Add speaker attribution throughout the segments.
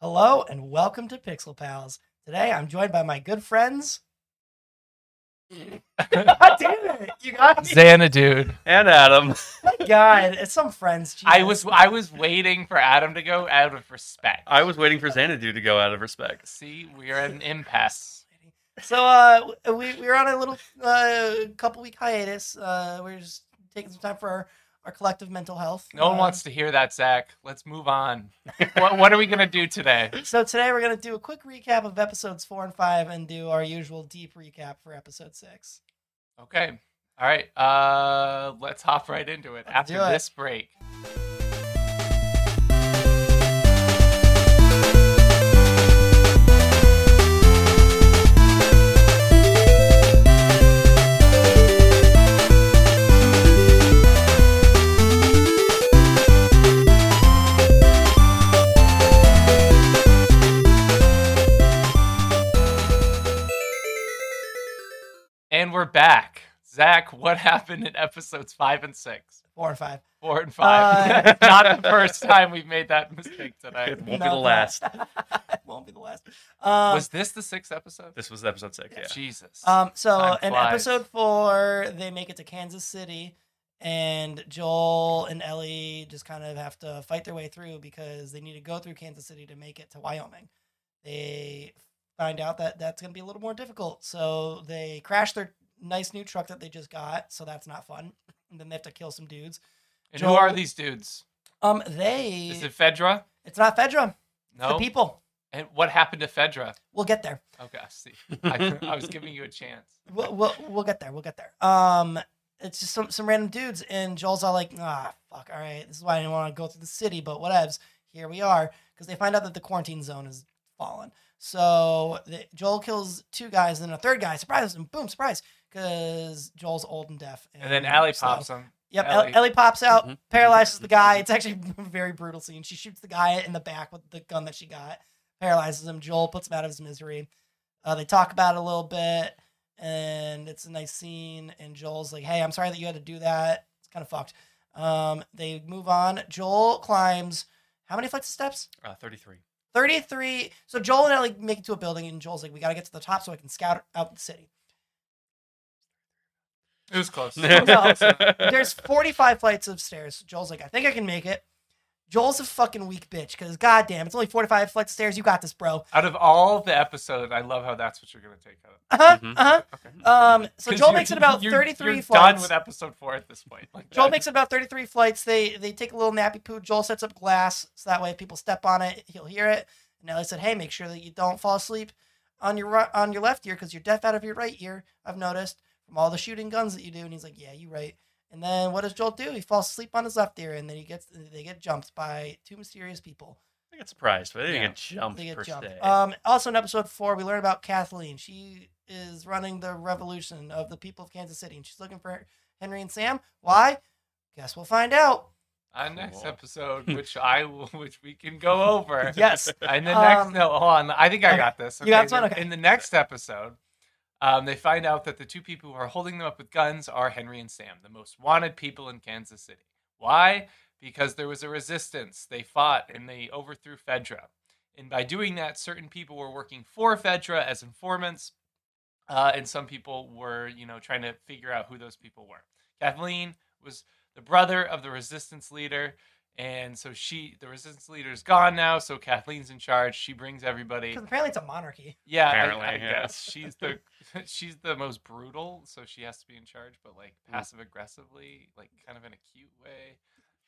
Speaker 1: Hello and welcome to Pixel Pals. Today I'm joined by my good friends. God damn it! You got me.
Speaker 2: Xana, dude.
Speaker 3: and Adam.
Speaker 1: My God, it's some friends.
Speaker 2: I
Speaker 1: Jesus.
Speaker 2: was I was waiting for Adam to go out of respect.
Speaker 3: I was waiting for Xanadu to go out of respect.
Speaker 2: See, we are at an impasse.
Speaker 1: So uh, we we were on a little uh, couple week hiatus. Uh, we are just taking some time for our, our collective mental health.
Speaker 2: No one
Speaker 1: Uh,
Speaker 2: wants to hear that, Zach. Let's move on. what, what are we gonna do today?
Speaker 1: So today we're gonna do a quick recap of episodes four and five, and do our usual deep recap for episode six.
Speaker 2: Okay. All right. Uh, let's hop right into it
Speaker 1: Let's
Speaker 2: after
Speaker 1: do it.
Speaker 2: this break. And we're back. Zach, what happened in episodes five and six?
Speaker 1: Four and five.
Speaker 2: Four and five.
Speaker 3: Uh,
Speaker 2: Not the first time we've made that mistake
Speaker 3: It
Speaker 2: tonight.
Speaker 3: won't be
Speaker 1: No,
Speaker 3: the last.
Speaker 1: it won't be the last. Um,
Speaker 2: Was this the sixth episode?
Speaker 3: This was episode six. Yeah.
Speaker 2: Jesus.
Speaker 1: Um, so
Speaker 2: Time
Speaker 1: in
Speaker 2: flies.
Speaker 1: episode four, they make it to Kansas City, and Joel and Ellie just kind of have to fight their way through because they need to go through Kansas City to make it to Wyoming. They find out that that's going to be a little more difficult, so they crash their nice new truck that they just got. So that's not fun. And then they have to kill some dudes.
Speaker 2: and who are
Speaker 1: Joel-
Speaker 2: these dudes?
Speaker 1: Um, they
Speaker 2: Is it Fedra?
Speaker 1: it's not Fedra. It's
Speaker 2: No.
Speaker 1: the people.
Speaker 2: And what happened to Fedra?
Speaker 1: We'll get there.
Speaker 2: Okay, I see. I, I was giving you a chance.
Speaker 1: we'll, we'll we'll get there. We'll get there. Um, it's just some some random dudes, and Joel's all like, "Ah, fuck. All right, this is why I didn't want to go through the city, but whatevs. Here we are." Because they find out that the quarantine zone is fallen. So the, Joel kills two guys, and then a third guy surprises him. Boom, surprise! Because Joel's old and deaf.
Speaker 2: And then Allie Mm-hmm. pops
Speaker 1: Out.
Speaker 2: him.
Speaker 1: Yep,
Speaker 2: Ellie.
Speaker 1: Ellie. Ellie pops out,
Speaker 3: Mhm.
Speaker 1: paralyzes the guy. It's actually a very brutal scene. She shoots the guy in the back with the gun that she got, paralyzes him. Joel puts him out of his misery. Uh, they talk about it a little bit, and it's a nice scene. And Joel's like, "Hey, I'm sorry that you had to do that. It's kind of fucked." Um, they move on. Joel climbs how many flights of steps?
Speaker 3: Uh, 33.
Speaker 1: 33. So Joel and Ellie make it to a building, and Joel's like, "We got to get to the top so I can scout out the city."
Speaker 2: It was close.
Speaker 1: There's 45 flights of stairs. Joel's like, I think I can make it. Joel's a fucking weak bitch because goddamn, it's only 45 flights of stairs. You got this, bro.
Speaker 2: Out of all the episodes, I love how that's what you're gonna take out.
Speaker 1: Uh huh.
Speaker 3: Mhm.
Speaker 1: Uh
Speaker 2: Okay.
Speaker 1: huh. Um, so
Speaker 2: Mm-hmm. 'Cause
Speaker 1: Joel
Speaker 2: you're-
Speaker 1: makes it about
Speaker 2: you're-
Speaker 1: 33
Speaker 2: you're
Speaker 1: flights.
Speaker 2: Done with episode four at this point. Like
Speaker 1: Joel
Speaker 2: that.
Speaker 1: makes it about 33 flights. They they take a little nappy poo. Joel sets up glass so that way if people step on it, he'll hear it. And Ellie said, "Hey, make sure that you don't fall asleep on your ri- on your left ear because you're deaf out of your right ear. I've noticed from all the shooting guns that you do." And he's like, "Yeah, you right." And then what does Joel do? He falls asleep on his left ear, and then he gets they get jumped by two mysterious people.
Speaker 3: I get surprised, but I didn't
Speaker 2: Yeah.
Speaker 3: get jumped
Speaker 1: They get
Speaker 3: per
Speaker 1: jumped.
Speaker 3: se.
Speaker 1: Um, also in episode four, we learn about Kathleen. She is running the revolution of the people of Kansas City, and she's looking for Henry and Sam. Why? Guess we'll find out.
Speaker 2: on next
Speaker 3: Cool.
Speaker 2: episode, which I will, which we can go over.
Speaker 1: Yes.
Speaker 2: And the
Speaker 1: Um,
Speaker 2: next, no, hold on. I think I
Speaker 1: okay.
Speaker 2: got this.
Speaker 1: You got this one?
Speaker 2: in-
Speaker 1: Okay.
Speaker 2: In the next episode, um, they find out that the two people who are holding them up with guns are Henry and Sam, the most wanted people in Kansas City. Why? Because there was a resistance. They fought and they overthrew Fedra. And by doing that, certain people were working for Fedra as informants, uh, and some people were, you know, trying to figure out who those people were. Kathleen was the brother of the resistance leader and so she the resistance leader's gone now so kathleen's in charge she brings everybody
Speaker 1: Because apparently it's a monarchy.
Speaker 2: yeah I-
Speaker 3: Apparently,
Speaker 2: i,
Speaker 3: yeah.
Speaker 2: guess she's the she's the most brutal so she has to be in charge but like
Speaker 3: Mm.
Speaker 2: passive aggressively like kind of in a cute way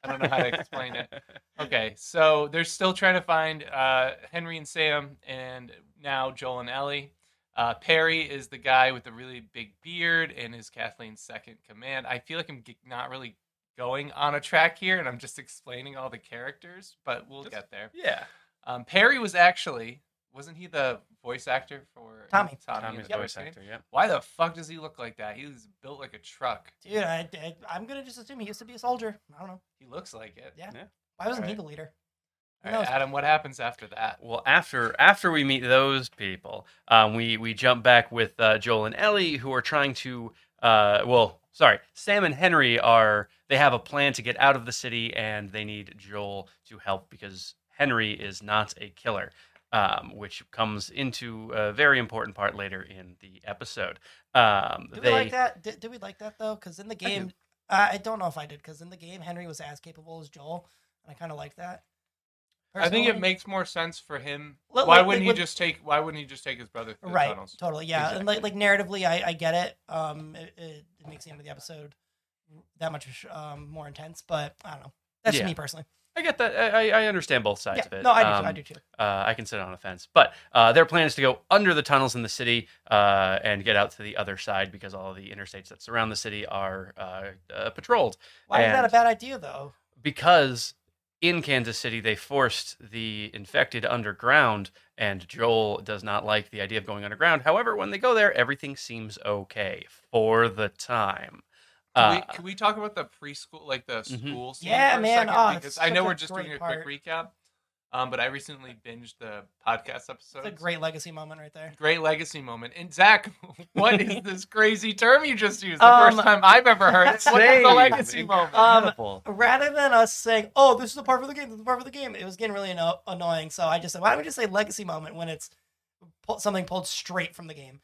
Speaker 2: i don't know how to explain it okay so they're still trying to find uh, henry and sam and now joel and ellie uh, perry is the guy with the really big beard and is kathleen's second command i feel like i'm g- not really going on a track here and i'm just explaining all the characters but we'll
Speaker 3: Just-
Speaker 2: get there
Speaker 3: Yeah.
Speaker 2: um, perry was actually wasn't he the voice actor for
Speaker 1: Tommy.
Speaker 2: tommy, in
Speaker 3: Tommy's
Speaker 2: the
Speaker 3: voice
Speaker 2: first game?
Speaker 3: actor, yeah.
Speaker 2: why the fuck does he look like that he's built like a truck
Speaker 1: Dude, I, I, am going to just assume he used to be a soldier. I don't know.
Speaker 2: he looks like it
Speaker 1: Yeah. Why wasn't he the leader? Who
Speaker 2: all right
Speaker 1: knows?
Speaker 2: adam what happens after that
Speaker 3: Well, after after we meet those people, um, we we jump back with uh, Joel and Ellie, who are trying to. Uh, well, sorry, Sam and Henry are. They have a plan to get out of the city, and they need Joel to help because Henry is not a killer, um, which comes into a very important part later in the episode. Um,
Speaker 1: Did
Speaker 3: they,
Speaker 1: we like that? Did, did we like that though? Because in the
Speaker 3: do.
Speaker 1: game, I, I don't know if I did. Because in the game, Henry was as capable as Joel, and I kind of like that.
Speaker 2: I think it
Speaker 1: personally.
Speaker 2: makes more sense for him.
Speaker 1: Let-
Speaker 2: why
Speaker 1: let-
Speaker 2: wouldn't he
Speaker 1: let-
Speaker 2: just take? Why wouldn't he just take his brother through
Speaker 1: right
Speaker 2: the tunnels?
Speaker 1: totally yeah and like, like narratively I, I get it um it, it, it makes the end of the episode that much um more intense but i don't know that's just
Speaker 3: Yeah.
Speaker 1: me personally
Speaker 3: I get that. I, I I understand both sides
Speaker 1: yeah
Speaker 3: of it.
Speaker 1: no i do too i
Speaker 3: Um,
Speaker 1: do too
Speaker 3: uh, I can sit on a fence. But uh, their plan is to go under the tunnels in the city uh, and get out to the other side because all the interstates that surround the city are uh, uh, patrolled.
Speaker 1: why is that a
Speaker 3: and-
Speaker 1: bad idea though
Speaker 3: Because in Kansas City, they forced the infected underground, and Joel does not like the idea of going underground. However, when they go there, everything seems okay for the time.
Speaker 2: Can,
Speaker 3: Uh,
Speaker 2: we, can we talk about the preschool, like the
Speaker 3: Mhm.
Speaker 2: school? Scene
Speaker 1: Yeah,
Speaker 2: for a
Speaker 1: man,
Speaker 2: second?
Speaker 1: oh, it's
Speaker 2: because I
Speaker 1: such
Speaker 2: know
Speaker 1: a
Speaker 2: we're just doing
Speaker 1: great
Speaker 2: a quick recap, um, but I recently binged the podcast episode.
Speaker 1: it's a great legacy moment right there
Speaker 2: Great legacy moment. And Zach, what is this crazy term you just used? The
Speaker 1: Um,
Speaker 2: first time I've ever heard it. What is
Speaker 3: Same.
Speaker 2: the legacy moment?
Speaker 3: Incredible.
Speaker 1: rather than us saying oh this is the part for the game this is the part for the game it was getting really anno- annoying so i just said why don't we just say legacy moment when it's pu- something pulled straight from the game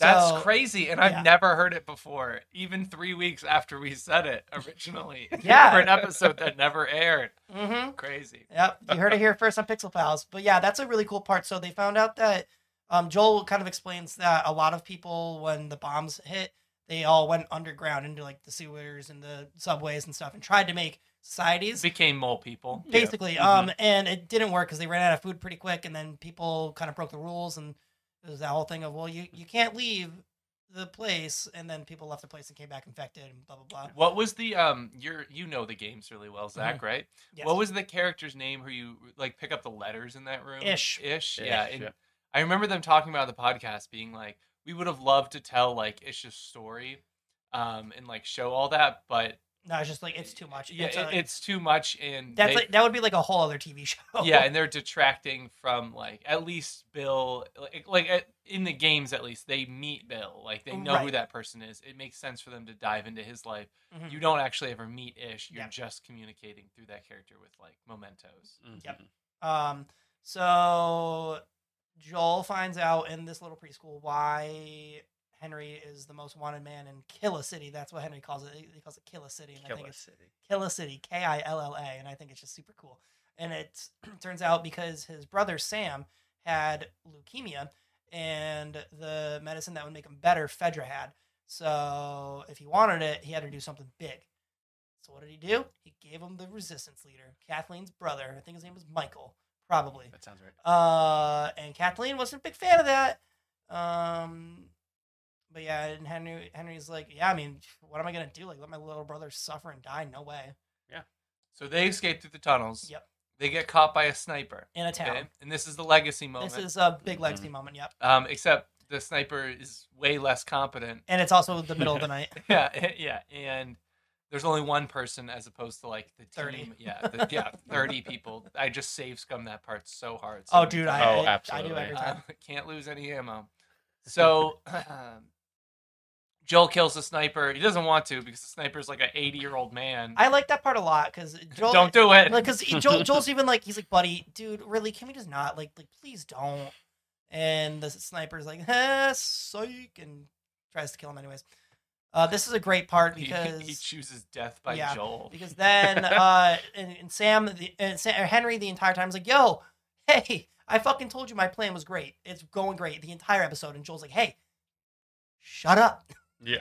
Speaker 2: That's
Speaker 1: So-
Speaker 2: crazy, and I've
Speaker 1: yeah.
Speaker 2: never heard it before. Even three weeks after we said it originally,
Speaker 1: Yeah.
Speaker 2: for an episode that never aired.
Speaker 1: Mhm.
Speaker 2: Crazy.
Speaker 1: Yep, you heard it here first on Pixel Pals. But yeah, that's a really cool part. So they found out that um, Joel kind of explains that a lot of people, when the bombs hit, they all went underground into like the sewers and the subways and stuff, and tried to make societies
Speaker 2: Became mole people.
Speaker 1: basically.
Speaker 3: Yeah.
Speaker 2: Mm-hmm.
Speaker 1: Um, and it didn't work because they ran out of food pretty quick, and then people kind of broke the rules, and it was that whole thing of well, you you can't leave the place, and then people left the place and came back infected, and blah blah blah.
Speaker 2: What was the um? You're you know the games really well, Zach, right?
Speaker 1: Mm-hmm. Yes.
Speaker 2: What was the character's name who you like pick up the letters in that room?
Speaker 1: Ish.
Speaker 2: Ish. Yeah.
Speaker 3: Ish,
Speaker 2: and
Speaker 3: yeah.
Speaker 2: I remember them talking about it on the podcast being like, we would have loved to tell like Ish's story, um, and like show all that, but
Speaker 1: no, it's just like it's too much.
Speaker 2: yeah,
Speaker 1: it's,
Speaker 2: it's,
Speaker 1: a-
Speaker 2: it's too much. And
Speaker 1: that's
Speaker 2: they-
Speaker 1: like that would be like a whole other TV show.
Speaker 2: yeah, and they're detracting from like at least Bill, like, like at, in the games at least they meet Bill, like they know who
Speaker 1: Right.
Speaker 2: that person is. It makes sense for them to dive into his life.
Speaker 1: Mhm.
Speaker 2: You don't actually ever meet Ish. You're
Speaker 1: Yeah.
Speaker 2: just communicating through that character with like mementos.
Speaker 3: mm-hmm.
Speaker 1: Yep. Um, so Joel finds out in this little preschool why Henry is the most wanted man in Killa City. That's what Henry calls it. He he calls it Killa City, and I think
Speaker 3: Killer
Speaker 1: it's
Speaker 3: City.
Speaker 1: Killa City, K I L L A, and I think it's just super cool. And it turns out because his brother Sam had leukemia, and the medicine that would make him better, Fedra had. So if he wanted it, he had to do something big. So what did he do? He gave him the resistance leader, Kathleen's brother. I think his name was Michael, probably.
Speaker 3: That sounds right.
Speaker 1: Uh, and Kathleen wasn't a big fan of that. Um, but yeah, and Henry Henry's like, yeah, I mean, what am I gonna do? Like, let my little brother suffer and die? No way.
Speaker 2: So they escape through the tunnels.
Speaker 1: Yep.
Speaker 2: They get caught by a sniper.
Speaker 1: In a town.
Speaker 2: Okay? And this is the legacy moment.
Speaker 1: This is a big
Speaker 3: Mm.
Speaker 1: legacy moment. Yep.
Speaker 2: um, except the sniper is way less competent.
Speaker 1: And it's also the middle of the night.
Speaker 2: yeah, eh, yeah, and there's only one person as opposed to like the
Speaker 1: 30.
Speaker 2: team. Yeah, the, yeah, thirty people. I just save scum that part so hard. so
Speaker 1: Oh,
Speaker 2: many
Speaker 1: dude,
Speaker 2: times.
Speaker 1: I
Speaker 3: Oh,
Speaker 1: I- I, do
Speaker 3: absolutely.
Speaker 1: every time.
Speaker 2: Uh, can't lose any ammo. So um, Joel kills the sniper. He doesn't want to because the sniper's like an 80 year old man.
Speaker 1: I like that part a lot because Joel.
Speaker 2: Don't do it.
Speaker 1: like because Joel, Joel's even like he's like buddy dude really can we just not like like please don't and the sniper's like eh, psych and tries to kill him anyways uh this is a great part
Speaker 2: He-
Speaker 1: because
Speaker 2: he, chooses death by
Speaker 1: Yeah,
Speaker 2: Joel.
Speaker 1: because then uh and, and Sam the and Sam, or Henry the entire time is like yo hey I fucking told you my plan was great it's going great the entire episode and Joel's like hey shut up
Speaker 3: Yeah.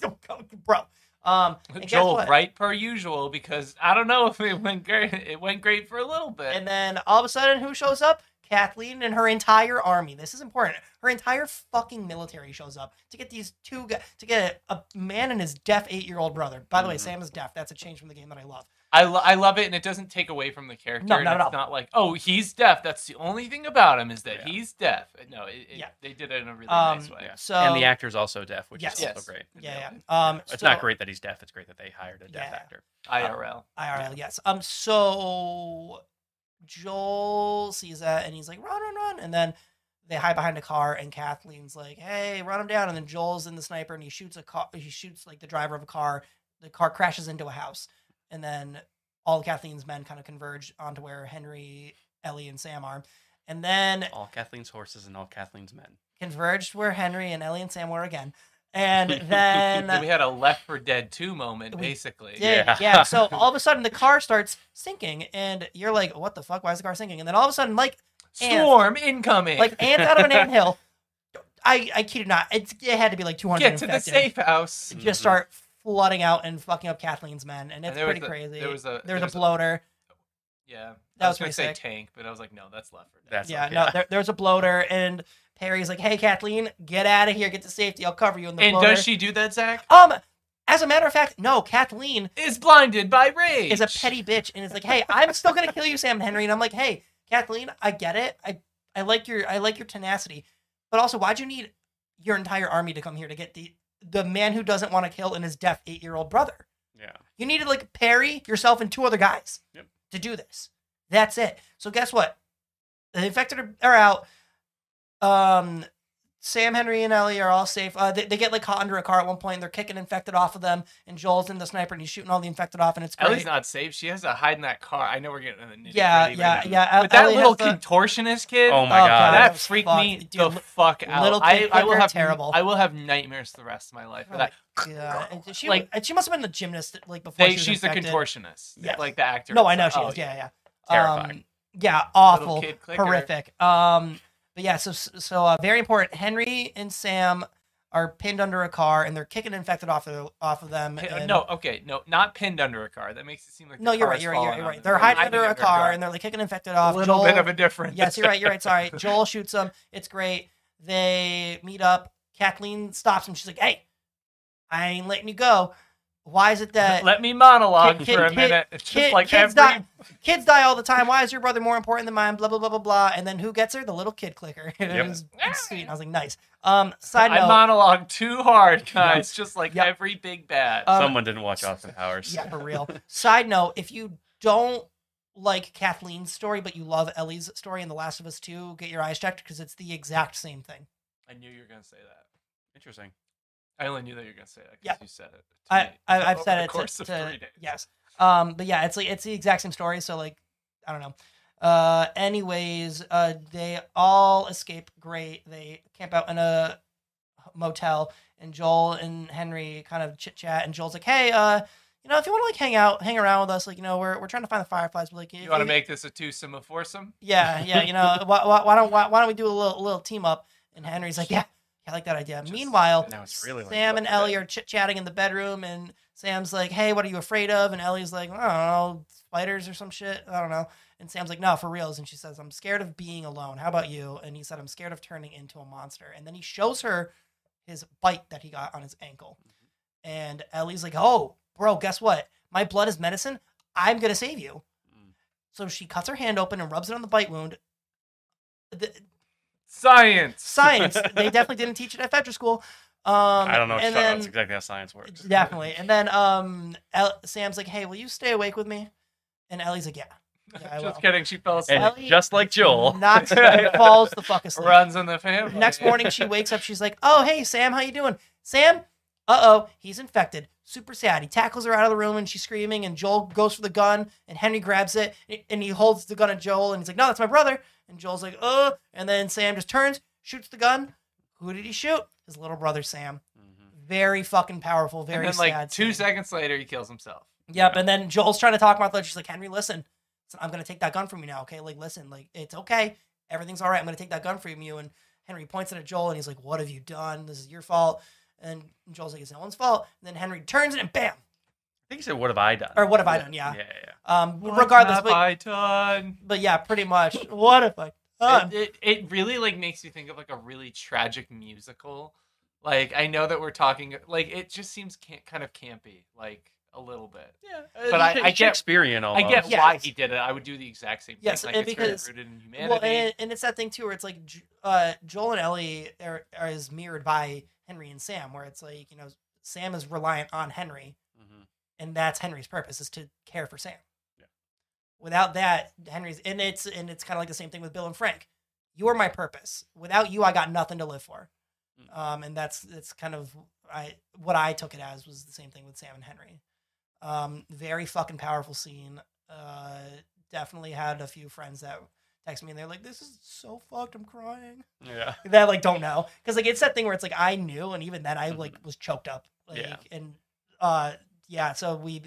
Speaker 1: don't go bro um and guess
Speaker 2: Joel,
Speaker 1: what?
Speaker 2: right per usual, because I don't know if it went great. It went great for a little bit.
Speaker 1: And then all of a sudden, who shows up? Kathleen and her entire army. This is important. Her entire fucking military shows up to get these two guys, to get a, a man and his deaf eight year old brother. By the way,
Speaker 3: Mhm.
Speaker 1: Sam is deaf. That's a change from the game that I love.
Speaker 2: I, lo- I love it, and it doesn't take away from the character.
Speaker 1: No,
Speaker 2: and
Speaker 1: not at
Speaker 2: it's
Speaker 1: all.
Speaker 2: not like, oh, he's deaf. That's the only thing about him is that
Speaker 3: Yeah.
Speaker 2: he's deaf. No, it, it-
Speaker 1: Yeah.
Speaker 2: they did it in a really
Speaker 1: Um,
Speaker 2: nice way.
Speaker 3: Yeah.
Speaker 1: So
Speaker 3: and the actor's also deaf, which
Speaker 1: Yes.
Speaker 3: is also
Speaker 2: Yes.
Speaker 3: great.
Speaker 1: Yeah, yeah. Um,
Speaker 3: It's
Speaker 1: so-
Speaker 3: not great that he's deaf. It's great that they hired a deaf
Speaker 1: Yeah.
Speaker 3: actor.
Speaker 1: Uh,
Speaker 2: IRL.
Speaker 1: IRL, yes. Um, so Joel sees that and he's like, run, run, run. And then they hide behind a car and Kathleen's like, hey, run him down. And then Joel's in the sniper and he shoots a car. He shoots like the driver of a car. The car crashes into a house. And then all Kathleen's men kind of converge onto where Henry Ellie and Sam arm. And then
Speaker 3: All Kathleen's horses and all Kathleen's men.
Speaker 1: converged where Henry and Ellie and Sam were again. And then
Speaker 2: we had a Left for Dead 2 moment,
Speaker 1: We
Speaker 2: basically.
Speaker 1: did. Yeah.
Speaker 3: Yeah.
Speaker 1: So all of a sudden the car starts sinking and you're like, what the fuck? Why is the car sinking? And then all of a sudden, like
Speaker 2: Storm incoming.
Speaker 1: like ants out of an anthill. I I kid you not. It's, it had to be like 200
Speaker 2: Get to the
Speaker 1: infected.
Speaker 2: safe house.
Speaker 1: to
Speaker 3: Mhm.
Speaker 1: just start flooding out and fucking up Kathleen's men, and it's
Speaker 2: And there was
Speaker 1: pretty
Speaker 2: the-
Speaker 1: crazy.
Speaker 2: There was a
Speaker 1: There was a bloater.
Speaker 2: yeah.
Speaker 1: That
Speaker 2: I
Speaker 1: was
Speaker 2: was, gonna
Speaker 1: pretty
Speaker 2: say
Speaker 1: sick.
Speaker 2: tank, but I was like, no, that's Left for Dead.
Speaker 3: That's
Speaker 1: yeah,
Speaker 3: okay.
Speaker 1: no, there, there was a bloater, and Perry's like, "Hey, Kathleen, get out of here, get to safety. I'll cover you in the
Speaker 2: and
Speaker 1: bloater."
Speaker 2: does she do that, Zach?
Speaker 1: Um, as a matter of fact, no. Kathleen
Speaker 2: Is blinded by rage.
Speaker 1: is a petty bitch, and is like, "Hey, I'm still gonna kill you, Sam and Henry." And I'm like, "Hey, Kathleen, I get it. I I like your I like your tenacity, but also, why'd you need your entire army to come here to get the the man who doesn't want to kill and his deaf eight year old brother?"
Speaker 3: Yeah.
Speaker 1: You needed like Perry, yourself, and two other guys
Speaker 3: Yep.
Speaker 1: to do this. That's it. So guess what? The infected are, are out. Um, Sam, Henry, and Ellie are all safe. Uh, they, they get like caught under a car at one point. And they're kicking infected off of them, and Joel's in the sniper, and he's shooting all the infected off, and it's great.
Speaker 2: Ellie's not safe. She has to hide in that car. I know we're getting in the nitty
Speaker 1: yeah,
Speaker 2: gritty
Speaker 1: yeah,
Speaker 2: right now.
Speaker 1: yeah. El-
Speaker 2: But that
Speaker 1: Ellie has
Speaker 2: little
Speaker 1: the-
Speaker 2: contortionist kid.
Speaker 3: Oh my
Speaker 1: Oh, God.
Speaker 3: god.
Speaker 1: that
Speaker 2: that
Speaker 1: was
Speaker 2: freaked
Speaker 1: fucked.
Speaker 2: me
Speaker 1: Dude,
Speaker 2: the fuck out.
Speaker 1: little
Speaker 2: I,
Speaker 1: kid
Speaker 2: I will
Speaker 1: clicker,
Speaker 2: have
Speaker 1: terrible.
Speaker 2: I will have nightmares the rest of my life. For
Speaker 1: Oh,
Speaker 2: that.
Speaker 1: yeah, and she,
Speaker 2: like-
Speaker 1: and she must have been the gymnast like before.
Speaker 2: They,
Speaker 1: she was
Speaker 2: she's the
Speaker 1: infected.
Speaker 2: contortionist.
Speaker 1: Yes.
Speaker 2: Like the actor.
Speaker 1: No, I know she
Speaker 2: Oh,
Speaker 1: is. Yeah, yeah.
Speaker 3: Terrifying.
Speaker 1: Um, yeah, awful,
Speaker 2: kid clicker.
Speaker 1: horrific. Um, but yeah, so so uh, very important. Henry and Sam are pinned under a car, and they're kicking infected off of off of them.
Speaker 2: Pin-
Speaker 1: and-
Speaker 2: uh, no, okay, no, not pinned under a car. That makes it seem like the
Speaker 1: no, you're
Speaker 2: car
Speaker 1: right,
Speaker 2: is
Speaker 1: you're right, you're
Speaker 2: falling
Speaker 1: right, you're
Speaker 2: on
Speaker 1: right.
Speaker 2: them.
Speaker 1: They're
Speaker 2: They're
Speaker 1: hiding under a
Speaker 2: hiding
Speaker 1: car, and they're like kicking infected off.
Speaker 2: a little
Speaker 1: Joel,
Speaker 2: bit of a difference.
Speaker 1: yes, you're right, you're right. Sorry, Joel shoots them. It's great. They meet up. Kathleen stops him. She's like, "Hey, I ain't letting you go. Why is it that
Speaker 2: Let me monologue
Speaker 1: Kid- kid-
Speaker 2: for a
Speaker 1: kid-
Speaker 2: minute. It's just
Speaker 1: kid-
Speaker 2: like
Speaker 1: kids
Speaker 2: every
Speaker 1: die, kids die all the time. Why is your brother more important than mine? Blah blah blah blah blah. And then who gets her? The little kid clicker. it
Speaker 3: Yep.
Speaker 1: was it's sweet. I was like, nice. Um, side
Speaker 2: I
Speaker 1: note.
Speaker 2: monologue too hard, guys. Just like
Speaker 1: Yep.
Speaker 2: every big bad.
Speaker 1: um,
Speaker 3: Someone didn't watch Austin Powers.
Speaker 1: yeah, for real. Side note: If you don't like Kathleen's story, but you love Ellie's story in The Last of Us Two, get your eyes checked because it's the exact same thing.
Speaker 2: I knew you were gonna say that.
Speaker 3: Interesting.
Speaker 2: I only knew that you were gonna say that because
Speaker 1: Yeah.
Speaker 2: you said it. to
Speaker 1: I,
Speaker 2: me
Speaker 1: I I've
Speaker 2: over
Speaker 1: said
Speaker 2: the
Speaker 1: it
Speaker 2: course
Speaker 1: to,
Speaker 2: of
Speaker 1: to-
Speaker 2: three days.
Speaker 1: yes. Um, but yeah, it's like it's the exact same story. So like, I don't know. Uh, anyways, uh, they all escape. Great. They camp out in a motel, and Joel and Henry kind of chit chat. And Joel's like, "Hey, uh, you know, if you want to like hang out, hang around with us, like, you know, we're we're trying to find the fireflies, but like,
Speaker 2: You want to make this a twosome, a foursome?
Speaker 1: yeah, yeah, you know, why, why, why don't why, why don't we do a little little team up?" And Henry's like, "Yeah, I like that idea."
Speaker 2: Just-
Speaker 1: Meanwhile,
Speaker 3: Now it's really like
Speaker 1: Sam
Speaker 3: Left
Speaker 1: and
Speaker 3: 4 Dead.
Speaker 1: Ellie are chit chatting in the bedroom, and Sam's like, "Hey, what are you afraid of?" And Ellie's like, "I don't know, spiders or some shit. I don't know." And Sam's like, "No, for reals." And she says, "I'm scared of being alone. How about you?" And he said, "I'm scared of turning into a monster." And then he shows her his bite that he got on his ankle,
Speaker 3: Mm-hmm.
Speaker 1: and Ellie's like, "Oh, bro, guess what? My blood is medicine. I'm gonna save you."
Speaker 3: Mm.
Speaker 1: So she cuts her hand open and rubs it on the bite wound. The,
Speaker 2: Science.
Speaker 1: science. they definitely didn't teach it at Fetcher School. Um,
Speaker 3: I don't know. What
Speaker 1: And
Speaker 3: and then, that's
Speaker 1: then
Speaker 3: exactly how science works.
Speaker 1: definitely. And then um, El- Sam's like, "Hey, will you stay awake with me?" And Ellie's like, "Yeah." Yeah, I will.
Speaker 2: Just kidding. She fell
Speaker 3: And
Speaker 2: asleep.
Speaker 1: Ellie-
Speaker 3: just like Joel,
Speaker 1: Knocks and falls the fuck asleep.
Speaker 2: Runs in the family.
Speaker 1: Next morning, she wakes up. She's like, "Oh, hey, Sam, how you doing?" Sam, uh oh, he's infected. Super sad. He tackles her out of the room, and she's screaming. And Joel goes for the gun, and Henry grabs it, and he holds the gun at Joel, and he's like, "No, that's my brother." And Joel's like, "Oh," and then Sam just turns, shoots the gun. Who did he shoot? His little brother Sam.
Speaker 3: Mhm.
Speaker 1: Very fucking powerful. Very
Speaker 2: and then,
Speaker 1: sad.
Speaker 2: like two
Speaker 1: scene.
Speaker 2: seconds later, he kills himself.
Speaker 1: Yep. And then Joel's trying to talk Martha. She's like, Henry, listen, So I'm gonna take that gun from you now. Okay, like listen, like it's okay. Everything's all right. I'm gonna take that gun from you. And Henry points it at Joel and he's like, What have you done? This is your fault. And Joel's like, It's no one's fault. And then Henry turns it and bam.
Speaker 3: I think he said, "What have I done?"
Speaker 1: Or what have I done? Yeah.
Speaker 3: Yeah, yeah.
Speaker 1: Um
Speaker 2: What
Speaker 1: regardless,
Speaker 2: have
Speaker 1: but,
Speaker 2: I done?
Speaker 1: but yeah, pretty much. What have I done?
Speaker 2: It, it, it really like makes you think of like a really tragic musical. Like I know that we're talking like it just seems can kind of campy, like a little bit.
Speaker 3: yeah.
Speaker 1: uh,
Speaker 2: But I-
Speaker 3: It's
Speaker 2: I get-
Speaker 3: Shakespearean
Speaker 2: I
Speaker 3: almost.
Speaker 2: get
Speaker 1: Yes.
Speaker 2: why he did it. I would do the exact same thing.
Speaker 1: Yes,
Speaker 2: like,
Speaker 1: and
Speaker 2: it's very
Speaker 1: because-
Speaker 2: rooted in humanity.
Speaker 1: Well, and, it- and it's that thing too where it's like J- uh, Joel and Ellie are, are is mirrored by Henry and Sam, where it's like you know Sam is reliant on Henry,
Speaker 3: Mhm.
Speaker 1: and that's Henry's purpose is to care for Sam.
Speaker 3: Yeah.
Speaker 1: Without that, Henry's and it's and it's kind of like the same thing with Bill and Frank. You're my purpose. Without you, I got nothing to live for.
Speaker 3: Mm.
Speaker 1: Um, and that's that's kind of I what I took it as was the same thing with Sam and Henry. Um, very fucking powerful scene. Uh, definitely had a few friends that text me and they're like, "This is so fucked. I'm crying."
Speaker 3: Yeah.
Speaker 1: that like don't know because like it's that thing where it's like I knew and even then I like was choked up like
Speaker 3: Yeah.
Speaker 1: and uh yeah so we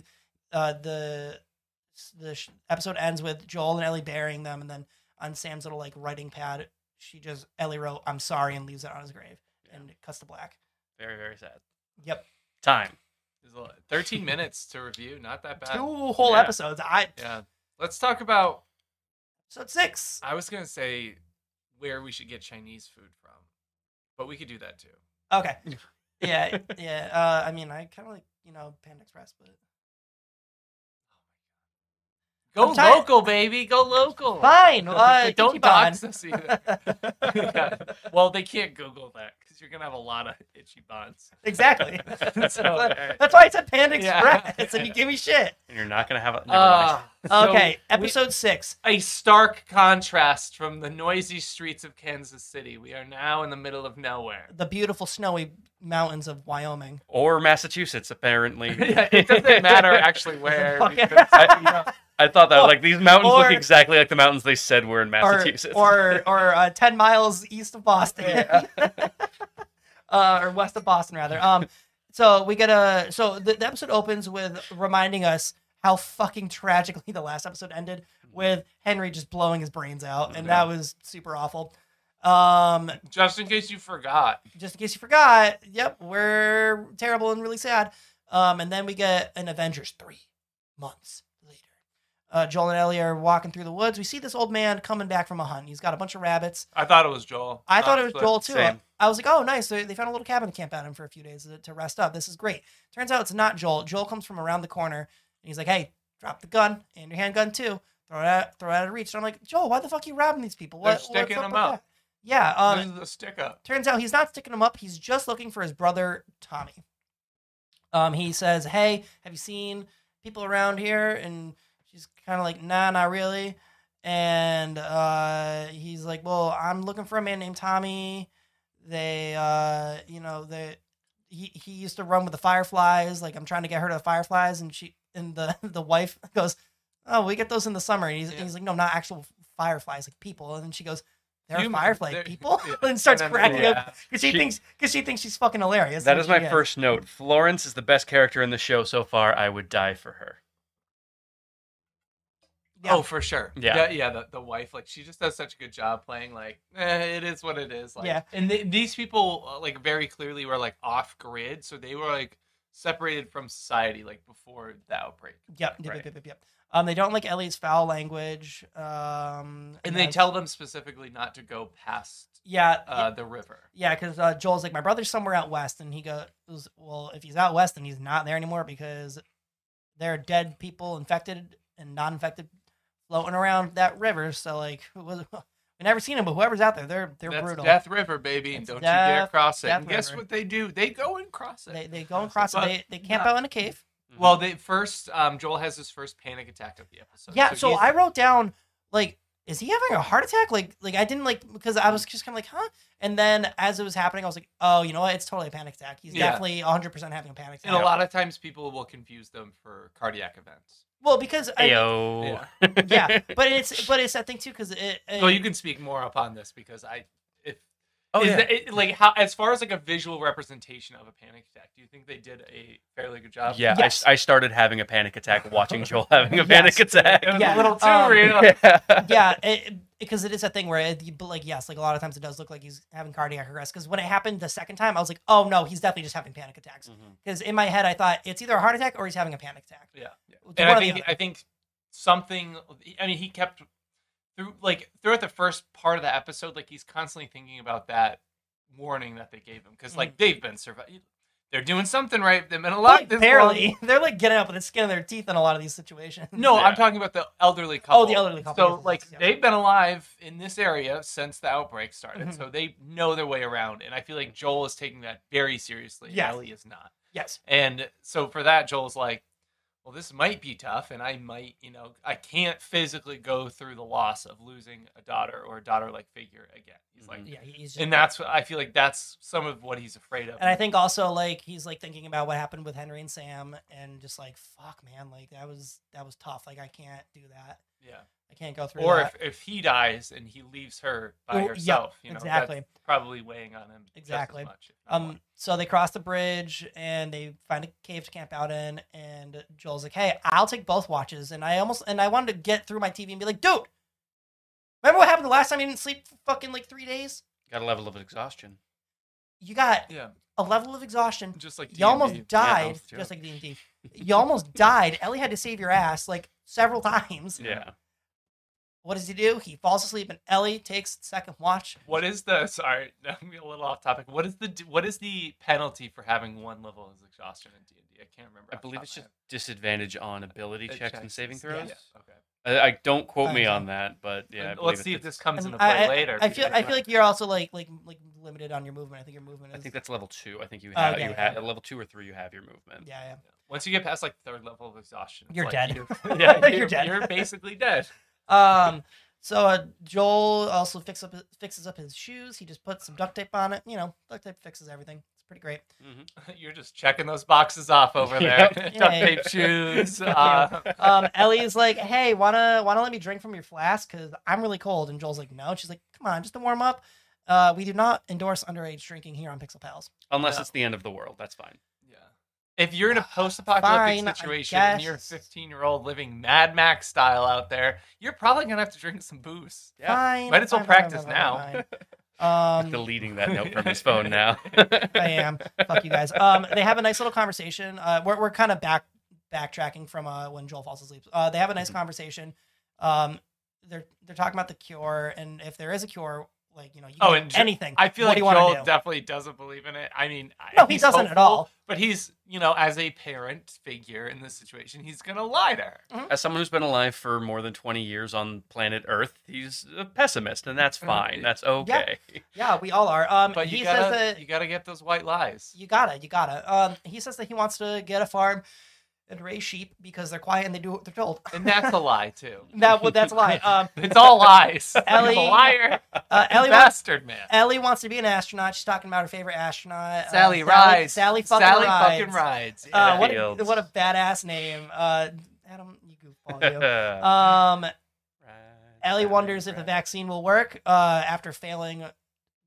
Speaker 1: uh the the sh- episode ends with Joel and Ellie burying them and then on Sam's little like writing pad she just Ellie wrote I'm sorry and leaves it on his grave
Speaker 3: Yeah.
Speaker 1: and it cuts to black
Speaker 3: Very, very sad.
Speaker 1: yep
Speaker 3: Time.
Speaker 2: There's a lot- 13 minutes to review. Not that bad.
Speaker 1: two whole
Speaker 3: yeah.
Speaker 1: episodes I
Speaker 2: Yeah. Let's talk about.
Speaker 1: so it's six
Speaker 2: I was going to say where we should get Chinese food from, but we could do that too.
Speaker 1: okay yeah yeah uh I mean I kind of like you know Panda Express but
Speaker 2: Go
Speaker 1: I'm tired-
Speaker 2: local, baby. Go local.
Speaker 1: fine uh,
Speaker 2: Don't
Speaker 1: keep on.
Speaker 2: dox us either. Yeah. Well, they can't Google that because you're going to have a lot of itchy bonds.
Speaker 1: exactly
Speaker 2: So,
Speaker 1: But-
Speaker 2: all right.
Speaker 1: That's why I said Panda
Speaker 2: Yeah.
Speaker 1: Express, and you give me shit.
Speaker 3: And you're not gonna have a never
Speaker 1: Uh.
Speaker 3: mind.
Speaker 2: Ah, so
Speaker 1: okay,
Speaker 2: we-
Speaker 1: episode six.
Speaker 2: a stark contrast from the noisy streets of Kansas City. We are now in the middle of nowhere.
Speaker 1: The beautiful snowy mountains of Wyoming.
Speaker 3: Or Massachusetts, apparently.
Speaker 2: Yeah, it doesn't matter actually where.
Speaker 1: Fuck yeah.
Speaker 2: because, you know,
Speaker 3: I thought that like these mountains
Speaker 1: Or-
Speaker 3: look exactly like the mountains they said were in Massachusetts.
Speaker 1: Or or, or uh, ten miles east of Boston, uh, or west of Boston rather. Um, so we get a so the, the episode opens with reminding us how fucking tragically the last episode ended with Henry just blowing his brains out, and that was super awful. Um,
Speaker 2: just in case you forgot.
Speaker 1: just in case you forgot, yep, we're terrible and really sad. Um, and then we get an Avengers three months later. Uh, Joel and Ellie are walking through the woods. We see this old man coming back from a hunt. He's got a bunch of rabbits.
Speaker 2: I thought it was Joel.
Speaker 1: I thought it was
Speaker 2: honestly.
Speaker 1: Joel too.
Speaker 3: same.
Speaker 1: I was like, oh, nice. They, they found a little cabin to camp out in for a few days to, to rest up. This is great. Turns out it's not Joel. Joel comes from around the corner and he's like, hey, drop the gun and your handgun too. Throw it out, throw it out of reach. So I'm like, Joel, why the fuck you robbing these people?
Speaker 2: They're
Speaker 1: What, what's
Speaker 2: sticking
Speaker 1: up
Speaker 2: them
Speaker 1: with
Speaker 2: up.
Speaker 1: that?" Yeah. Um,
Speaker 2: this is a stick up.
Speaker 1: Turns out he's not sticking him up. He's just looking for his brother Tommy. Um, he says, "Hey, have you seen people around here?" And she's kind of like, "Nah, not really." And uh, he's like, "Well, I'm looking for a man named Tommy. They, uh, you know, they he he used to run with the Fireflies. Like, I'm trying to get her to the Fireflies." And she and the the wife goes, "Oh, we get those in the summer." And he's,
Speaker 2: Yeah.
Speaker 1: he's like, "No, not actual Fireflies, like people." And then she goes. They're
Speaker 2: Human-
Speaker 1: firefly
Speaker 2: they're-
Speaker 1: people,
Speaker 2: yeah.
Speaker 1: and starts
Speaker 2: And then-
Speaker 1: cracking up
Speaker 2: yeah.
Speaker 1: because she,
Speaker 3: She-
Speaker 1: thinks because she thinks she's fucking hilarious.
Speaker 3: That
Speaker 1: and
Speaker 3: is my
Speaker 1: she
Speaker 3: first note. Florence is the best character in the show so far. I would die for her.
Speaker 1: Yeah.
Speaker 2: Oh, for sure.
Speaker 3: Yeah.
Speaker 2: yeah. yeah, The, the wife, like, she just does such a good job playing. Like, eh, it is what it is. Like,
Speaker 1: Yeah.
Speaker 2: And th- these people, uh, like, very clearly were like off grid, so they were like separated from society, like before the outbreak.
Speaker 1: Yep, yep,
Speaker 3: Right.
Speaker 1: yep, yep, yep. Um, they don't like Ellie's foul language. Um,
Speaker 2: And they
Speaker 1: that's-
Speaker 2: tell them specifically not to go past
Speaker 1: yeah,
Speaker 2: uh, the river.
Speaker 1: yeah, because uh, Joel's like, my brother's somewhere out west, and he goes, well, if he's out west, then he's not there anymore because there are dead people, infected and non-infected, floating around that river. So like, who was, we never seen them, but whoever's out there, they're they're
Speaker 2: That's
Speaker 1: brutal.
Speaker 2: Death River, baby, and
Speaker 1: It's
Speaker 2: don't you dare
Speaker 1: Death-
Speaker 2: cross it.
Speaker 1: Death
Speaker 2: And guess
Speaker 1: River.
Speaker 2: what they do? They go and cross it.
Speaker 1: They they go and cross.
Speaker 2: But
Speaker 1: They they camp
Speaker 2: not-
Speaker 1: out in a cave.
Speaker 3: Mm-hmm.
Speaker 2: well, they first um, Joel has his first panic attack of the episode.
Speaker 1: Yeah, so,
Speaker 2: he's-
Speaker 1: I wrote down like, is he having a heart attack? Like, like I didn't like because I was just kind of like, huh? And then as it was happening, I was like, oh, you know what? It's totally a panic attack. He's
Speaker 2: Yeah.
Speaker 1: definitely 100 percent having a panic
Speaker 2: and
Speaker 1: attack.
Speaker 2: a lot of times people will confuse them for cardiac events.
Speaker 1: Well, because
Speaker 2: uh,
Speaker 1: I,
Speaker 3: Ayo.
Speaker 1: yeah, but it's but it's that thing too because it, it-
Speaker 2: So you can speak more upon this because I, if
Speaker 3: Oh,
Speaker 2: is
Speaker 3: yeah.
Speaker 2: that- it- like how as far as like a visual representation of a panic attack, do you think they did a fairly good job?
Speaker 3: Yeah, I
Speaker 1: Yes.
Speaker 3: s- I, started having a panic attack watching Joel having a
Speaker 1: Yes.
Speaker 3: panic attack.
Speaker 2: it was
Speaker 1: Yeah.
Speaker 2: a little too
Speaker 1: Um,
Speaker 2: real.
Speaker 3: Yeah.
Speaker 1: yeah, it, because it is that thing where, it, but like, yes, like a lot of times it does look like he's having cardiac arrest. Because when it happened the second time, I was like, oh no, he's definitely just having panic
Speaker 2: Mm.
Speaker 1: attacks.
Speaker 3: Mhm.
Speaker 1: Because in my head, I thought it's either a heart attack or he's having a panic attack.
Speaker 2: Yeah. yeah.
Speaker 1: One
Speaker 2: And
Speaker 1: or
Speaker 2: I
Speaker 1: the
Speaker 2: think
Speaker 1: other.
Speaker 2: I think something I mean he kept through like throughout the first part of the episode like he's constantly thinking about that warning that they gave him cuz
Speaker 1: Mm.
Speaker 2: like they've been surviving they're doing something right they've been alive this
Speaker 1: Barely,
Speaker 2: long.
Speaker 1: they're like getting up with the skin of their teeth in a lot of these situations.
Speaker 2: No,
Speaker 3: Yeah.
Speaker 2: I'm talking about the elderly couple.
Speaker 1: Oh, the elderly couple,
Speaker 2: So
Speaker 1: yes,
Speaker 2: like
Speaker 1: yes, yes.
Speaker 2: they've been alive in this area since the outbreak started.
Speaker 1: Mhm.
Speaker 2: So they know their way around and I feel like Joel is taking that very seriously. and
Speaker 1: Yes.
Speaker 2: Ellie is not.
Speaker 1: Yes.
Speaker 2: And so for that, Joel's like, well, this might be tough, and I might, you know, I can't physically go through the loss of losing a daughter or a daughter like figure again. He's like,
Speaker 1: Yeah, he- he's just,
Speaker 2: and that's what I feel like that's some of what he's afraid of.
Speaker 1: and I think also like he's like thinking about what happened with Henry and Sam and just like fuck man, like that was that was tough. Like I can't do that.
Speaker 2: Yeah.
Speaker 1: I can't go through.
Speaker 2: Or
Speaker 1: that.
Speaker 2: if, if he dies and he leaves her by
Speaker 1: Oh, yeah,
Speaker 2: herself, you know,
Speaker 1: exactly.
Speaker 2: that's probably weighing on him just as
Speaker 1: Exactly.
Speaker 2: much, if not more.
Speaker 1: Um, so they cross the bridge and they find a cave to camp out in. And Joel's like, "Hey, I'll take both watches." And I almost and I wanted to get through my TV and be like, "Dude, remember what happened the last time you didn't sleep for fucking like three days?
Speaker 3: Got a level of exhaustion.
Speaker 1: You got
Speaker 2: yeah,
Speaker 1: a level of exhaustion.
Speaker 2: just like
Speaker 1: you
Speaker 2: D&D.
Speaker 1: almost
Speaker 3: no,
Speaker 1: died,
Speaker 3: it's true.
Speaker 1: just like D and D. You almost died. Ellie had to save your ass like several times.
Speaker 3: Yeah.
Speaker 1: What does he do? He falls asleep, and Ellie takes the second watch.
Speaker 2: What is the sorry? I'm gonna be a little off topic. What is the what is the penalty for having one level of exhaustion in D and D? I can't remember.
Speaker 3: I
Speaker 2: off the
Speaker 3: believe
Speaker 2: top
Speaker 3: it's
Speaker 2: of
Speaker 3: just
Speaker 2: my
Speaker 3: disadvantage on ability
Speaker 2: head.
Speaker 3: checks,
Speaker 2: It
Speaker 3: and saving
Speaker 2: yeah,
Speaker 3: throws.
Speaker 2: yeah, Okay.
Speaker 3: I, I don't quote me
Speaker 1: Okay.
Speaker 3: on that, but yeah. I
Speaker 2: And
Speaker 3: believe
Speaker 2: let's
Speaker 3: it's-
Speaker 2: see if
Speaker 3: it's-
Speaker 2: this comes
Speaker 1: And
Speaker 2: into play
Speaker 1: I, I-
Speaker 2: later.
Speaker 1: I feel
Speaker 2: because
Speaker 1: I feel like you're also like like like limited on your movement. I think your movement is.
Speaker 3: I think that's level two. I think you
Speaker 1: Oh,
Speaker 3: have
Speaker 1: yeah,
Speaker 3: you
Speaker 1: yeah,
Speaker 3: have
Speaker 1: yeah.
Speaker 3: at level two or three. You have your movement.
Speaker 1: yeah, yeah.
Speaker 2: once you get past like third level of exhaustion, it's
Speaker 1: You're
Speaker 2: like
Speaker 1: dead.
Speaker 2: you- yeah,
Speaker 1: You're
Speaker 2: you're,
Speaker 1: dead.
Speaker 2: You're basically dead.
Speaker 1: Um, so uh, Joel also fix up, fixes up his shoes. He just puts some duct tape on it. You know, duct tape fixes everything. It's pretty great.
Speaker 3: Mhm.
Speaker 2: You're just checking those boxes off over there.
Speaker 3: Yep.
Speaker 2: Duct
Speaker 1: Yeah.
Speaker 2: tape shoes. Uh,
Speaker 1: Um, Ellie's like, "Hey, wanna wanna let me drink from your flask? Cause I'm really cold." And Joel's like, "No." She's like, "Come on, just to warm up." Uh, we do not endorse underage drinking here on Pixel Pals.
Speaker 3: Unless
Speaker 2: No.
Speaker 3: it's the end of the world, that's fine.
Speaker 2: yeah. If you're in a post-apocalyptic
Speaker 1: Fine, I
Speaker 2: situation and you're a
Speaker 1: guess.
Speaker 2: 15-year-old living Mad Max style out there, you're probably gonna have to drink some booze.
Speaker 3: Yeah.
Speaker 1: Fine.
Speaker 2: Might as well
Speaker 1: fine, fine,
Speaker 2: practice
Speaker 1: fine, fine, fine. Um,
Speaker 3: Deleting that note from his phone now.
Speaker 1: I am. Fuck you guys. Um, they have a nice little conversation. Uh, we're we're kind of back backtracking from uh when Joel falls asleep. Uh, they have a nice
Speaker 3: Mhm.
Speaker 2: Mm-hmm.
Speaker 1: conversation. Um, they're they're talking about the cure and if there is a cure, like you know, you can
Speaker 2: Oh,
Speaker 1: do
Speaker 2: and Jo-
Speaker 1: anything.
Speaker 2: I feel
Speaker 1: what
Speaker 2: like
Speaker 1: do you wanna
Speaker 2: Joel
Speaker 1: do?
Speaker 2: definitely doesn't believe in it. I mean, I-
Speaker 1: No, he
Speaker 2: he's
Speaker 1: doesn't at
Speaker 2: hopeful,
Speaker 1: all.
Speaker 2: But he's, you know, as a parent figure in this situation, he's gonna lie to her.
Speaker 3: As someone who's been alive for more than 20 years on planet Earth, he's a pessimist, and that's fine. That's okay.
Speaker 1: Yeah, we all are. Um,
Speaker 2: But
Speaker 1: he
Speaker 2: you
Speaker 1: says
Speaker 2: gotta,
Speaker 1: that
Speaker 2: you gotta get those white lies.
Speaker 1: you gotta, you gotta. Um, he says that he wants to get a farm and raise sheep because they're quiet and they do what they're told.
Speaker 2: and that's a lie too.
Speaker 1: That well, that's a lie. Um,
Speaker 2: It's all lies.
Speaker 1: Ellie-
Speaker 2: He's a liar,
Speaker 1: uh, Ellie wants
Speaker 2: bastard man.
Speaker 1: Ellie wants to be an astronaut. She's talking about her favorite astronaut, uh,
Speaker 2: Sally rides.
Speaker 1: Sally fucking rides.
Speaker 2: fucking rides.
Speaker 1: Uh,
Speaker 3: Yeah.
Speaker 1: what, a,
Speaker 3: Fields.
Speaker 1: what a badass name, uh, Adam. You goofball. You.
Speaker 3: Uh,
Speaker 1: Um,
Speaker 3: right,
Speaker 1: Ellie
Speaker 3: right,
Speaker 1: wonders if the
Speaker 3: right.
Speaker 1: vaccine will work uh, after failing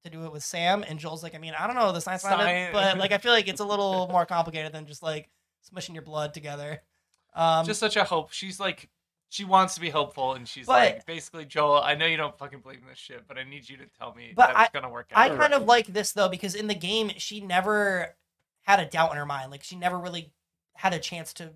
Speaker 1: to do it with Sam, and Joel's like, I mean, I don't know the science behind it,
Speaker 2: Science.
Speaker 1: but like, I feel like it's a little more complicated than just like smushing your blood together. Um,
Speaker 2: Just such a hope. She's like, she wants to be hopeful, and she's
Speaker 1: But-
Speaker 2: like, basically, Joel, I know you don't fucking believe in this shit, but I need you to tell me
Speaker 1: But
Speaker 2: that it's gonna work out.
Speaker 1: I kind of like this though because in the game she never had a doubt in her mind. Like she never really had a chance to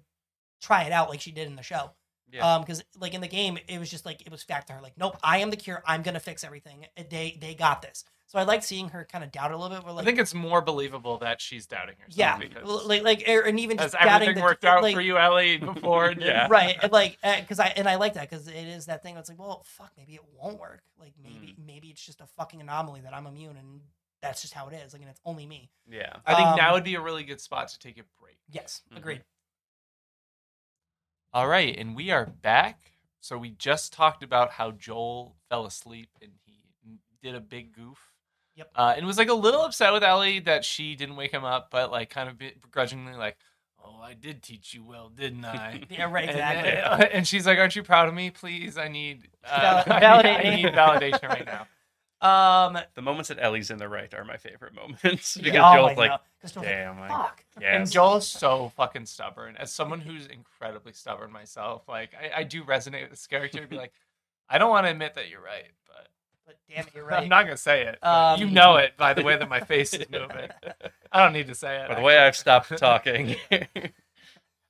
Speaker 1: try it out like she did in the show.
Speaker 3: Yeah.
Speaker 1: Um, because like in the game it was just like it was fact to her. Like, nope, I am the cure. I'm gonna fix everything. They they got this. So I like seeing her kind of doubt it a little bit. Where like,
Speaker 2: I think it's more believable that she's doubting herself.
Speaker 1: yeah,
Speaker 2: because
Speaker 1: l- like like or- and even
Speaker 2: has
Speaker 1: just doubting
Speaker 2: everything
Speaker 1: the,
Speaker 2: worked out
Speaker 1: like,
Speaker 2: for you, Ellie? Before, and-
Speaker 3: Yeah.
Speaker 1: right and like because i and i like that because it is that thing that's like well fuck maybe it won't work like
Speaker 2: Mm.
Speaker 1: maybe maybe it's just a fucking anomaly that i'm immune and that's just how it is like and it's only me
Speaker 3: Yeah.
Speaker 2: I think
Speaker 1: Um,
Speaker 2: now would be a really good spot to take a break.
Speaker 1: Yes,
Speaker 2: Mm-hmm.
Speaker 3: Mhm.
Speaker 1: agreed.
Speaker 2: All right, and we are back. So we just talked about how Joel fell asleep and he did a big goof.
Speaker 1: Yep.
Speaker 2: Uh, and was like a little upset with Ellie that she didn't wake him up, but like kind of bit- begrudgingly, like, "Oh, I did teach you well, didn't I?"
Speaker 1: Yeah, right,
Speaker 2: And-
Speaker 1: exactly.
Speaker 2: And, she's like, "Aren't you proud of me? Please, I need uh,
Speaker 1: Val-
Speaker 2: I
Speaker 1: validate me."
Speaker 2: need, I need validation right now."
Speaker 1: Um,
Speaker 3: The moments that Ellie's in the right are my favorite moments. because
Speaker 1: oh, I
Speaker 3: Joel's like,
Speaker 1: know. 'Cause Joel's like,
Speaker 3: damn, I,
Speaker 1: fuck.
Speaker 3: yes.
Speaker 2: And Joel's so fucking stubborn. As someone who's incredibly stubborn myself, like I, I do resonate with this character. and Be like, I don't want to admit that you're right, but
Speaker 1: But damn it, you're right.
Speaker 2: I'm not gonna say it. but
Speaker 1: Um,
Speaker 2: you know it by the way that my face is moving. I don't need to say it.
Speaker 3: By the way, I've stopped talking.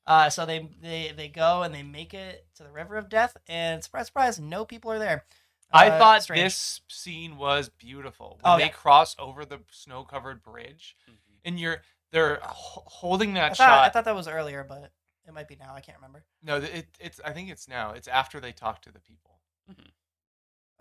Speaker 1: uh, so they they they go and they make it to the river of death, and surprise, surprise, no people are there.
Speaker 2: I
Speaker 1: Uh,
Speaker 2: thought
Speaker 1: strange.
Speaker 2: this scene was beautiful when
Speaker 1: Oh,
Speaker 2: they
Speaker 1: yeah.
Speaker 2: cross over the snow-covered bridge, and you're they're h- holding
Speaker 1: I
Speaker 2: that
Speaker 1: thought, I
Speaker 2: shot.
Speaker 1: thought that was earlier, but it might be now. I can't remember.
Speaker 2: No, th- it, it's I think it's now. It's after they talk to the people.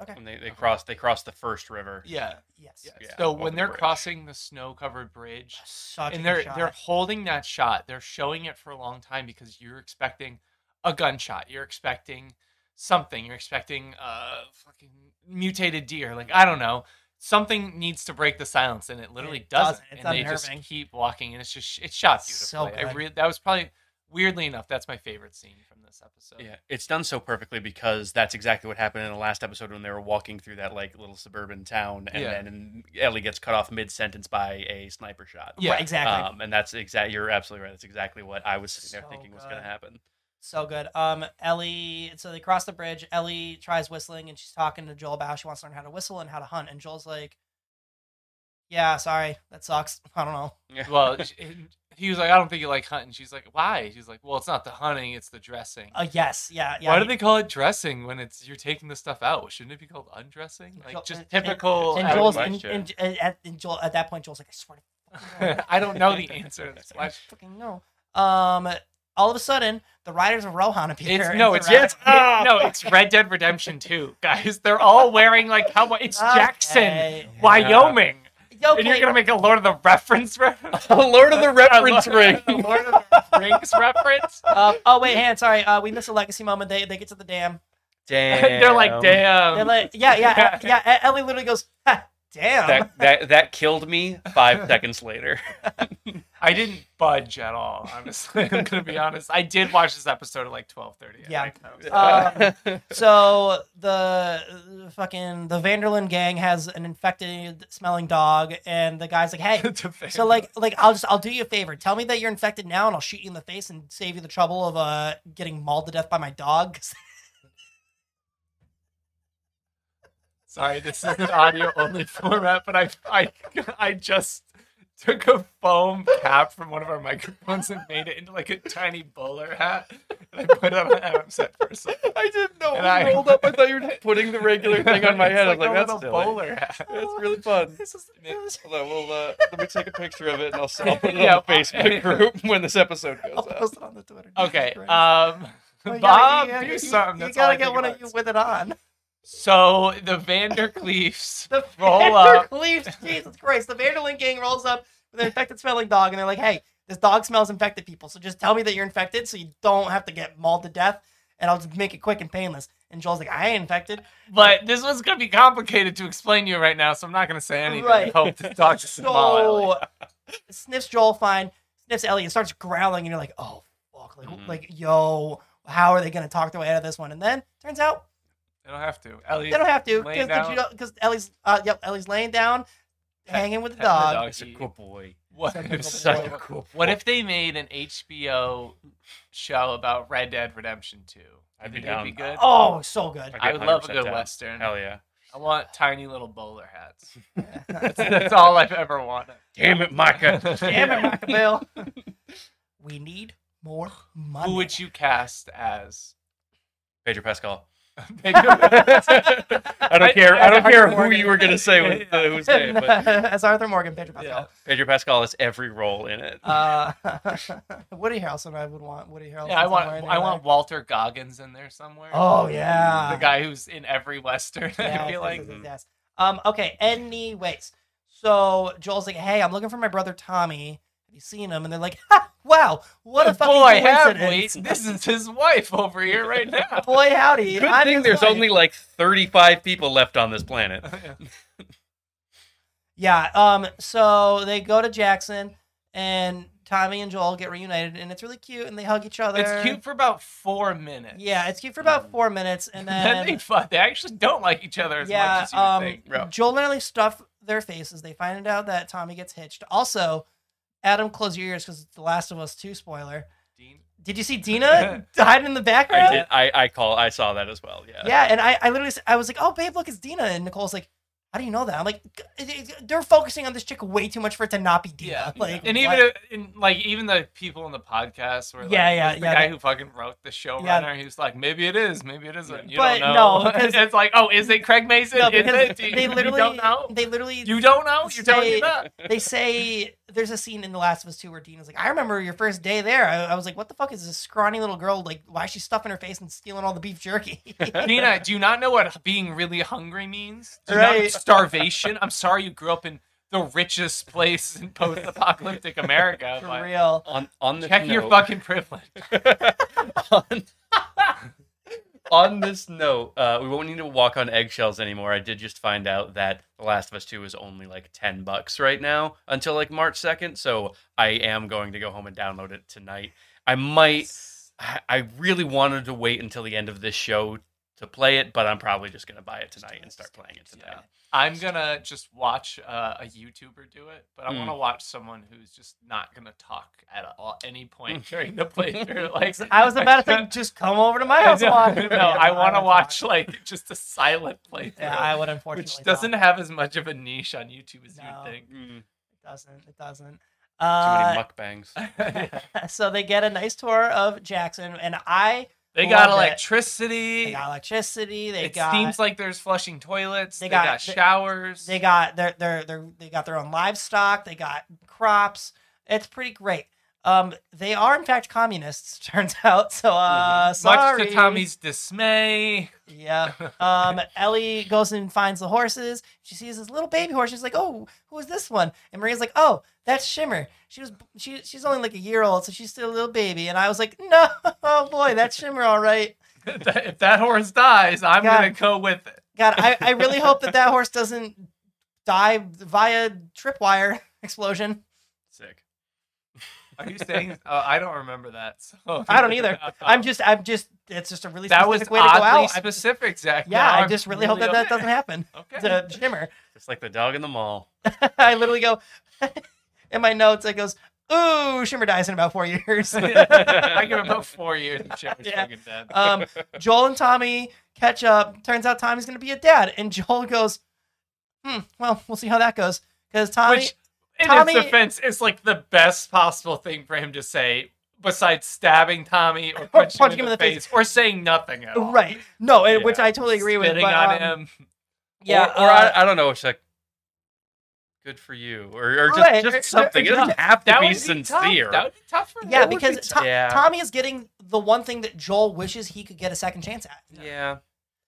Speaker 1: Okay.
Speaker 3: when they, they cross they cross the first river.
Speaker 2: Yeah.
Speaker 1: Yes.
Speaker 3: Yeah,
Speaker 2: so
Speaker 3: over
Speaker 2: when
Speaker 3: the
Speaker 2: they're
Speaker 3: bridge.
Speaker 2: crossing the snow-covered bridge,
Speaker 1: Such
Speaker 2: and
Speaker 1: a good
Speaker 2: they're
Speaker 1: shot.
Speaker 2: they're holding that shot. They're showing it for a long time because you're expecting a gunshot. You're expecting something. You're expecting a fucking mutated deer. Like I don't know. Something needs to break the silence, and it literally
Speaker 1: It doesn't.
Speaker 2: doesn't.
Speaker 1: It's
Speaker 2: and they
Speaker 1: unnerving.
Speaker 2: just keep walking, and it's just it's shot
Speaker 1: So
Speaker 2: beautifully. I
Speaker 1: good.
Speaker 2: really that was probably Weirdly enough, that's my favorite scene from this episode.
Speaker 3: Yeah, it's done so perfectly because that's exactly what happened in the last episode when they were walking through that like little suburban town, and
Speaker 2: Yeah.
Speaker 3: then Ellie gets cut off mid sentence by a sniper shot.
Speaker 2: Yeah.
Speaker 1: Right, exactly.
Speaker 3: Um, and that's exactly you're absolutely right. That's exactly what I was sitting there
Speaker 1: So
Speaker 3: thinking was
Speaker 1: good.
Speaker 3: going to happen.
Speaker 1: So good. Um, Ellie. So they cross the bridge. Ellie tries whistling, and she's talking to Joel about how she wants to learn how to whistle and how to hunt. And Joel's like, "Yeah, sorry, that sucks. I don't know.
Speaker 3: Yeah.
Speaker 2: Well, sh- he was like, I don't think you like hunting. She's like, why? She's like, well, it's not the hunting, it's the dressing.
Speaker 1: Uh, yes, yeah, yeah.
Speaker 2: Why do they call it dressing when it's you're taking the stuff out? Shouldn't it be called undressing?
Speaker 1: Joel-
Speaker 2: Like just
Speaker 1: and-
Speaker 2: typical.
Speaker 1: And
Speaker 2: out of
Speaker 1: Joel's
Speaker 2: my-
Speaker 3: like
Speaker 1: and,
Speaker 3: Joel.
Speaker 1: and, and, and, Joel at that point, Joel's like, "I swear to fucking God,
Speaker 2: I don't know the answer to this
Speaker 1: I
Speaker 2: question.
Speaker 1: fucking know." Um, all of a sudden, the riders of Rohan appear.
Speaker 2: It's
Speaker 1: and
Speaker 2: no, it's,
Speaker 1: surround-
Speaker 2: it's it- no, it's Red Dead Redemption 2, guys. They're all wearing like cowboy. It's Jackson,
Speaker 1: Okay.
Speaker 2: Wyoming,
Speaker 1: Okay.
Speaker 2: and you're gonna make a Lord of the Reference reference.
Speaker 3: Lord of the Reference Ring.
Speaker 2: A Lord of the Rings reference.
Speaker 1: Um, oh wait, hand. Sorry, uh, we missed a legacy moment. They they get to the dam.
Speaker 3: Damn.
Speaker 2: They're like, damn.
Speaker 1: They're like, yeah, yeah, yeah. yeah. E, Ellie literally goes, "Ha, "Damn."
Speaker 3: That, that that killed me five seconds later.
Speaker 2: I didn't budge at all. Honestly, I'm gonna be honest. I did watch this episode at like 12:30. at
Speaker 1: Yeah.
Speaker 2: night, though, so-
Speaker 1: Um, so the uh, fucking the Vanderlyn gang has an infected smelling dog, and the guy's like, "Hey."
Speaker 2: It's a fair-
Speaker 1: So like like I'll just I'll do you a favor. Tell me that you're infected now, and I'll shoot you in the face and save you the trouble of uh getting mauled to death by my dog.
Speaker 2: sorry, this is an audio only format, but I I I just took a foam cap from one of our microphones and made it into like a tiny bowler hat, and I put it on and I'm set for a second.
Speaker 3: I didn't know.
Speaker 2: And I-
Speaker 3: up. I thought you were just putting the
Speaker 2: It's a little bowler hat.
Speaker 3: That's really fun.
Speaker 1: this is
Speaker 3: Hold on, we'll, uh, let me take a picture of it and I'll, s- I'll put it
Speaker 2: Yeah,
Speaker 3: on the Facebook group when this episode goes
Speaker 1: I'll
Speaker 3: out.
Speaker 1: post it on the Twitter.
Speaker 2: Okay,
Speaker 1: Jesus Christ.
Speaker 2: um,
Speaker 1: Well, you
Speaker 2: Bob,
Speaker 1: gotta- you-
Speaker 2: do
Speaker 1: you-
Speaker 2: something.
Speaker 1: You
Speaker 2: That's all
Speaker 1: gotta
Speaker 2: I
Speaker 1: get
Speaker 2: think
Speaker 1: one
Speaker 2: about
Speaker 1: of you
Speaker 2: this.
Speaker 1: with it on.
Speaker 2: So the Vandercleefs
Speaker 1: The
Speaker 2: Roll
Speaker 1: Vander
Speaker 2: up.
Speaker 1: Cleefs, Jesus Christ. The Vanderlyn gang rolls up with an infected smelling dog and they're like, hey, this dog smells infected people. So just tell me that you're infected so you don't have to get mauled to death and I'll just make it quick and painless. And Joel's like, I ain't infected.
Speaker 2: But this one's gonna be complicated to explain to you right now, so I'm not gonna say anything.
Speaker 1: Right.
Speaker 2: Hope to talk to
Speaker 1: So sniffs Joel fine, sniffs Ellie and starts growling and you're like, oh, fuck. Like,
Speaker 2: Mm-hmm.
Speaker 3: Mhm.
Speaker 1: like yo, how are they going to talk their way out of this one? And then turns out
Speaker 2: They don't have to. Ellie,
Speaker 1: they don't have to
Speaker 2: Laying down.
Speaker 1: because Ellie's, uh, yep, Ellie's laying down,
Speaker 2: Pet-
Speaker 1: hanging with the
Speaker 2: petting the
Speaker 1: dog.
Speaker 2: dog.
Speaker 3: It's a good boy.
Speaker 2: what
Speaker 1: Such a
Speaker 2: if,
Speaker 1: good
Speaker 3: Such a
Speaker 1: boy.
Speaker 3: cool
Speaker 2: what if they made an HBO show about Red Dead Redemption 2? I
Speaker 3: I'd be
Speaker 2: think
Speaker 3: down.
Speaker 2: it'd be good.
Speaker 1: Oh, so good.
Speaker 2: I would love a good
Speaker 3: 100% down.
Speaker 2: western.
Speaker 3: Hell yeah.
Speaker 2: I want tiny little bowler hats. That's, that's all I've ever wanted.
Speaker 3: Damn it, Micah.
Speaker 1: Damn it, Machiavel. we need more money.
Speaker 2: Who would you cast as?
Speaker 3: Pedro Pascal. I
Speaker 2: I
Speaker 3: don't care. I don't
Speaker 1: Arthur
Speaker 3: care who
Speaker 1: Morgan.
Speaker 3: you were gonna say with the whose name, but
Speaker 1: As Arthur Morgan, Pedro Pascal.
Speaker 3: Pedro Pascal has every role in it.
Speaker 1: Uh, Woody Harrelson, I would want Woody Harrelson.
Speaker 2: Yeah, I want
Speaker 1: somewhere in
Speaker 2: I
Speaker 1: there.
Speaker 2: want Walter Goggins in there somewhere.
Speaker 1: Oh yeah,
Speaker 2: the guy who's in every western.
Speaker 1: Yes,
Speaker 2: I feel like
Speaker 1: yes, yes, yes. Um. Okay. Anyways, so Joel's like, "Hey, I'm looking for my brother Tommy. Have you seen him?" And they're like, ha, "Wow, what a fucking
Speaker 2: boy, have we?
Speaker 1: coincidence."
Speaker 2: This is his wife over here right now.
Speaker 1: Boy, howdy!
Speaker 3: Good
Speaker 1: I'm
Speaker 3: thing
Speaker 1: his
Speaker 3: there's
Speaker 1: wife.
Speaker 3: only like 35 people left on this planet.
Speaker 1: Yeah. Um. So they go to Jackson, and Tommy and Joel get reunited, and it's really cute, and they hug each other.
Speaker 2: It's cute Mm. for about four minutes.
Speaker 1: Yeah, it's cute for about four minutes, and
Speaker 2: then they
Speaker 1: then
Speaker 2: fuck. They actually don't like each other as
Speaker 1: yeah,
Speaker 2: much as you would
Speaker 1: um,
Speaker 2: think.
Speaker 3: Rob.
Speaker 1: Joel literally stuff their faces. They find out that Tommy gets hitched. Also, Adam, close your ears because it's The Last of Us Two spoiler.
Speaker 2: Dean.
Speaker 1: Did you see Dina hiding in the background?
Speaker 3: I did. I, I call. I saw that as well. Yeah.
Speaker 1: Yeah, and I, I literally, s- I was like, "Oh, babe, look, it's Dina." And Nicole's like, "How do you know that?" I'm like, "G- "They're focusing on this chick way too much for it to not be Dina."
Speaker 2: Yeah.
Speaker 1: like, what?
Speaker 2: And even if, in, like even the people in the podcast were like,
Speaker 1: Yeah, yeah,
Speaker 2: there's the
Speaker 1: yeah,
Speaker 2: guy
Speaker 1: they-
Speaker 2: who fucking wrote the showrunner, who's like, maybe it is, maybe it isn't. You
Speaker 1: But
Speaker 2: don't know.
Speaker 1: no, because-
Speaker 2: it's like, oh, is it Craig Mason?
Speaker 1: no,
Speaker 2: is
Speaker 1: because
Speaker 2: it? Do you-
Speaker 1: they literally,
Speaker 2: you don't know.
Speaker 1: they literally,
Speaker 2: You don't know. You're telling
Speaker 1: say-
Speaker 2: me that.
Speaker 1: they say there's a scene in The Last of Us Two where Dina's like, "I remember your first day there. I, I was like, what the fuck is this scrawny little girl like? Why is she stuffing her face and stealing all the beef jerky?"
Speaker 2: Nina, do you not know what being really hungry means? Do you
Speaker 1: Right.
Speaker 2: not, starvation. I'm sorry you grew up in the richest place in post-apocalyptic America.
Speaker 1: for
Speaker 2: but
Speaker 1: real.
Speaker 3: On on the
Speaker 2: check your fucking privilege.
Speaker 3: on, on this note, uh, we won't need to walk on eggshells anymore. I did just find out that The Last of Us Two is only like ten bucks right now until like March second. So I am going to go home and download it tonight. I might. I I really wanted to wait until the end of this show to play it, but I'm probably just gonna buy it tonight and start playing it tonight.
Speaker 2: I'm gonna just watch uh, a YouTuber do it, but I
Speaker 3: Mm.
Speaker 2: want to watch someone who's just not gonna talk at all, any point during the playthrough. Like
Speaker 1: I was about to think, just come over to my
Speaker 2: I
Speaker 1: house.
Speaker 2: know,
Speaker 1: and watch
Speaker 2: no,
Speaker 1: it.
Speaker 2: I want to
Speaker 1: would
Speaker 2: watch
Speaker 1: not.
Speaker 2: like just a silent playthrough,
Speaker 1: Yeah, I would unfortunately.
Speaker 2: which
Speaker 1: not.
Speaker 2: doesn't have as much of a niche on YouTube as
Speaker 1: No.
Speaker 2: you'd think.
Speaker 1: It doesn't. It doesn't.
Speaker 3: Too many
Speaker 1: Uh,
Speaker 3: mukbangs.
Speaker 1: so they get a nice tour of Jackson, and I
Speaker 2: They
Speaker 1: Love
Speaker 2: got
Speaker 1: it.
Speaker 2: electricity.
Speaker 1: they got electricity. They
Speaker 2: it
Speaker 1: got
Speaker 2: seems like there's flushing toilets.
Speaker 1: they
Speaker 2: They,
Speaker 1: got-
Speaker 2: got,
Speaker 1: they-
Speaker 2: showers.
Speaker 1: they got their their their they got their own livestock. They got crops. It's pretty great. Um, they are in fact communists. Turns out. So uh, sorry.
Speaker 2: Mm-hmm. Much to Tommy's dismay.
Speaker 1: Yeah. Um, Ellie goes and finds the horses. She sees this little baby horse. She's like, "Oh, who is this one?" And Maria's like, "Oh, that's Shimmer. She was she she's only like a year old, so she's still a little baby." And I was like, "No, oh boy, that's Shimmer, all right."
Speaker 2: if that horse dies, I'm
Speaker 1: God.
Speaker 2: gonna go with it.
Speaker 1: God, I I really hope that that horse doesn't die via tripwire explosion.
Speaker 3: Sick.
Speaker 2: Are you saying? oh, I don't remember that. So
Speaker 1: I don't either. I'm just I'm just it's just a really
Speaker 2: that was
Speaker 1: specific way to go
Speaker 2: oddly
Speaker 1: out. I'm-
Speaker 2: specific, Zach.
Speaker 1: yeah,
Speaker 2: Now
Speaker 1: I
Speaker 2: I'm
Speaker 1: just really, hope that that doesn't happen
Speaker 2: Okay.
Speaker 1: to Shimmer.
Speaker 3: Just like the dog in the mall.
Speaker 1: I literally go in my notes. It goes, "Ooh, Shimmer dies in about four years."
Speaker 2: I give him about four years of Shimmer's
Speaker 1: Yeah.
Speaker 2: fucking dead.
Speaker 1: um, Joel and Tommy catch up. Turns out Tommy's going to be a dad, and Joel goes, "Hmm. Well, we'll see how that goes." Because Tommy,
Speaker 2: Which, in
Speaker 1: Tommy-
Speaker 2: his defense, is like the best possible thing for him to say, besides stabbing Tommy or punching, him in the, face, or saying nothing at all.
Speaker 1: Oh, right? No, and, which
Speaker 3: Yeah.
Speaker 1: I totally agree with.
Speaker 2: oh, Spitting
Speaker 1: But,
Speaker 2: on
Speaker 1: um,
Speaker 2: him.
Speaker 1: Yeah,
Speaker 3: Or, or
Speaker 1: uh,
Speaker 3: I, I don't know. It's like, good for you, or, or just,
Speaker 1: Right, or-
Speaker 3: just something. It
Speaker 1: or-
Speaker 3: doesn't have to
Speaker 2: That would
Speaker 3: be
Speaker 2: be
Speaker 3: sincere.
Speaker 2: Tough. That would be tough for him.
Speaker 1: yeah,
Speaker 2: That would
Speaker 1: because
Speaker 2: be tough.
Speaker 1: To-
Speaker 3: Yeah.
Speaker 1: Tommy is getting the one thing that Joel wishes he could get a second chance at.
Speaker 3: yeah.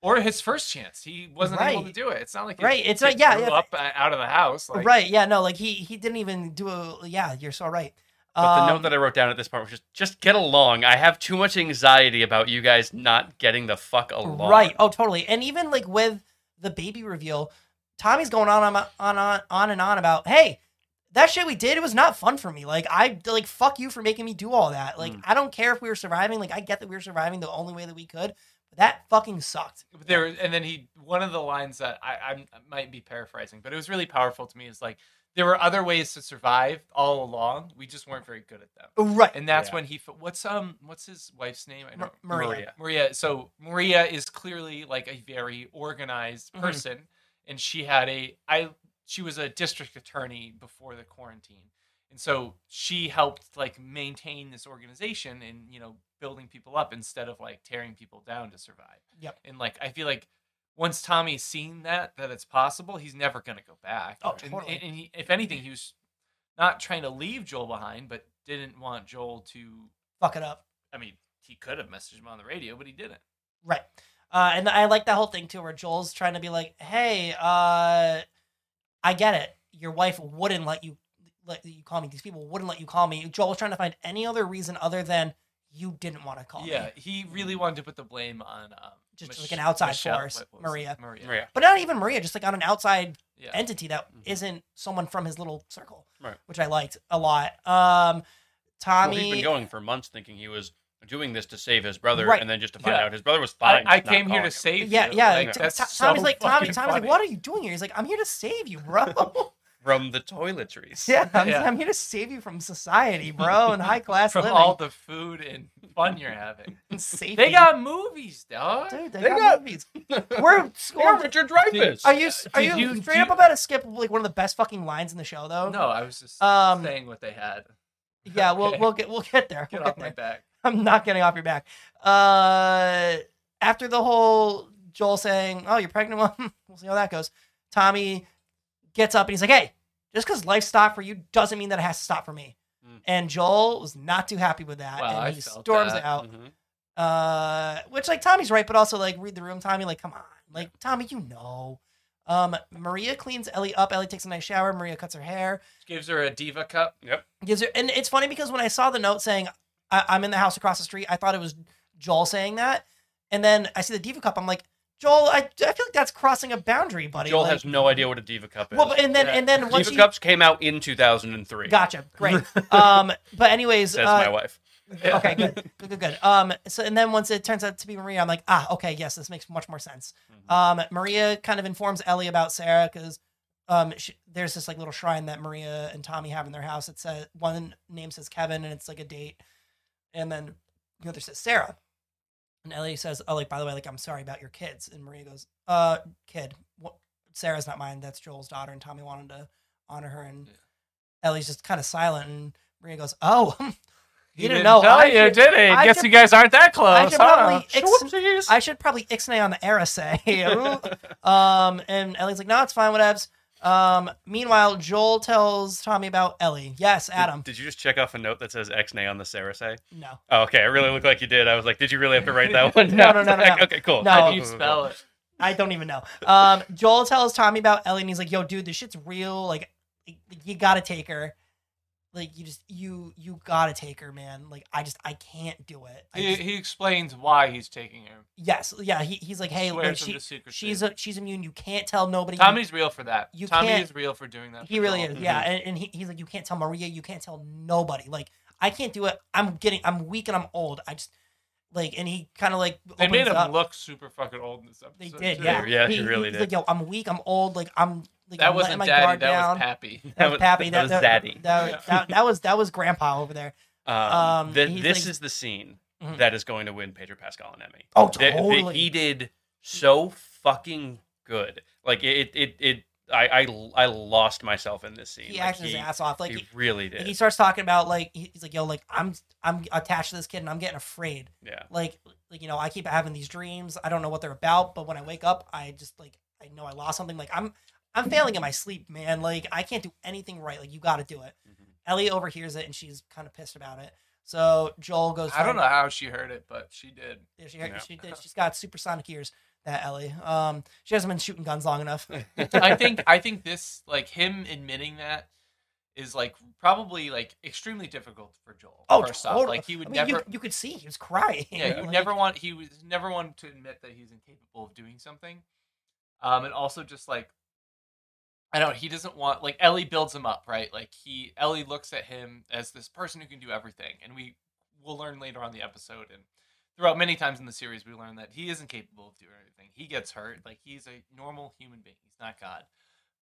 Speaker 2: or his first chance, he wasn't able to
Speaker 1: Right.
Speaker 2: do it. It's not like
Speaker 1: Right,
Speaker 2: He,
Speaker 1: it's
Speaker 2: he
Speaker 1: like- yeah,
Speaker 2: grew
Speaker 1: yeah.
Speaker 2: up uh, out of the house. Like,
Speaker 1: right? Yeah. No, like he he didn't even do a. Yeah, you're so right. Um,
Speaker 3: But the note that I wrote down at this part was just, just get along. I have too much anxiety about you guys not getting the fuck along.
Speaker 1: Right. Oh, totally. And even like with the baby reveal, Tommy's going on on on on, on and on about, hey, that shit we did, it was not fun for me. Like I like fuck you for making me do all that. Like
Speaker 3: Mm.
Speaker 1: I don't care if we were surviving. Like I get that we were surviving the only way that we could, but that fucking sucked.
Speaker 2: there and then he one of the lines that I, I'm- I might be paraphrasing, but it was really powerful to me is like there were other ways to survive all along. We just weren't very good at them.
Speaker 1: Right.
Speaker 2: And that's
Speaker 3: Yeah.
Speaker 2: when he f- what's um what's his wife's name? I
Speaker 1: Ma-
Speaker 2: don't
Speaker 1: Maria.
Speaker 3: Maria.
Speaker 2: Maria. So Maria is clearly like a very organized
Speaker 1: Mhm.
Speaker 2: person, and she had a I she was a district attorney before the quarantine, and so she helped like maintain this organization and you know building people up instead of like tearing people down to survive.
Speaker 1: Yep.
Speaker 2: And like I feel like once Tommy's seen that that it's possible, he's never gonna go back.
Speaker 1: Oh,
Speaker 2: And-
Speaker 1: totally.
Speaker 2: And, and he, if anything, he was not trying to leave Joel behind, but didn't want Joel to.
Speaker 1: Fuck it up.
Speaker 2: I mean, he could have messaged him on the radio, but he didn't.
Speaker 1: Right. Uh, and I like that whole thing too, where Joel's trying to be like, "Hey, uh, I get it. Your wife wouldn't let you let you call me. These people wouldn't let you call me." Joel's trying to find any other reason other than you didn't want to call
Speaker 2: yeah,
Speaker 1: me,
Speaker 2: he really wanted to put the blame on um,
Speaker 1: Just
Speaker 2: Mich-
Speaker 1: like an outside
Speaker 2: Michelle-
Speaker 1: force,
Speaker 2: what- what was it?
Speaker 1: Maria.
Speaker 2: Maria.
Speaker 3: Right.
Speaker 1: but not even Maria, just like on an outside
Speaker 2: Yeah. Mm-hmm.
Speaker 1: entity that
Speaker 3: Mhm.
Speaker 1: isn't someone from his little circle,
Speaker 3: Right.
Speaker 1: which I liked a lot. Um,
Speaker 3: Well,
Speaker 1: Tommy,
Speaker 3: he's been going for months thinking he was doing this to save his brother,
Speaker 1: Right.
Speaker 3: and then just to find
Speaker 2: Yeah.
Speaker 3: out his brother was
Speaker 2: I,
Speaker 3: fine.
Speaker 2: I
Speaker 3: not
Speaker 2: came here
Speaker 3: calling
Speaker 2: to
Speaker 3: him.
Speaker 2: save
Speaker 1: yeah,
Speaker 2: you.
Speaker 1: yeah.
Speaker 2: Like,
Speaker 1: T-
Speaker 2: that's
Speaker 1: T-
Speaker 2: so
Speaker 1: Tommy's like, Tommy,
Speaker 2: fucking
Speaker 1: Tommy's like,
Speaker 2: funny.
Speaker 1: "What are you doing here?" He's like, "I'm here to save you, bro."
Speaker 3: from the toiletries.
Speaker 1: Yeah, I'm,
Speaker 2: Yeah.
Speaker 1: I'm here to save you from society, bro, and high class
Speaker 2: From
Speaker 1: living.
Speaker 2: all the food and fun you're having.
Speaker 1: and safety.
Speaker 2: They got movies, dog.
Speaker 1: dude. They,
Speaker 3: they
Speaker 1: got,
Speaker 3: got-
Speaker 1: movies. We're
Speaker 3: Or
Speaker 1: scoring.
Speaker 3: Richard Dreyfuss.
Speaker 1: Are you are
Speaker 2: Did
Speaker 1: you,
Speaker 2: you-
Speaker 1: straight
Speaker 2: do
Speaker 1: up
Speaker 2: you-
Speaker 1: about to skip like one of the best fucking lines in the show though?
Speaker 2: No, I was just
Speaker 1: Um,
Speaker 2: saying what they had.
Speaker 1: Yeah, we'll
Speaker 2: Okay.
Speaker 1: we'll get we'll get there.
Speaker 2: Get
Speaker 1: we'll
Speaker 2: off
Speaker 1: get
Speaker 2: my
Speaker 1: there.
Speaker 2: back.
Speaker 1: I'm not getting off your back. Uh, after the whole Joel saying, "Oh, you're pregnant," well, hmm, we'll see how that goes. Tommy gets up and he's like, "Hey, just because life stopped for you doesn't mean that it has to stop for me."
Speaker 3: Mm.
Speaker 1: And Joel was not too happy with that,
Speaker 2: Wow,
Speaker 1: and
Speaker 2: I
Speaker 1: he
Speaker 2: felt
Speaker 1: storms
Speaker 2: that.
Speaker 1: out.
Speaker 3: Mhm.
Speaker 1: Uh, which like Tommy's right, but also like read the room, Tommy. Like, come on, like Tommy, you know. Um, Maria cleans Ellie up. Ellie takes a nice shower. Maria cuts her hair.
Speaker 2: Gives her a diva cup.
Speaker 1: Gives her, and it's funny because when I saw the note saying I- I'm in the house across the street, I thought it was Joel saying that, and then I see the diva cup. I'm like, Joel, I, I feel like that's crossing a boundary, buddy.
Speaker 3: Joel
Speaker 1: Like-
Speaker 3: has no idea what a diva cup is.
Speaker 1: Well, but- and then
Speaker 2: Yeah.
Speaker 1: and then once
Speaker 3: diva
Speaker 1: she
Speaker 3: cups came out in 2003.
Speaker 1: gotcha, great. Um, but anyways,
Speaker 3: Says
Speaker 1: uh,
Speaker 3: my wife. Yeah.
Speaker 1: Okay, good, good, good, good. Um, so and then once it turns out to be Maria, I'm like, ah, okay, yes, this makes much more sense. Um, Maria kind of informs Ellie about Sarah because um, sh there's this like little shrine that Maria and Tommy have in their house. It says one name says Kevin, and it's like a date, and then the other says Sarah. And Ellie says, "Oh, like by the way, like I'm sorry about your kids." And Maria goes, "Uh, kid, what? Sarah's not mine. That's Joel's daughter." And Tommy wanted to honor her, and
Speaker 2: Yeah.
Speaker 1: Ellie's just kind of silent. And Maria goes, "Oh,
Speaker 2: He
Speaker 1: You didn't know.
Speaker 2: Tell
Speaker 1: I
Speaker 2: you,
Speaker 1: should-
Speaker 2: did he?
Speaker 1: I
Speaker 2: Guess
Speaker 1: should-
Speaker 2: you guys aren't that close.
Speaker 1: should
Speaker 2: huh?
Speaker 1: probably ex-
Speaker 2: Whoopsies.
Speaker 1: I should probably ixnay on the Arisa. um, and Ellie's like, no, it's fine, whatevs. Um, meanwhile, Joel tells Tommy about Ellie. Yes, Adam.
Speaker 3: Did, you just check off a note that says X nay on the Sarasay?
Speaker 1: no.
Speaker 3: Oh, okay. It really looked like you did. I was like, did you really have to write that one?
Speaker 1: No,
Speaker 3: down?
Speaker 1: no, no, no,
Speaker 3: Like,
Speaker 1: no.
Speaker 3: Okay, cool.
Speaker 1: No.
Speaker 2: How do you spell it?
Speaker 1: I don't even know. Um, Joel tells Tommy about Ellie, and he's like, "Yo, dude, this shit's real. Like, y- you gotta take her. Like, you just you you gotta take her, man. Like, I just I can't do it. I
Speaker 2: He,
Speaker 1: just-
Speaker 2: he explains why he's taking her.
Speaker 1: yes, yeah. He, he's like, hey, like,
Speaker 2: Swears
Speaker 1: she,
Speaker 2: into secrecy.
Speaker 1: she's a, she's immune. You can't tell nobody. You
Speaker 2: Tommy's real for that.
Speaker 1: you
Speaker 2: Tommy
Speaker 1: can't-
Speaker 2: is real for doing that.
Speaker 1: He
Speaker 2: for
Speaker 1: really
Speaker 2: Joel.
Speaker 1: is. Yeah. And, and he, he's like, you can't tell Maria, you can't tell nobody. Like, I can't do it. I'm getting, I'm weak and I'm old. I just, like, and he kind of like,
Speaker 2: They made
Speaker 1: opens
Speaker 2: him
Speaker 1: up.
Speaker 2: look super fucking old in this
Speaker 1: They
Speaker 2: episode.
Speaker 1: did,
Speaker 2: too.
Speaker 1: yeah.
Speaker 3: Yeah, he really
Speaker 1: he's
Speaker 3: did.
Speaker 1: Like, yo, I'm weak, I'm old, like, I'm, like,
Speaker 2: That
Speaker 1: I'm letting
Speaker 2: wasn't
Speaker 1: my
Speaker 2: daddy.
Speaker 1: guard
Speaker 2: That
Speaker 1: down.
Speaker 2: was pappy.
Speaker 1: That was Pappy.
Speaker 3: That was daddy.
Speaker 1: That,
Speaker 2: Yeah.
Speaker 1: that, that was that was Grandpa over there.
Speaker 3: Um,
Speaker 1: Um,
Speaker 3: thi-
Speaker 1: he's
Speaker 3: this
Speaker 1: like-
Speaker 3: is the scene
Speaker 1: Mhm.
Speaker 3: that is going to win Pedro Pascal an Emmy.
Speaker 1: Oh,
Speaker 3: They- they-
Speaker 1: totally.
Speaker 3: he did so fucking good. Like it, it, it. I, I, I lost myself in this scene.
Speaker 1: he
Speaker 3: Like,
Speaker 1: acts his
Speaker 3: he,
Speaker 1: ass off. Like,
Speaker 3: he
Speaker 1: he,
Speaker 3: really
Speaker 1: like,
Speaker 3: did.
Speaker 1: he starts talking about like he- he's like, yo, like I'm I'm attached to this kid and I'm getting afraid.
Speaker 3: yeah.
Speaker 1: like like you know i keep having these dreams i don't know what they're about but when i wake up i just like i know i lost something like i'm i'm failing in my sleep man like i can't do anything right like you gotta do it
Speaker 3: Mhm.
Speaker 1: ellie overhears it and she's kind of pissed about it so joel goes
Speaker 2: I don't know how she heard it, but she did.
Speaker 1: yeah, she,
Speaker 3: Yeah.
Speaker 1: she did, she's got supersonic ears that ellie um she hasn't been shooting guns long enough
Speaker 3: Mm-hmm.
Speaker 2: I think I think this like him admitting that is like probably like extremely difficult for Joel.
Speaker 1: Oh,
Speaker 2: first off,
Speaker 1: totally.
Speaker 2: like he would
Speaker 1: I mean,
Speaker 2: never.
Speaker 1: you, you could see he was crying
Speaker 2: yeah, you
Speaker 1: Like,
Speaker 2: never want. He was never one to admit that he's incapable of doing something. Um, and also just like, I don't. He doesn't want like Ellie builds him up, right? Like he Ellie looks at him as this person who can do everything, and we will learn later on the episode and throughout many times in the series we learn that he isn't capable of doing everything. He gets hurt. Like he's a normal human being. He's not God,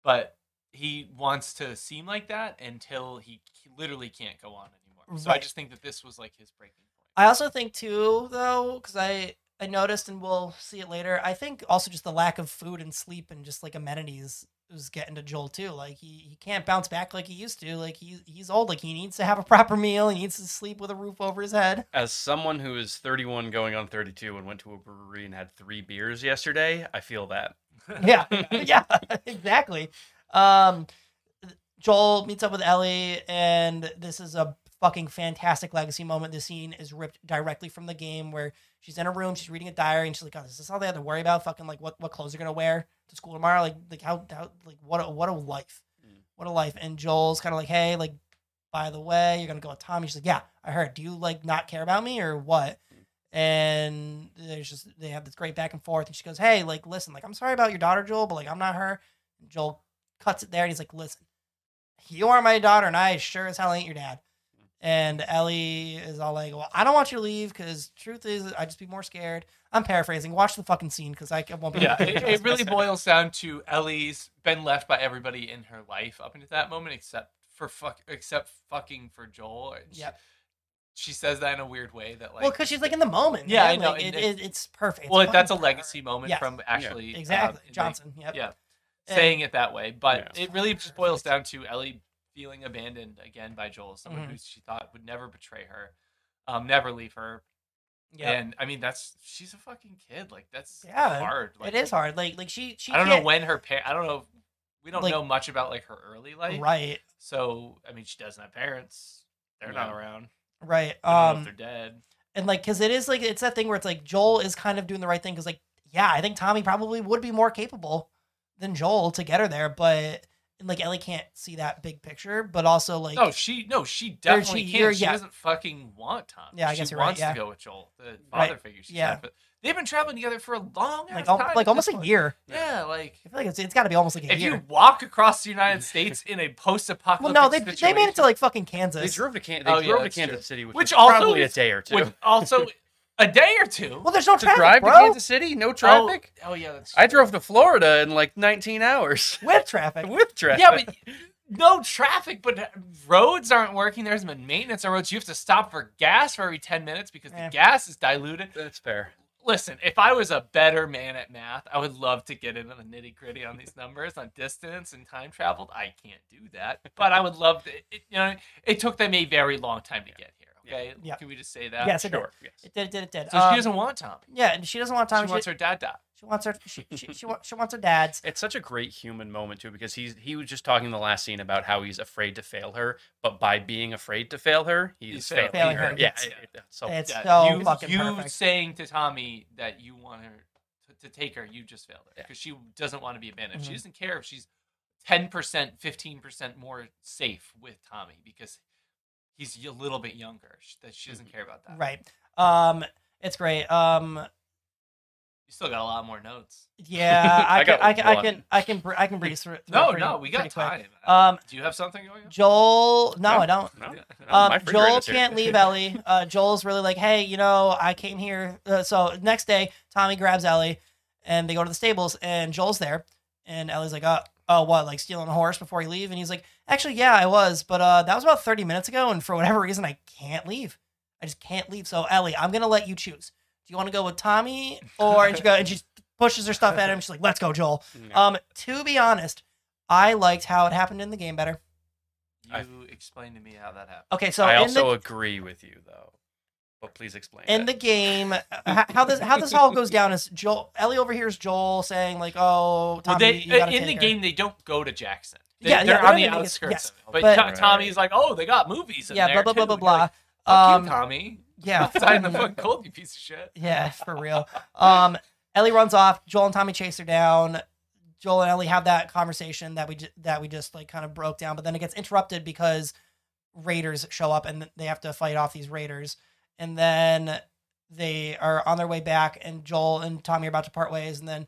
Speaker 2: but he wants to seem like that until he literally can't go on anymore. So I
Speaker 1: Right.
Speaker 2: just think that this was like his breaking point.
Speaker 1: I also think too, though, because I I noticed, and we'll see it later. I think also just the lack of food and sleep and just like amenities was getting to Joel too. Like he, he can't bounce back like he used to. Like he he's old. Like he needs to have a proper meal. He needs to sleep with a roof over his head.
Speaker 3: As someone who is 31 going on 32 and went to a brewery and had three beers yesterday, I feel that.
Speaker 1: Yeah, yeah, exactly. Um, Joel meets up with Ellie, and this is a fucking fantastic legacy moment. This scene is ripped directly from the game where she's in a room, she's reading a diary, and she's like, "Oh, is this all they had to worry about? Fucking like what what clothes they're gonna wear to school tomorrow? Like like how how like what a, what a life,
Speaker 3: Mm.
Speaker 1: what a life." And Joel's kind of like, "Hey, like by the way, you're gonna go with Tommy." She's like, "Yeah, I heard. Do you like not care about me or what?" And there's just they have this great back and forth, and she goes, "Hey, like listen, like I'm sorry about your daughter, Joel, but like I'm not her." And Joel cuts it there, and he's like, "Listen." you are my daughter, and I sure as hell ain't your dad. And Ellie is all like, well, I don't want you to leave because truth is, I'd just be more scared. I'm paraphrasing. Watch the fucking scene because I I won't be.
Speaker 2: yeah, it, it really boils down to Ellie's been left by everybody in her life up until that moment, except for fuck, except fucking for Joel. And she-
Speaker 1: Yep.
Speaker 2: She, says that in a I weird way that like
Speaker 1: well, because she's like in the moment.
Speaker 2: Yeah,
Speaker 1: man.
Speaker 2: I know,
Speaker 1: Like,
Speaker 2: and
Speaker 1: it, it, it's perfect. It's
Speaker 2: well, that's a
Speaker 1: fucking
Speaker 2: legacy
Speaker 1: perfect.
Speaker 2: moment
Speaker 1: Yes.
Speaker 2: from actually um,
Speaker 1: Exactly,
Speaker 2: in the-
Speaker 1: Johnson. Yep.
Speaker 2: yeah,
Speaker 1: And-
Speaker 2: saying it that way, but
Speaker 1: Yeah.
Speaker 2: it really just boils down to Ellie feeling abandoned again by Joel, someone
Speaker 1: Mhm.
Speaker 2: who she thought would never betray her, um, never leave her.
Speaker 1: Yeah.
Speaker 2: And I mean, that's she's a fucking kid. Like that's
Speaker 1: Yeah,
Speaker 2: hard. Like,
Speaker 1: it is hard. Like, like she, she.
Speaker 2: I don't know
Speaker 1: can't-
Speaker 2: when her parent. I don't know. We don't
Speaker 1: Like-
Speaker 2: know much about like her early life,
Speaker 1: Right,
Speaker 2: So I mean, she doesn't have parents. They're not
Speaker 3: No.
Speaker 2: around.
Speaker 1: right.
Speaker 2: I don't know
Speaker 1: Um,
Speaker 2: if they're dead.
Speaker 1: and like because it is like it's that thing where it's like joel is kind of doing the right thing because like yeah i think tommy probably would be more capable than joel to get her there but and, like ellie can't see that big picture but also like
Speaker 2: No, she no, she definitely
Speaker 1: she-
Speaker 2: can't.
Speaker 1: you're-
Speaker 2: she
Speaker 1: yeah.
Speaker 2: doesn't fucking want Tom.
Speaker 1: Yeah, I
Speaker 2: she
Speaker 1: guess you're right,
Speaker 2: wants
Speaker 1: yeah.
Speaker 2: to go with Joel, the
Speaker 1: Right,
Speaker 2: father figure she's
Speaker 1: yeah.
Speaker 2: had, but They've been traveling together for a long ass
Speaker 1: Like,
Speaker 2: time.
Speaker 1: al-
Speaker 2: at
Speaker 1: like
Speaker 2: this
Speaker 1: almost a
Speaker 2: point.
Speaker 1: year.
Speaker 2: Yeah, like
Speaker 1: I feel like it's, it's got to be almost like a
Speaker 2: if
Speaker 1: year.
Speaker 2: you walk across the United States in a
Speaker 1: well,
Speaker 2: post-apocalyptic
Speaker 1: no, they
Speaker 2: situation,
Speaker 1: they made it to like fucking
Speaker 3: They
Speaker 1: Kansas.
Speaker 3: drove to, Can- they
Speaker 2: Oh, yeah,
Speaker 3: drove to
Speaker 2: that's true.
Speaker 3: Kansas City, which,
Speaker 2: Which
Speaker 3: was
Speaker 2: also
Speaker 3: probably a
Speaker 2: is-
Speaker 3: day or two.
Speaker 2: which also a day or two.
Speaker 1: Well, there's no
Speaker 3: to
Speaker 1: traffic,
Speaker 3: drive
Speaker 1: bro.
Speaker 3: to Kansas City, no
Speaker 2: Oh,
Speaker 3: traffic.
Speaker 2: Oh, yeah, that's
Speaker 3: I drove to Florida in like 19 hours
Speaker 1: With traffic.
Speaker 3: with traffic.
Speaker 2: yeah, but no traffic, but roads aren't working. There hasn't been maintenance on roads. You have to stop for gas for every 10 minutes because the
Speaker 1: Eh.
Speaker 2: gas is diluted.
Speaker 3: that's fair.
Speaker 2: Listen, if I was a better man at math, I would love to get into the nitty gritty on these numbers on distance and time traveled. I can't do that, but I would love to. It, you know, it took them a very long time to get here. Okay,
Speaker 1: Yeah.
Speaker 2: can we just say that?
Speaker 1: Yes, it did.
Speaker 3: Sure. Yes.
Speaker 1: It did. It did. It did.
Speaker 2: So
Speaker 1: Um,
Speaker 2: she doesn't want Tom.
Speaker 1: Yeah, and she doesn't want
Speaker 2: She
Speaker 1: Tommy. She,
Speaker 2: wants her dad. dad.
Speaker 1: she wants her. She she, she, wa- she wants her dad's.
Speaker 3: It's such a great human moment too, because he's he was just talking in the last scene about how he's afraid to fail her, but by being afraid to fail her, he's,
Speaker 2: He's
Speaker 3: failing,
Speaker 2: failing
Speaker 1: her.
Speaker 3: her. Yeah,
Speaker 1: Yes.
Speaker 3: yeah, yeah. So
Speaker 1: It's
Speaker 2: Yeah,
Speaker 1: so
Speaker 2: you,
Speaker 1: fucking
Speaker 2: you
Speaker 1: perfect.
Speaker 2: saying to Tommy that you want her to, to take her, you just failed her
Speaker 3: Yeah.
Speaker 2: because she doesn't want to be abandoned.
Speaker 1: Mhm.
Speaker 2: She doesn't care if she's ten percent, fifteen percent more safe with Tommy because he's a little bit younger. Sh- That she doesn't care about that.
Speaker 1: Mm-hmm. Right. Um. It's great. Um.
Speaker 2: You still got a lot more notes.
Speaker 1: Yeah. I,
Speaker 3: I
Speaker 1: can,
Speaker 3: got
Speaker 1: I can. I
Speaker 3: one.
Speaker 1: can. I can. br- I can breeze through. it- through it
Speaker 2: No,
Speaker 1: pretty-
Speaker 2: no, we got
Speaker 1: pretty quick.
Speaker 2: time.
Speaker 1: Um.
Speaker 2: Do you have something going on?
Speaker 1: Joel. No,
Speaker 3: No.
Speaker 1: I don't.
Speaker 3: no,
Speaker 2: Yeah.
Speaker 3: no, my
Speaker 1: Um,
Speaker 3: refrigerator's
Speaker 1: Joel
Speaker 3: here.
Speaker 1: can't leave Ellie. Uh, Joel's really like, hey, you know, I came here. Uh, so next day, Tommy grabs Ellie, and they go to the stables, and Joel's there, and Ellie's like, oh, oh, what, like stealing a horse before you leave? And he's like, actually, yeah, I was, but uh, that was about thirty minutes ago, and for whatever reason, I can't leave. I just can't leave. So Ellie, I'm gonna let you choose. Do you want to go with Tommy or and she go and she pushes her stuff at him? She's like, let's go, Joel.
Speaker 3: No.
Speaker 1: Um, to be honest, I liked how it happened in the game better.
Speaker 2: You
Speaker 3: I-
Speaker 2: explain to me how that happened.
Speaker 1: Okay, so
Speaker 3: I
Speaker 1: in the
Speaker 3: also agree with you though, but please explain.
Speaker 1: in
Speaker 3: it.
Speaker 1: the game h- how this how this all goes down is Joel Ellie overhears Joel saying like oh Tommy,
Speaker 2: Well, they, uh,
Speaker 1: you gotta
Speaker 2: in
Speaker 1: take
Speaker 2: the
Speaker 1: her."
Speaker 2: game, they don't go to Jackson. They,
Speaker 1: Yeah, yeah,
Speaker 2: they're
Speaker 1: they're
Speaker 2: on
Speaker 1: in
Speaker 2: the
Speaker 1: the-
Speaker 2: outskirts
Speaker 1: yes,
Speaker 2: of it. But
Speaker 1: but-
Speaker 2: To- Tommy's like, "Oh, they got movies in
Speaker 1: yeah
Speaker 2: there
Speaker 1: blah blah blah
Speaker 2: too. And you're
Speaker 1: blah blah
Speaker 2: like, Fuck
Speaker 1: um
Speaker 2: you, Tommy.
Speaker 1: yeah
Speaker 2: Outside in the fucking cold, you piece of shit.
Speaker 1: yeah for real um Ellie runs off Joel and Tommy chase her down Joel and Ellie have that conversation that we ju- that we just like kind of broke down but then it gets interrupted because raiders show up and they have to fight off these raiders and then they are on their way back and Joel and Tommy are about to part ways and then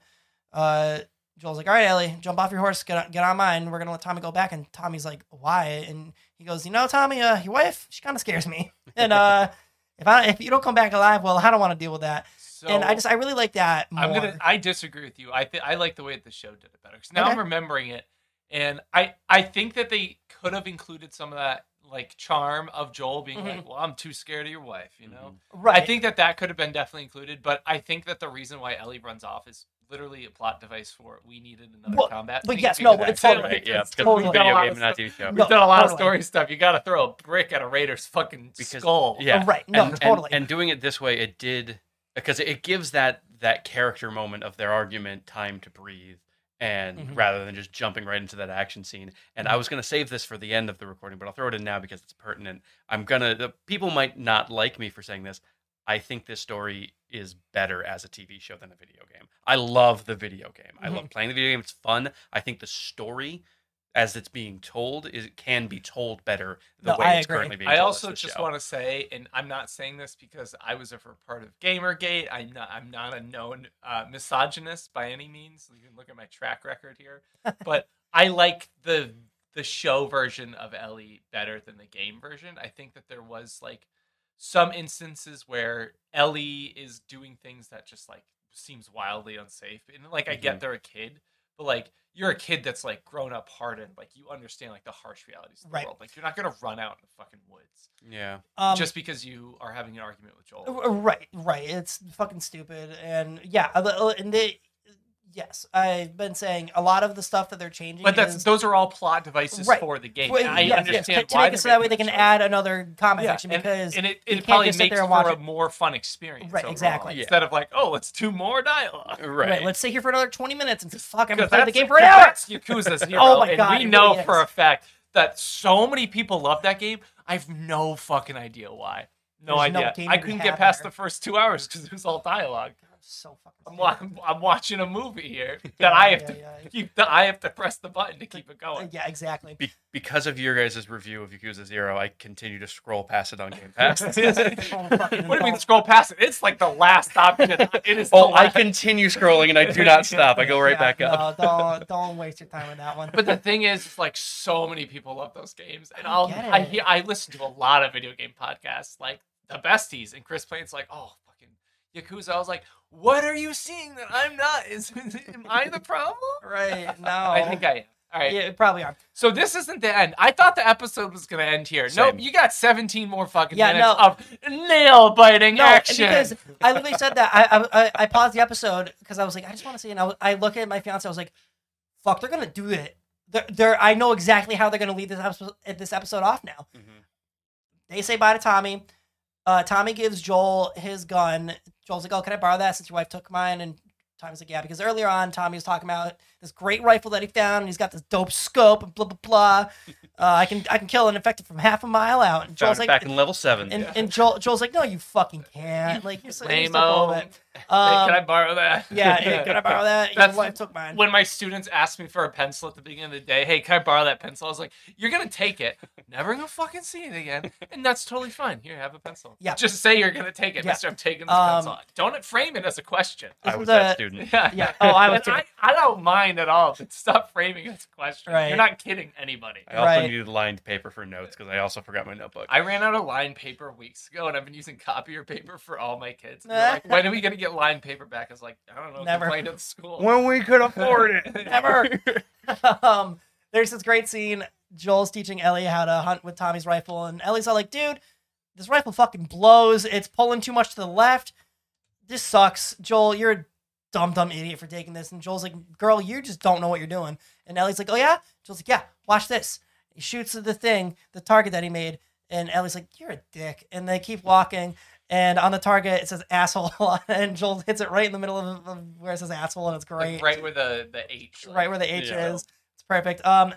Speaker 1: uh Joel's like, all right, Ellie, jump off your horse, get on, get on mine. We're gonna let Tommy go back. And Tommy's like, why? And he goes, you know, Tommy, uh, your wife, she kind of scares me. And uh, if I if you don't come back alive, well, I don't want to deal with that.
Speaker 2: So
Speaker 1: and I just I really like that more.
Speaker 2: I'm gonna I disagree with you. I think I like the way that the show did it better because now
Speaker 1: Okay.
Speaker 2: I'm remembering it, and I I think that they could have included some of that like charm of Joel being
Speaker 1: Mhm.
Speaker 2: like, well, I'm too scared of your wife, you know.
Speaker 1: Mm-hmm. right.
Speaker 2: I think that that could have been definitely included, but I think that the reason why Ellie runs off is literally a plot device for we needed another
Speaker 1: Well,
Speaker 2: combat.
Speaker 1: but
Speaker 2: scene
Speaker 1: yes, no,
Speaker 2: because that's
Speaker 1: it's
Speaker 2: it.
Speaker 1: totally-
Speaker 3: Right, yeah,
Speaker 1: it's
Speaker 3: because
Speaker 1: totally-
Speaker 3: it's a
Speaker 2: We've done a
Speaker 3: video
Speaker 2: lot
Speaker 3: game,
Speaker 2: of
Speaker 3: not TV show.
Speaker 2: We've
Speaker 1: No,
Speaker 2: done a lot of
Speaker 1: totally.
Speaker 2: story stuff. You got to throw a brick at a Raider's fucking
Speaker 3: Because-
Speaker 2: skull.
Speaker 3: yeah,
Speaker 1: Oh, right. No,
Speaker 3: and, and-
Speaker 1: totally.
Speaker 3: And, doing it this way, it did because it gives that that character moment of their argument time to breathe, and
Speaker 1: Mhm.
Speaker 3: rather than just jumping right into that action scene. And
Speaker 1: Mm-hmm.
Speaker 3: I was gonna save this for the end of the recording, but I'll throw it in now because it's pertinent. I'm gonna. The, people might not like me for saying this. I think this story is better as a TV show than a video game. I love the video game. I
Speaker 1: Mm-hmm.
Speaker 3: love playing the video game. It's fun. I think the story, as it's being told, is can be told better the
Speaker 1: No,
Speaker 3: way
Speaker 1: I
Speaker 3: it's
Speaker 1: agree.
Speaker 3: currently being told.
Speaker 2: I
Speaker 3: as
Speaker 2: also
Speaker 3: the
Speaker 2: just
Speaker 3: show.
Speaker 2: want to say, and I'm not saying this because I was a for part of GamerGate. I'm not. I'm not a known uh, misogynist by any means. You can look at my track record here, but I like the the show version of Ellie better than the game version. I think that there was like some instances where Ellie is doing things that just like seems wildly unsafe, and like I get they're a kid, but like. You're a kid that's like grown up hardened, like you understand like the harsh realities of the
Speaker 1: Right.
Speaker 2: world. Like you're not gonna run out in the fucking woods
Speaker 3: Yeah.
Speaker 1: um,
Speaker 2: just because you are having an argument with Joel.
Speaker 1: r- right, right. It's fucking stupid. And yeah, uh, uh, and they yes, I've been saying a lot of the stuff that they're changing.
Speaker 2: But that's
Speaker 1: is-
Speaker 2: those are all plot devices
Speaker 1: Right.
Speaker 2: for the game.
Speaker 1: Well,
Speaker 2: I
Speaker 1: yes, yes,
Speaker 2: understand
Speaker 1: to- to
Speaker 2: why
Speaker 1: make it so that way they can add another comment
Speaker 2: yeah,
Speaker 1: section
Speaker 2: and,
Speaker 1: because
Speaker 2: and it,
Speaker 1: you
Speaker 2: it
Speaker 1: can't
Speaker 2: probably
Speaker 1: just
Speaker 2: makes
Speaker 1: sit there
Speaker 2: for
Speaker 1: and watch
Speaker 2: a more fun experience.
Speaker 1: Right,
Speaker 2: overall,
Speaker 1: exactly.
Speaker 3: Yeah.
Speaker 2: Instead of like, oh, let's do more dialogue.
Speaker 3: Right.
Speaker 1: Right. let's sit here for another 20 minutes and fuck, I'm
Speaker 2: Because
Speaker 1: playing the
Speaker 2: that's-
Speaker 1: game for an hour.
Speaker 2: that's Yakuza's hero,
Speaker 1: Oh my God,
Speaker 2: and
Speaker 1: it
Speaker 2: we
Speaker 1: really
Speaker 2: know
Speaker 1: is.
Speaker 2: for a fact that so many people love that game. I have no fucking idea why. No
Speaker 1: There's no
Speaker 2: idea.
Speaker 1: game
Speaker 2: I
Speaker 1: to be
Speaker 2: couldn't
Speaker 1: had
Speaker 2: get past
Speaker 1: there.
Speaker 2: the first two hours because it was all dialogue.
Speaker 1: so fucking.
Speaker 2: I'm,
Speaker 1: stupid.
Speaker 2: wa- I'm, I'm watching a movie here that I have to
Speaker 1: yeah,
Speaker 2: keep the I have to press the button to keep it
Speaker 1: yeah.
Speaker 2: going.
Speaker 1: yeah, exactly.
Speaker 3: Be- because of your guys' review of Yakuza Zero, I continue to scroll past it on Game Pass.
Speaker 2: what do you mean scroll past it? It's like the last option. It is.
Speaker 3: oh,
Speaker 2: the
Speaker 3: I
Speaker 2: last.
Speaker 3: continue scrolling and I do not stop. I go right
Speaker 1: Yeah,
Speaker 3: back up.
Speaker 1: No, don't don't waste your time on that one.
Speaker 2: But the thing is, it's like so many people love those games, and
Speaker 1: I
Speaker 2: I'll
Speaker 1: get
Speaker 2: I
Speaker 1: it.
Speaker 2: hear I listen to a lot of video game podcasts, like the besties, and Chris Plain's like, oh fucking Yakuza. I was like, what are you seeing that I'm not? Is am I the problem?
Speaker 1: right? No,
Speaker 2: I think I am. All right.
Speaker 1: yeah, probably are.
Speaker 2: So this isn't the end. I thought the episode was gonna end here. Nope,
Speaker 3: Same.
Speaker 2: you got 17 more fucking
Speaker 1: Yeah,
Speaker 2: minutes
Speaker 1: no.
Speaker 2: of nail biting
Speaker 1: No,
Speaker 2: action.
Speaker 1: because I literally said that. I I, I- I paused the episode because I was like, I just want to see. And I, was- I look at my fiance. I was like, fuck, they're gonna do it. They're, they're I know exactly how they're gonna lead this episode this episode off now.
Speaker 3: Mm-hmm.
Speaker 1: They say bye to Tommy. Uh, Tommy gives Joel his gun. Joel's like, "Oh, can I borrow that since your wife took mine?" And Tommy's like, "Yeah," because earlier on Tommy was talking about this great rifle that he found, and he's got this dope scope, and blah blah blah. Uh, I can I can kill an infected from half a mile out. And
Speaker 3: Found
Speaker 1: Joel's
Speaker 3: it
Speaker 1: like,
Speaker 3: back in level seven.
Speaker 1: and, and Joel, Joel's like, no, you fucking can't. Like, you're so you're so
Speaker 2: Lame-o.
Speaker 1: full of it.
Speaker 2: Hey,
Speaker 1: Um,
Speaker 2: can I borrow that?
Speaker 1: yeah, hey, can I borrow that? Your
Speaker 2: That's-
Speaker 1: wife took mine.
Speaker 2: when my students asked me for a pencil at the beginning of the day, hey, can I borrow that pencil? I was like, you're gonna take it, never gonna fucking see it again, and that's totally fine. Here, have a pencil.
Speaker 1: Yeah.
Speaker 2: Just say you're gonna take it,
Speaker 1: Yeah.
Speaker 2: Mister. I'm taking this
Speaker 1: Um,
Speaker 2: pencil. Don't frame it as a question.
Speaker 3: I
Speaker 1: This
Speaker 3: was
Speaker 1: is a-
Speaker 3: that student.
Speaker 2: Yeah.
Speaker 1: Yeah. Oh, I was
Speaker 2: And I, I don't mind at all, but stop framing it as a question. You're
Speaker 1: Right.
Speaker 2: not kidding anybody.
Speaker 3: I also
Speaker 1: Right.
Speaker 3: needed lined paper for notes because I also forgot my notebook.
Speaker 2: I ran out of line paper weeks ago, and I've been using copier paper for all my kids. And they're like, when are we gonna get line paper back? I was like, I don't know.
Speaker 1: Never.
Speaker 2: Complain to the school.
Speaker 3: when we could afford it.
Speaker 1: Never. um, there's this great scene. Joel's teaching Ellie how to hunt with Tommy's rifle, and Ellie's all like, dude, this rifle fucking blows. It's pulling too much to the left. This sucks. Joel, you're a dumb, dumb idiot for taking this. And Joel's like, girl, you just don't know what you're doing. And Ellie's like, oh, yeah? Joel's like, yeah, watch this. He shoots the thing, the target that he made. And Ellie's like, you're a dick. And they keep walking. And on the target, it says asshole. and Joel hits it right in the middle of, of where it says asshole, and it's great.
Speaker 2: Like, right where the the H. like,
Speaker 1: right where the H
Speaker 3: Yeah.
Speaker 1: is. It's perfect. Um,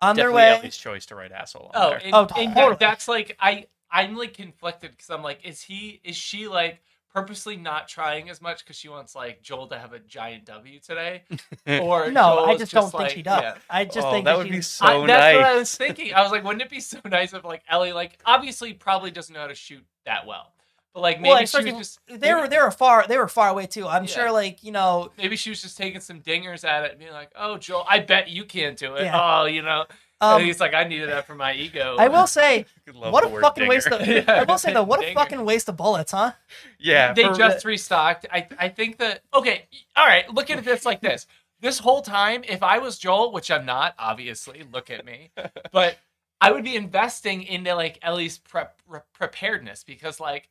Speaker 1: on
Speaker 3: Definitely
Speaker 1: their way,
Speaker 3: Ellie's choice to write asshole. On
Speaker 2: Oh,
Speaker 3: there.
Speaker 2: and,
Speaker 1: Oh,
Speaker 2: and yeah,
Speaker 1: totally.
Speaker 2: that's like I I'm like conflicted because I'm like, is he is she like purposely not trying as much because she wants like Joel to have a giant W today, or
Speaker 1: no,
Speaker 2: Joel
Speaker 1: I
Speaker 2: is
Speaker 1: just don't
Speaker 2: like-
Speaker 1: think she does.
Speaker 2: yeah.
Speaker 1: I just
Speaker 3: Oh,
Speaker 1: think
Speaker 3: that
Speaker 1: that
Speaker 3: would be
Speaker 1: she's-
Speaker 3: so
Speaker 2: I, that's what I
Speaker 3: nice.
Speaker 2: was thinking. I was like, wouldn't it be so nice if like Ellie like obviously probably doesn't know how to shoot that well, but like maybe
Speaker 1: Well,
Speaker 2: she was
Speaker 1: especially-
Speaker 2: just
Speaker 1: they were they were far they were far away too. I'm
Speaker 2: Yeah.
Speaker 1: sure, like you know,
Speaker 2: maybe she was just taking some dingers at it and being like, oh Joel, I bet you can't do it.
Speaker 1: Yeah.
Speaker 2: Oh, you know,
Speaker 1: um,
Speaker 2: and he's like, I needed that for my ego.
Speaker 1: I will say,
Speaker 3: Could love
Speaker 1: what
Speaker 3: the
Speaker 1: a
Speaker 3: word
Speaker 1: fucking
Speaker 3: dinger.
Speaker 1: waste of.
Speaker 2: Yeah.
Speaker 1: I will say though, what a
Speaker 2: Dinger.
Speaker 1: fucking waste of bullets, huh?
Speaker 3: yeah,
Speaker 2: they
Speaker 3: for
Speaker 2: just restocked. I I think that okay, all right. Look at this like this. This whole time, if I was Joel, which I'm not, obviously, look at me, but I would be investing into like Ellie's prep re- preparedness because like.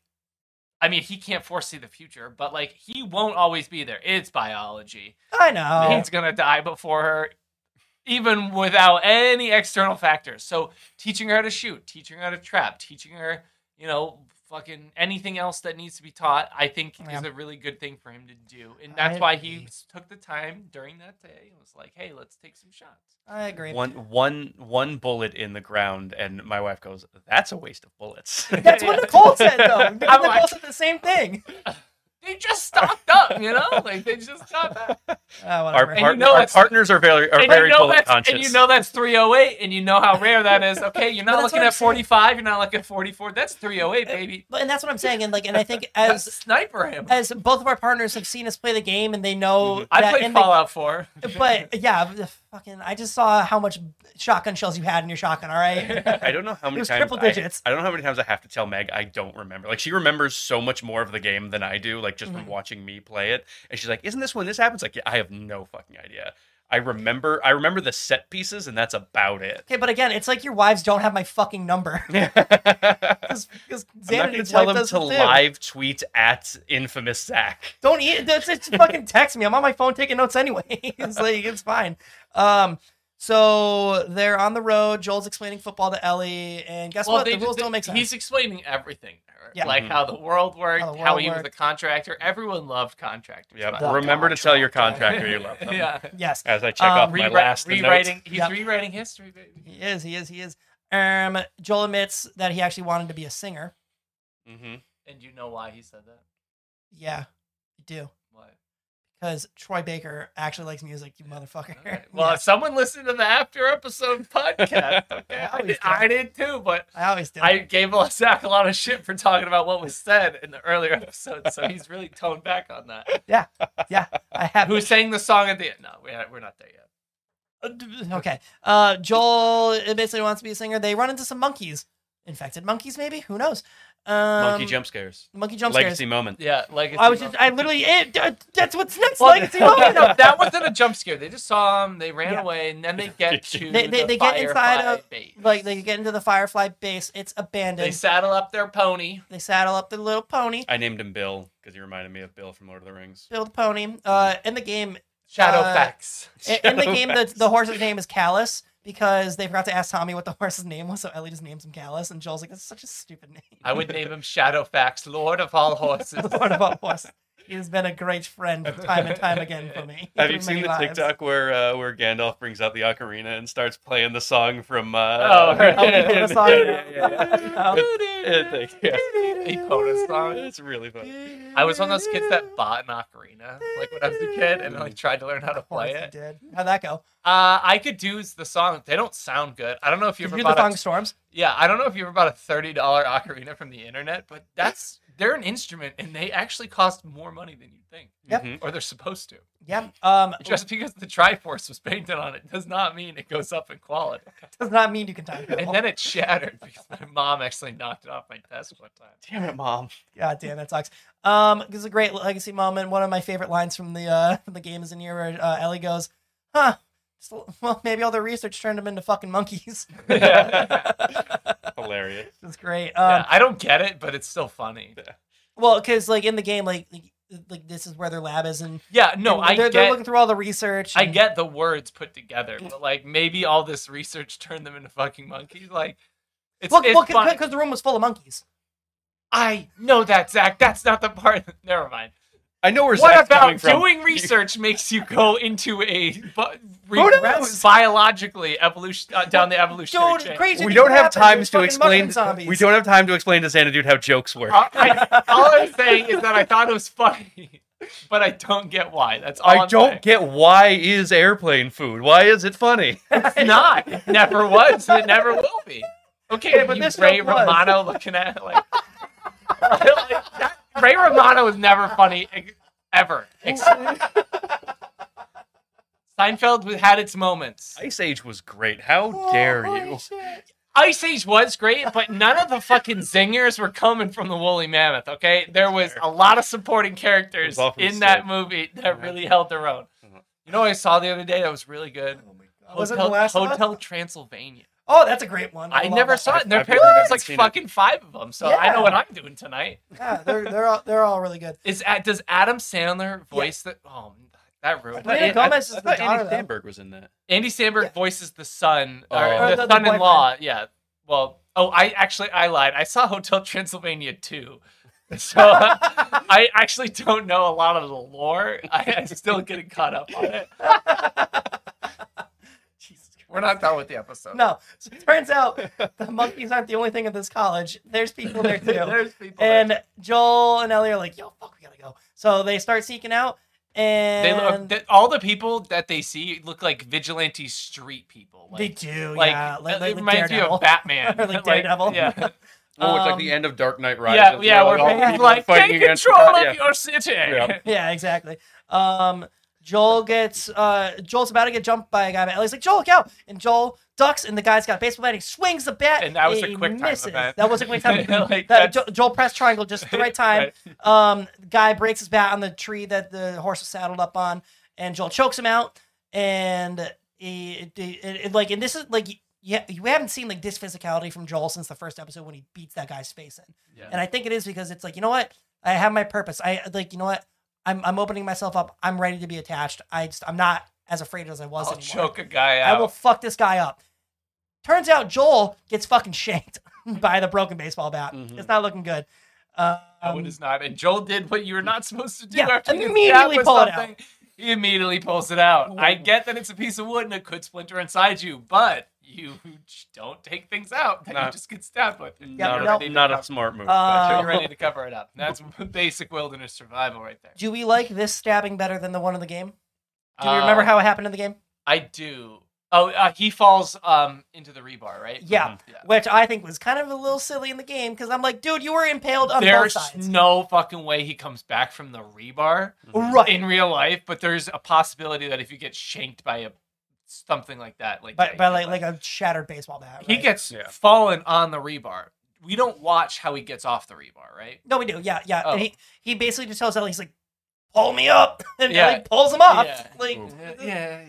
Speaker 2: I mean, he can't foresee the future, but like he won't always be there. It's biology.
Speaker 1: I know.
Speaker 2: He's gonna die before her, even without any external factors. So teaching her how to shoot, teaching her how to trap, teaching her, you know, fucking anything else that needs to be taught, I think
Speaker 1: Yeah.
Speaker 2: is a really good thing for him to do. And that's
Speaker 1: I
Speaker 2: why he
Speaker 1: agree.
Speaker 2: s- took the time during that day and was like, hey, let's take some shots.
Speaker 1: I agree.
Speaker 3: one one one bullet in the ground, and my wife goes, "That's a waste of bullets."
Speaker 1: That's what Nicole said though. Nicole
Speaker 2: I'm like-
Speaker 1: said the same thing.
Speaker 2: They just stocked up, you know? Like they just stocked up.
Speaker 1: Uh,
Speaker 3: our,
Speaker 1: whatever.
Speaker 2: you
Speaker 3: part-
Speaker 2: know
Speaker 3: our
Speaker 2: that's-
Speaker 3: partners are very are
Speaker 2: and
Speaker 3: very
Speaker 2: you know
Speaker 3: bullet
Speaker 2: that's
Speaker 3: conscious.
Speaker 2: and you know that's 308 and you know how rare that is. Okay, you're
Speaker 1: But
Speaker 2: not
Speaker 1: that's
Speaker 2: looking
Speaker 1: what I'm
Speaker 2: at
Speaker 1: saying.
Speaker 2: 45, you're not looking at 44. That's 308, baby.
Speaker 1: but and that's what I'm saying, and like, and I think
Speaker 2: As
Speaker 1: as
Speaker 2: sniper him. Mm-hmm.
Speaker 1: as both of our partners have seen us play the game, and they know
Speaker 2: I
Speaker 1: that,
Speaker 2: played
Speaker 1: and they-
Speaker 2: Fallout 4.
Speaker 1: but yeah, the fucking. I just saw how much shotgun shells you had in your shotgun. All right.
Speaker 3: I don't know how many
Speaker 1: was
Speaker 3: times
Speaker 1: triple
Speaker 3: I-
Speaker 1: digits.
Speaker 3: I, don't know how many times I have to tell Meg I don't remember. Like she remembers so much more of the game than I do, like just
Speaker 1: Mhm.
Speaker 3: from watching me play it. And she's like, "Isn't this when this happens?" Like, yeah, I have no fucking idea. I remember I remember the set pieces, and that's about it.
Speaker 1: Okay, but again, it's like your wives don't have my fucking number.
Speaker 3: I'm
Speaker 1: Because
Speaker 3: not going
Speaker 1: Xanadu
Speaker 3: to tell them
Speaker 1: does
Speaker 3: to live tweet at infamous Zach.
Speaker 1: Don't eat. That's it's fucking text me. I'm on my phone taking notes anyway. it's like it's fine. Um, so they're on the road. Joel's explaining football to Ellie, and guess what? The
Speaker 2: ju-
Speaker 1: rules don't make sense.
Speaker 2: He's explaining everything, to her.
Speaker 1: Yeah.
Speaker 2: like
Speaker 3: Mhm.
Speaker 2: how the world worked,
Speaker 1: How
Speaker 2: how,
Speaker 1: the world
Speaker 2: he was a
Speaker 1: worked.
Speaker 2: contractor. Everyone loved contractors.
Speaker 3: Yep.
Speaker 1: The
Speaker 3: Remember to tell your contractor you love them.
Speaker 2: yeah,
Speaker 1: Yes,
Speaker 3: As I check
Speaker 1: Um,
Speaker 3: off my
Speaker 2: Rewri-
Speaker 3: last notes.
Speaker 2: rewriting. He's
Speaker 1: Yep.
Speaker 2: rewriting history, baby.
Speaker 1: he is. He is. He is. Um, Joel admits that he actually wanted to be a singer.
Speaker 3: Mhm.
Speaker 2: And you know why he said that?
Speaker 1: Yeah, you do.
Speaker 2: Why?
Speaker 1: because Troy Baker actually likes music, you motherfucker.
Speaker 2: All right. Well,
Speaker 1: Yeah.
Speaker 2: if someone listened to the after episode podcast, okay, I,
Speaker 1: Always
Speaker 2: did,
Speaker 1: do.
Speaker 2: I did too, but
Speaker 1: I always do.
Speaker 2: I gave Zach a lot of shit for talking about what was said in the earlier episode, so he's really toned back on that.
Speaker 1: I have
Speaker 2: Who sang the song at the end? No, we're, we're not there yet.
Speaker 1: okay. Uh, Joel basically wants to be a singer. They run into some monkeys, infected monkeys, maybe. Who knows? Um,
Speaker 3: Monkey jump scares.
Speaker 1: Monkey jump scares.
Speaker 3: Legacy moment.
Speaker 2: Yeah, like
Speaker 1: I was just, I literally, it, uh, that's what's next.
Speaker 2: Well,
Speaker 1: legacy
Speaker 2: no,
Speaker 1: moment.
Speaker 2: no, oh, that wasn't a jump scare. They just saw him. They ran
Speaker 1: Yeah.
Speaker 2: away, and then they get to
Speaker 1: They- they-
Speaker 2: the
Speaker 1: they get inside
Speaker 2: Firefly
Speaker 1: of-
Speaker 2: base.
Speaker 1: Like they get into the Firefly base. It's abandoned.
Speaker 2: they
Speaker 1: They,
Speaker 2: saddle up their pony.
Speaker 1: saddle up their little pony,
Speaker 3: I named him Bill because he reminded me of Bill from Lord of the Rings.
Speaker 1: build a pony. Uh, in the game,
Speaker 2: Shadow
Speaker 1: Uh,
Speaker 2: facts.
Speaker 1: in, in the game, the, the horse's name is Callus because they forgot to ask Tommy what the horse's name was, so Ellie just names him Callus, and Joel's like, "That's such a stupid name."
Speaker 2: I would name him Shadow Facts, Lord of all horses.
Speaker 1: Lord of all horses. He's been a great friend time and time again for me.
Speaker 3: Have
Speaker 1: through
Speaker 3: you seen
Speaker 1: many
Speaker 3: the
Speaker 1: lives.
Speaker 3: TikTok where uh, where Gandalf brings out the ocarina and starts playing the song from? Uh,
Speaker 2: Oh, right.
Speaker 1: Oh, we put a song
Speaker 3: yeah,
Speaker 1: in.
Speaker 3: yeah, yeah.
Speaker 1: Oh.
Speaker 3: Yeah, thank you.
Speaker 2: He put a song.
Speaker 3: It's really funny.
Speaker 2: I was one of those kids that bought an ocarina, like when I was a kid, and I like, tried to learn how to
Speaker 1: Of course
Speaker 2: play
Speaker 1: you
Speaker 2: it.
Speaker 1: did. How'd that go?
Speaker 2: Uh, I could do the song. They don't sound good. I don't know if you
Speaker 1: Did
Speaker 2: ever
Speaker 1: you do the
Speaker 2: bought
Speaker 1: Thong
Speaker 2: a
Speaker 1: Storms?
Speaker 2: Yeah, I don't know if you ever bought a thirty dollar ocarina from the internet, but that's they're an instrument and they actually cost more money than you think,
Speaker 1: Yep.
Speaker 3: Mhm.
Speaker 2: or they're supposed to.
Speaker 1: Yeah. Um,
Speaker 2: Just because the Triforce was painted on it does not mean it goes up in quality.
Speaker 1: does not mean you can time travel.
Speaker 2: And then it shattered because my mom actually knocked it off my desk one time.
Speaker 3: Damn it, mom.
Speaker 1: God damn, that sucks. Um, this is a great legacy moment. One of my favorite lines from the uh, from the game is in here where uh, Ellie goes, "Huh." just a- Well, maybe all the research turned them into fucking monkeys.
Speaker 2: yeah,
Speaker 3: Hilarious.
Speaker 1: It's great. Um,
Speaker 2: I don't get it, but it's still funny.
Speaker 1: Well, because like in the game, like, like like this is where their lab is, and
Speaker 2: Yeah, no,
Speaker 1: and
Speaker 2: I
Speaker 1: they're,
Speaker 2: get
Speaker 1: they're looking through all the research.
Speaker 2: I
Speaker 1: and-
Speaker 2: get the words put together, but like maybe all this research turned them into fucking monkeys. Like it's,
Speaker 1: well,
Speaker 2: it's funny.
Speaker 1: because the room was full of monkeys.
Speaker 2: I know that, Zach. That's not the part. Never mind.
Speaker 3: I know where
Speaker 2: what
Speaker 3: Zach's coming
Speaker 2: about
Speaker 3: from.
Speaker 2: doing research makes you go into a bu-
Speaker 1: knows?
Speaker 2: regress biologically evolution uh, down the evolutionary
Speaker 1: Dude,
Speaker 2: chain?
Speaker 1: crazy.
Speaker 3: We
Speaker 1: things
Speaker 3: don't have
Speaker 1: happen.
Speaker 3: time
Speaker 1: There's
Speaker 3: to
Speaker 1: fucking
Speaker 3: explain.
Speaker 1: mushroom Zombies. Oh,
Speaker 3: We don't have time to explain to Santa Dude how jokes work.
Speaker 2: Uh, I, all I'm saying is that I thought it was funny, but I don't get why. That's all
Speaker 3: I
Speaker 2: I'm
Speaker 3: don't
Speaker 2: saying.
Speaker 3: get why is airplane food? Why is it funny?
Speaker 2: It's not. It never was. and It never will be. Okay,
Speaker 1: Yeah, but
Speaker 2: but you
Speaker 1: this
Speaker 2: Ray
Speaker 1: joke was.
Speaker 2: Romano looking at it like, like that, Ray Romano was never funny ex- ever. Ex- Seinfeld had its moments.
Speaker 3: Ice Age was great. How dare you?
Speaker 2: Oh, Ice Age was great, but none of the fucking zingers were coming from the Woolly Mammoth. Okay, there was a lot of supporting characters
Speaker 3: It was all from
Speaker 2: in
Speaker 3: Sid.
Speaker 2: that movie that really held their own.
Speaker 3: Mhm.
Speaker 2: You know, what I saw the other day that was really good.
Speaker 1: Uh, Was it
Speaker 2: Hotel-
Speaker 1: The Last of Us?
Speaker 2: Hotel Transylvania.
Speaker 1: Oh, that's a great one.
Speaker 2: I
Speaker 1: love
Speaker 2: never
Speaker 1: that.
Speaker 2: saw it. And there
Speaker 3: I've
Speaker 2: apparently
Speaker 3: never
Speaker 2: there's like
Speaker 3: seen it.
Speaker 2: fucking five of them, so I
Speaker 1: Yeah.
Speaker 2: know what I'm doing tonight.
Speaker 1: Yeah, they're they're all they're all really good.
Speaker 2: Is at does Adam Sandler voice the? Oh, that ruined.
Speaker 1: Selena
Speaker 2: it.
Speaker 3: I-
Speaker 1: Gomez
Speaker 3: I,
Speaker 1: is
Speaker 3: I
Speaker 1: the
Speaker 3: thought
Speaker 1: daughter,
Speaker 3: Andy
Speaker 1: though.
Speaker 3: Sandberg was in that.
Speaker 2: Andy Samberg
Speaker 1: Yeah.
Speaker 2: voice is the son or,
Speaker 3: Oh.
Speaker 1: Or
Speaker 2: the,
Speaker 1: the- the
Speaker 2: son-in-law. Yeah. Well, oh, I actually I lied. I saw Hotel Transylvania too. So I actually don't know a lot of the lore. I, am still getting caught up on it.
Speaker 1: Jesus Christ.
Speaker 2: We're not done with the episode.
Speaker 1: No, so it turns out the monkeys aren't the only thing at this college. There's people there too.
Speaker 2: There's people. there.
Speaker 1: and Joel and Ellie are like, "Yo, fuck, we gotta go." So they start seeking out, and
Speaker 2: They look, th- all the people that they see look like vigilante street people. Like,
Speaker 1: They do,
Speaker 2: like,
Speaker 1: yeah. Like, like,
Speaker 2: it
Speaker 1: like
Speaker 2: reminds me
Speaker 1: Daredevil.
Speaker 2: of Batman.
Speaker 1: Or like Daredevil.
Speaker 2: yeah,
Speaker 3: Oh, it's like
Speaker 1: Um,
Speaker 3: the end of Dark Knight Rises.
Speaker 2: yeah, yeah.
Speaker 3: where
Speaker 2: We're
Speaker 3: all the
Speaker 1: basically
Speaker 2: like,
Speaker 3: people are fighting
Speaker 2: take
Speaker 3: against the
Speaker 2: control
Speaker 3: cop."
Speaker 2: of
Speaker 3: Yeah.
Speaker 2: your city.
Speaker 3: Yeah.
Speaker 1: Yeah, exactly. Um, Joel gets uh, Joel's about to get jumped by a guy, but Ellie's like, "Joel, go!" And Joel ducks, and the guy's got a baseball bat. He swings the bat,
Speaker 2: And that was
Speaker 1: and
Speaker 2: a
Speaker 1: he
Speaker 2: quick time
Speaker 1: misses.
Speaker 2: event.
Speaker 1: That was a quick time. event.
Speaker 2: Like,
Speaker 1: that,
Speaker 2: that's-
Speaker 1: jo- Joel pressed triangle just at the right time. Um, the guy breaks his bat on the tree that the horse was saddled up on, and Joel chokes him out. And he, he- and- and, like, and this is like, yeah, you haven't seen like this physicality from Joel since the first episode when he beats that guy's face in.
Speaker 2: Yeah.
Speaker 1: And I think it is because it's like, you know what? I have my purpose. I like, you know what? I'm I'm opening myself up. I'm ready to be attached. I just I'm not as afraid as I was
Speaker 2: I'll
Speaker 1: anymore.
Speaker 2: choke a guy out.
Speaker 1: I will fuck this guy up. Turns out Joel gets fucking shanked by the broken baseball bat.
Speaker 3: Mhm.
Speaker 1: It's not looking good. Um,
Speaker 2: No, Mm-hmm. it is not. And Joel did what you were not supposed to do.
Speaker 1: Yeah,
Speaker 2: after you
Speaker 1: immediately
Speaker 2: stab with
Speaker 1: pull it out.
Speaker 2: something. He immediately pulls it out. I get that it's a piece of wood and it could splinter inside you, but you you don't take things out, then you
Speaker 3: Not-
Speaker 2: just get stabbed with it.
Speaker 1: Yeah,
Speaker 3: not,
Speaker 2: You're
Speaker 1: no.
Speaker 2: ready
Speaker 3: a,
Speaker 2: to
Speaker 3: not a
Speaker 2: cover-
Speaker 3: smart move.
Speaker 1: Uh,
Speaker 3: but
Speaker 2: You're ready to cover it up. That's basic wilderness survival right there.
Speaker 1: Do we like this stabbing better than the one in the game? Do we remember
Speaker 2: Uh,
Speaker 1: how it happened in the game?
Speaker 2: I do. Oh, uh, he falls um into the rebar, right? Mm-hmm.
Speaker 1: Yeah.
Speaker 2: Yeah.
Speaker 1: Which I think was kind of a little silly in the game because I'm like, dude, you were impaled on both
Speaker 2: There's
Speaker 1: sides.
Speaker 2: no fucking way he comes back from the rebar
Speaker 3: Mhm.
Speaker 1: right.
Speaker 2: in real life, but there's a possibility that if you get shanked by a something like that, like
Speaker 1: But,
Speaker 2: that,
Speaker 1: but
Speaker 2: you
Speaker 1: like
Speaker 2: get,
Speaker 1: like a shattered baseball bat.
Speaker 2: he
Speaker 1: right?
Speaker 2: gets
Speaker 3: Yeah.
Speaker 2: fallen on the rebar. We don't watch how he gets off the rebar, right?
Speaker 1: No, we do. Yeah, yeah.
Speaker 2: Oh.
Speaker 1: And he he basically just tells Ellie, he's like, pull me up, and
Speaker 2: Yeah.
Speaker 1: like pulls him up.
Speaker 2: Uh, Yeah.
Speaker 1: Like,
Speaker 3: Oof.
Speaker 2: yeah.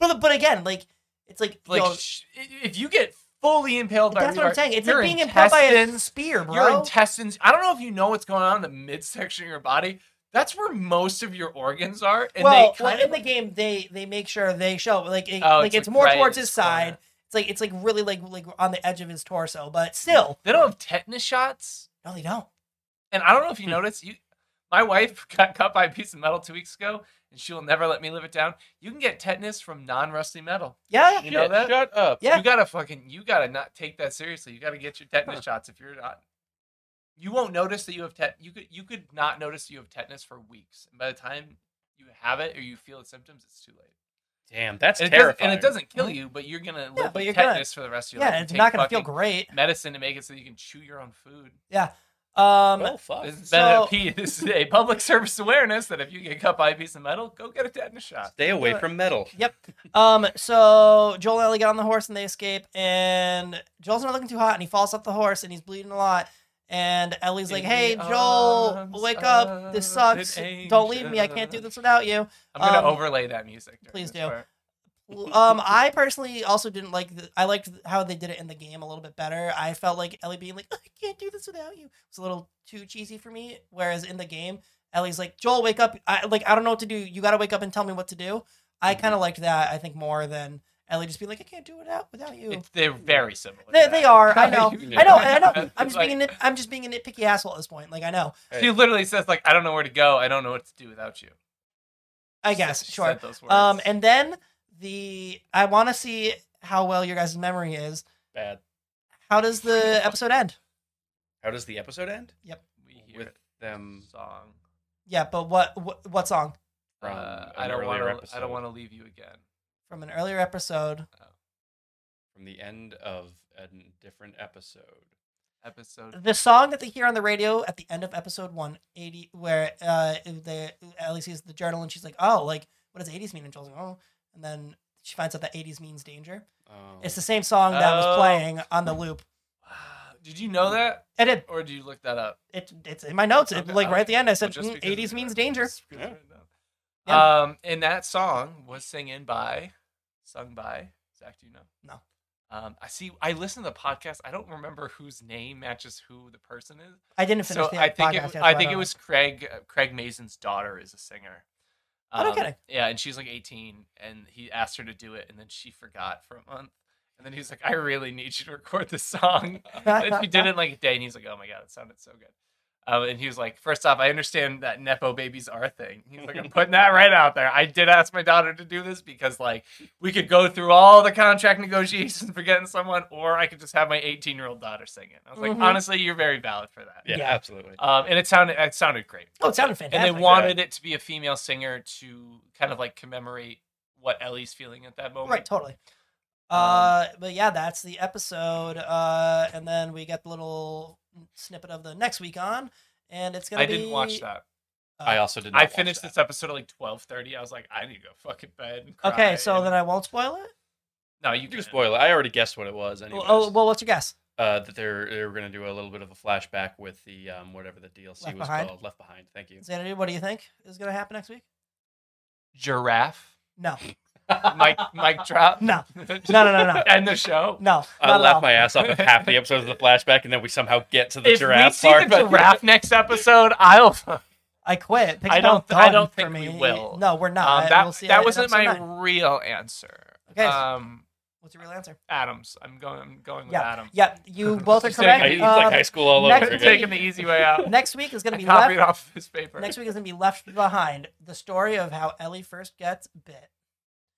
Speaker 1: but but again, like it's like,
Speaker 2: Like
Speaker 1: yo,
Speaker 2: sh- if you get fully impaled by a
Speaker 1: that's what I'm
Speaker 2: rebar,
Speaker 1: saying. It's
Speaker 2: your
Speaker 1: like being impaled by a
Speaker 2: intestines-
Speaker 1: spear, bro.
Speaker 2: your intestines. I don't know if you know what's going on in the midsection of your body. That's where most of your organs are, and
Speaker 1: well,
Speaker 2: they
Speaker 1: well,
Speaker 2: kind
Speaker 1: in the game, they they make sure they show like it,
Speaker 2: Oh,
Speaker 1: like
Speaker 2: it's,
Speaker 1: it's,
Speaker 2: like,
Speaker 1: more
Speaker 2: right at
Speaker 1: towards
Speaker 2: his
Speaker 1: his side.
Speaker 2: corner.
Speaker 1: It's like it's like really like like on the edge of his torso, but still,
Speaker 2: of they don't have tetanus shots.
Speaker 1: no, they don't.
Speaker 2: And I don't know if
Speaker 1: Hmm.
Speaker 2: you noticed, you, my wife got cut by a piece of metal two weeks ago, and she will never let me live it down. You can get tetanus from non-rusty metal.
Speaker 1: Yeah,
Speaker 2: You know
Speaker 3: Shit,
Speaker 2: that?
Speaker 3: Shut up.
Speaker 1: Yeah.
Speaker 2: You gotta fucking, you gotta not take that seriously. You gotta get your tetanus shots if you're not. You won't notice that you have tet. You could, you could not notice you have tetanus for weeks, and by the time you have it or you feel the symptoms, it's too late.
Speaker 3: Damn, that's
Speaker 2: and, it doesn't,
Speaker 3: terrifying.
Speaker 2: and it doesn't kill you, but you're gonna live
Speaker 1: Mm-hmm. but
Speaker 2: with
Speaker 1: you're gonna-
Speaker 2: tetanus for the rest of your life.
Speaker 1: yeah.
Speaker 2: and
Speaker 1: It's
Speaker 2: take
Speaker 1: not gonna feel
Speaker 2: fucking
Speaker 1: great.
Speaker 2: Medicine to make it so you can chew your own food.
Speaker 1: Um,
Speaker 3: Oh fuck.
Speaker 2: This is, better
Speaker 1: So-
Speaker 2: P- this is a public service awareness that if you get cut by a piece of metal, go get a tetanus shot.
Speaker 3: Stay away
Speaker 1: Do it.
Speaker 3: from metal.
Speaker 1: Um, so Joel and Ellie get on the horse and they escape, and Joel's not looking too hot, and he falls off the horse and he's bleeding a lot. And Ellie's like,
Speaker 2: In
Speaker 1: "Hey,
Speaker 2: the
Speaker 1: Joel,
Speaker 2: arms
Speaker 1: wake up! This
Speaker 2: of an
Speaker 1: sucks. Don't leave me. I can't do
Speaker 2: angel."
Speaker 1: this without you."
Speaker 2: I'm gonna
Speaker 1: Um,
Speaker 2: overlay that music. during
Speaker 1: please
Speaker 2: this
Speaker 1: do.
Speaker 2: part.
Speaker 1: um, I personally also didn't like. The, I liked how they did it in the game a little bit better. I felt like Ellie being like, "Oh, "I can't do this without you," was a little too cheesy for me. Whereas in the game, Ellie's like, "Joel, wake up! I like I don't know what to do. You got to wake up and tell me what to do." I
Speaker 2: Mm-hmm.
Speaker 1: kind of liked that. I think more than Ellie just being like, "I can't do it without without you."
Speaker 2: It's, they're very similar.
Speaker 1: They, they are. I know.
Speaker 2: You
Speaker 1: I know. I
Speaker 2: know.
Speaker 1: know. I'm
Speaker 2: It's
Speaker 1: just being a nit- I'm just being a nitpicky asshole at this point. Like I know.
Speaker 2: She literally says like, "I don't know where to go. I don't know what to do without you."
Speaker 1: I
Speaker 2: She
Speaker 1: guess.
Speaker 2: said- she
Speaker 1: Sure.
Speaker 2: said those words.
Speaker 1: Um, and then the I want to see how well your guys' memory is.
Speaker 3: Bad.
Speaker 1: How does the episode end?
Speaker 3: How does the episode end?
Speaker 2: we hear
Speaker 3: With
Speaker 2: it.
Speaker 3: them
Speaker 2: song.
Speaker 1: Yeah, but what what, what song
Speaker 2: Uh,
Speaker 3: from an
Speaker 2: I don't
Speaker 3: earlier
Speaker 2: want to. I
Speaker 3: episode.
Speaker 2: don't want to leave you again.
Speaker 1: from an earlier episode?
Speaker 3: from the end of a different episode.
Speaker 2: Episode.
Speaker 1: The song that they hear on the radio at the end of episode one eighty, where uh, the Ellie sees the journal and she's like, "Oh, like what does eighties mean?" And Joel's like, "Oh," and then she finds out that eighties means danger.
Speaker 3: Oh.
Speaker 1: It's the same song that
Speaker 2: Oh.
Speaker 1: was playing on the loop.
Speaker 2: Wow. Did you know that,
Speaker 1: And it
Speaker 2: or did you look that up?
Speaker 1: it, it's in my notes. It-
Speaker 2: Okay,
Speaker 1: like
Speaker 2: I'll-
Speaker 1: right at the end, I
Speaker 2: Well,
Speaker 1: said,
Speaker 2: just
Speaker 1: "Mm,
Speaker 2: because
Speaker 1: "80s
Speaker 2: of
Speaker 1: means
Speaker 2: that,
Speaker 1: danger."
Speaker 2: just because
Speaker 3: Yeah.
Speaker 2: of that. Um, and that song was singing by, sung by Zach. Do you know?
Speaker 1: No.
Speaker 2: Um, I see. I listen to the podcast. I don't remember whose name matches who the person is.
Speaker 1: I didn't finish
Speaker 2: So
Speaker 1: the
Speaker 2: I
Speaker 1: podcast.
Speaker 2: think it,
Speaker 1: yet,
Speaker 2: I
Speaker 1: so
Speaker 2: think
Speaker 1: don't
Speaker 2: it
Speaker 1: know.
Speaker 2: was Craig. Uh, Craig Mason's daughter is a singer.
Speaker 1: Oh, no
Speaker 2: Um,
Speaker 1: kidding.
Speaker 2: Yeah, and she's like 18, and he asked her to do it, and then she forgot for a month. And then he was like, "I really need you to record this song." and he did it in like a day, and he's like, "Oh my god, it sounded so good." Um, and he was like, first off, I understand that nepo babies are a thing." He's like, "I'm putting that right out there. I did ask my daughter to do this because like we could go through all the contract negotiations for getting someone, or I could just have my 18 year old daughter sing it." I was like,
Speaker 1: Mhm.
Speaker 2: "Honestly, you're very valid for that."
Speaker 3: yeah,
Speaker 1: Yeah.
Speaker 3: absolutely.
Speaker 2: Um, and it sounded it sounded great.
Speaker 1: Oh, it sounded
Speaker 2: And
Speaker 1: fantastic.
Speaker 2: they wanted it to be a female singer to kind of like commemorate what Ellie's feeling at that moment. Um,
Speaker 1: right, totally. Uh, but yeah, that's the episode. Uh, and then we get the little snippet of the next week on, and it's gonna.
Speaker 2: I didn't watch
Speaker 1: be-
Speaker 2: that.
Speaker 3: Uh, I also did. Not
Speaker 2: I
Speaker 3: watch
Speaker 2: finished
Speaker 3: that.
Speaker 2: this episode at like 12:30. I was like, I need to go fucking bed. And cry.
Speaker 1: Okay, so
Speaker 2: and-
Speaker 1: then I won't spoil it.
Speaker 2: no, you
Speaker 3: You do
Speaker 2: can.
Speaker 3: spoil it. I already guessed what it was. Anyways,
Speaker 1: Oh, well, what's your guess?
Speaker 3: uh, that they're they were going to do a little bit of a flashback with the um, whatever the DLC
Speaker 1: Left
Speaker 3: was
Speaker 1: Behind?
Speaker 3: called, Left Behind. Thank you.
Speaker 1: Xanadu, what do you think is gonna happen next week?
Speaker 2: Giraffe.
Speaker 1: No,
Speaker 2: Mike. Mike drop.
Speaker 1: no, no, no, no, no.
Speaker 2: End the show.
Speaker 1: no.
Speaker 3: I
Speaker 1: not at all.
Speaker 3: laughed my ass off at half the episodes of the flashback, and then we somehow get to the
Speaker 2: if we
Speaker 3: giraffe
Speaker 2: see
Speaker 3: part.
Speaker 2: the giraffe next episode, I'll. Um,
Speaker 1: I quit. Pick
Speaker 2: I
Speaker 1: it up,
Speaker 2: don't- I
Speaker 1: done
Speaker 2: don't
Speaker 1: for
Speaker 2: think we
Speaker 1: me.
Speaker 2: will. Um,
Speaker 1: No, we're not.
Speaker 2: that
Speaker 1: we'll see
Speaker 2: that
Speaker 1: it in
Speaker 2: wasn't
Speaker 1: episode
Speaker 2: my
Speaker 1: nine.
Speaker 2: real answer.
Speaker 1: Okay.
Speaker 2: Um,
Speaker 1: What's your real answer?
Speaker 2: Adams. I'm going. I'm going with Adam.
Speaker 1: Yeah, you both are
Speaker 2: Just taking
Speaker 1: correct.
Speaker 3: High-
Speaker 2: it
Speaker 3: it's
Speaker 2: Um,
Speaker 3: like high school all
Speaker 1: next
Speaker 3: over
Speaker 1: week-
Speaker 3: again.
Speaker 2: Taking the easy way out.
Speaker 1: um, next week is going to
Speaker 2: I
Speaker 1: be
Speaker 2: copied
Speaker 1: left.
Speaker 2: off this paper.
Speaker 1: Next week is going to be left behind. The story of how Ellie first gets bit.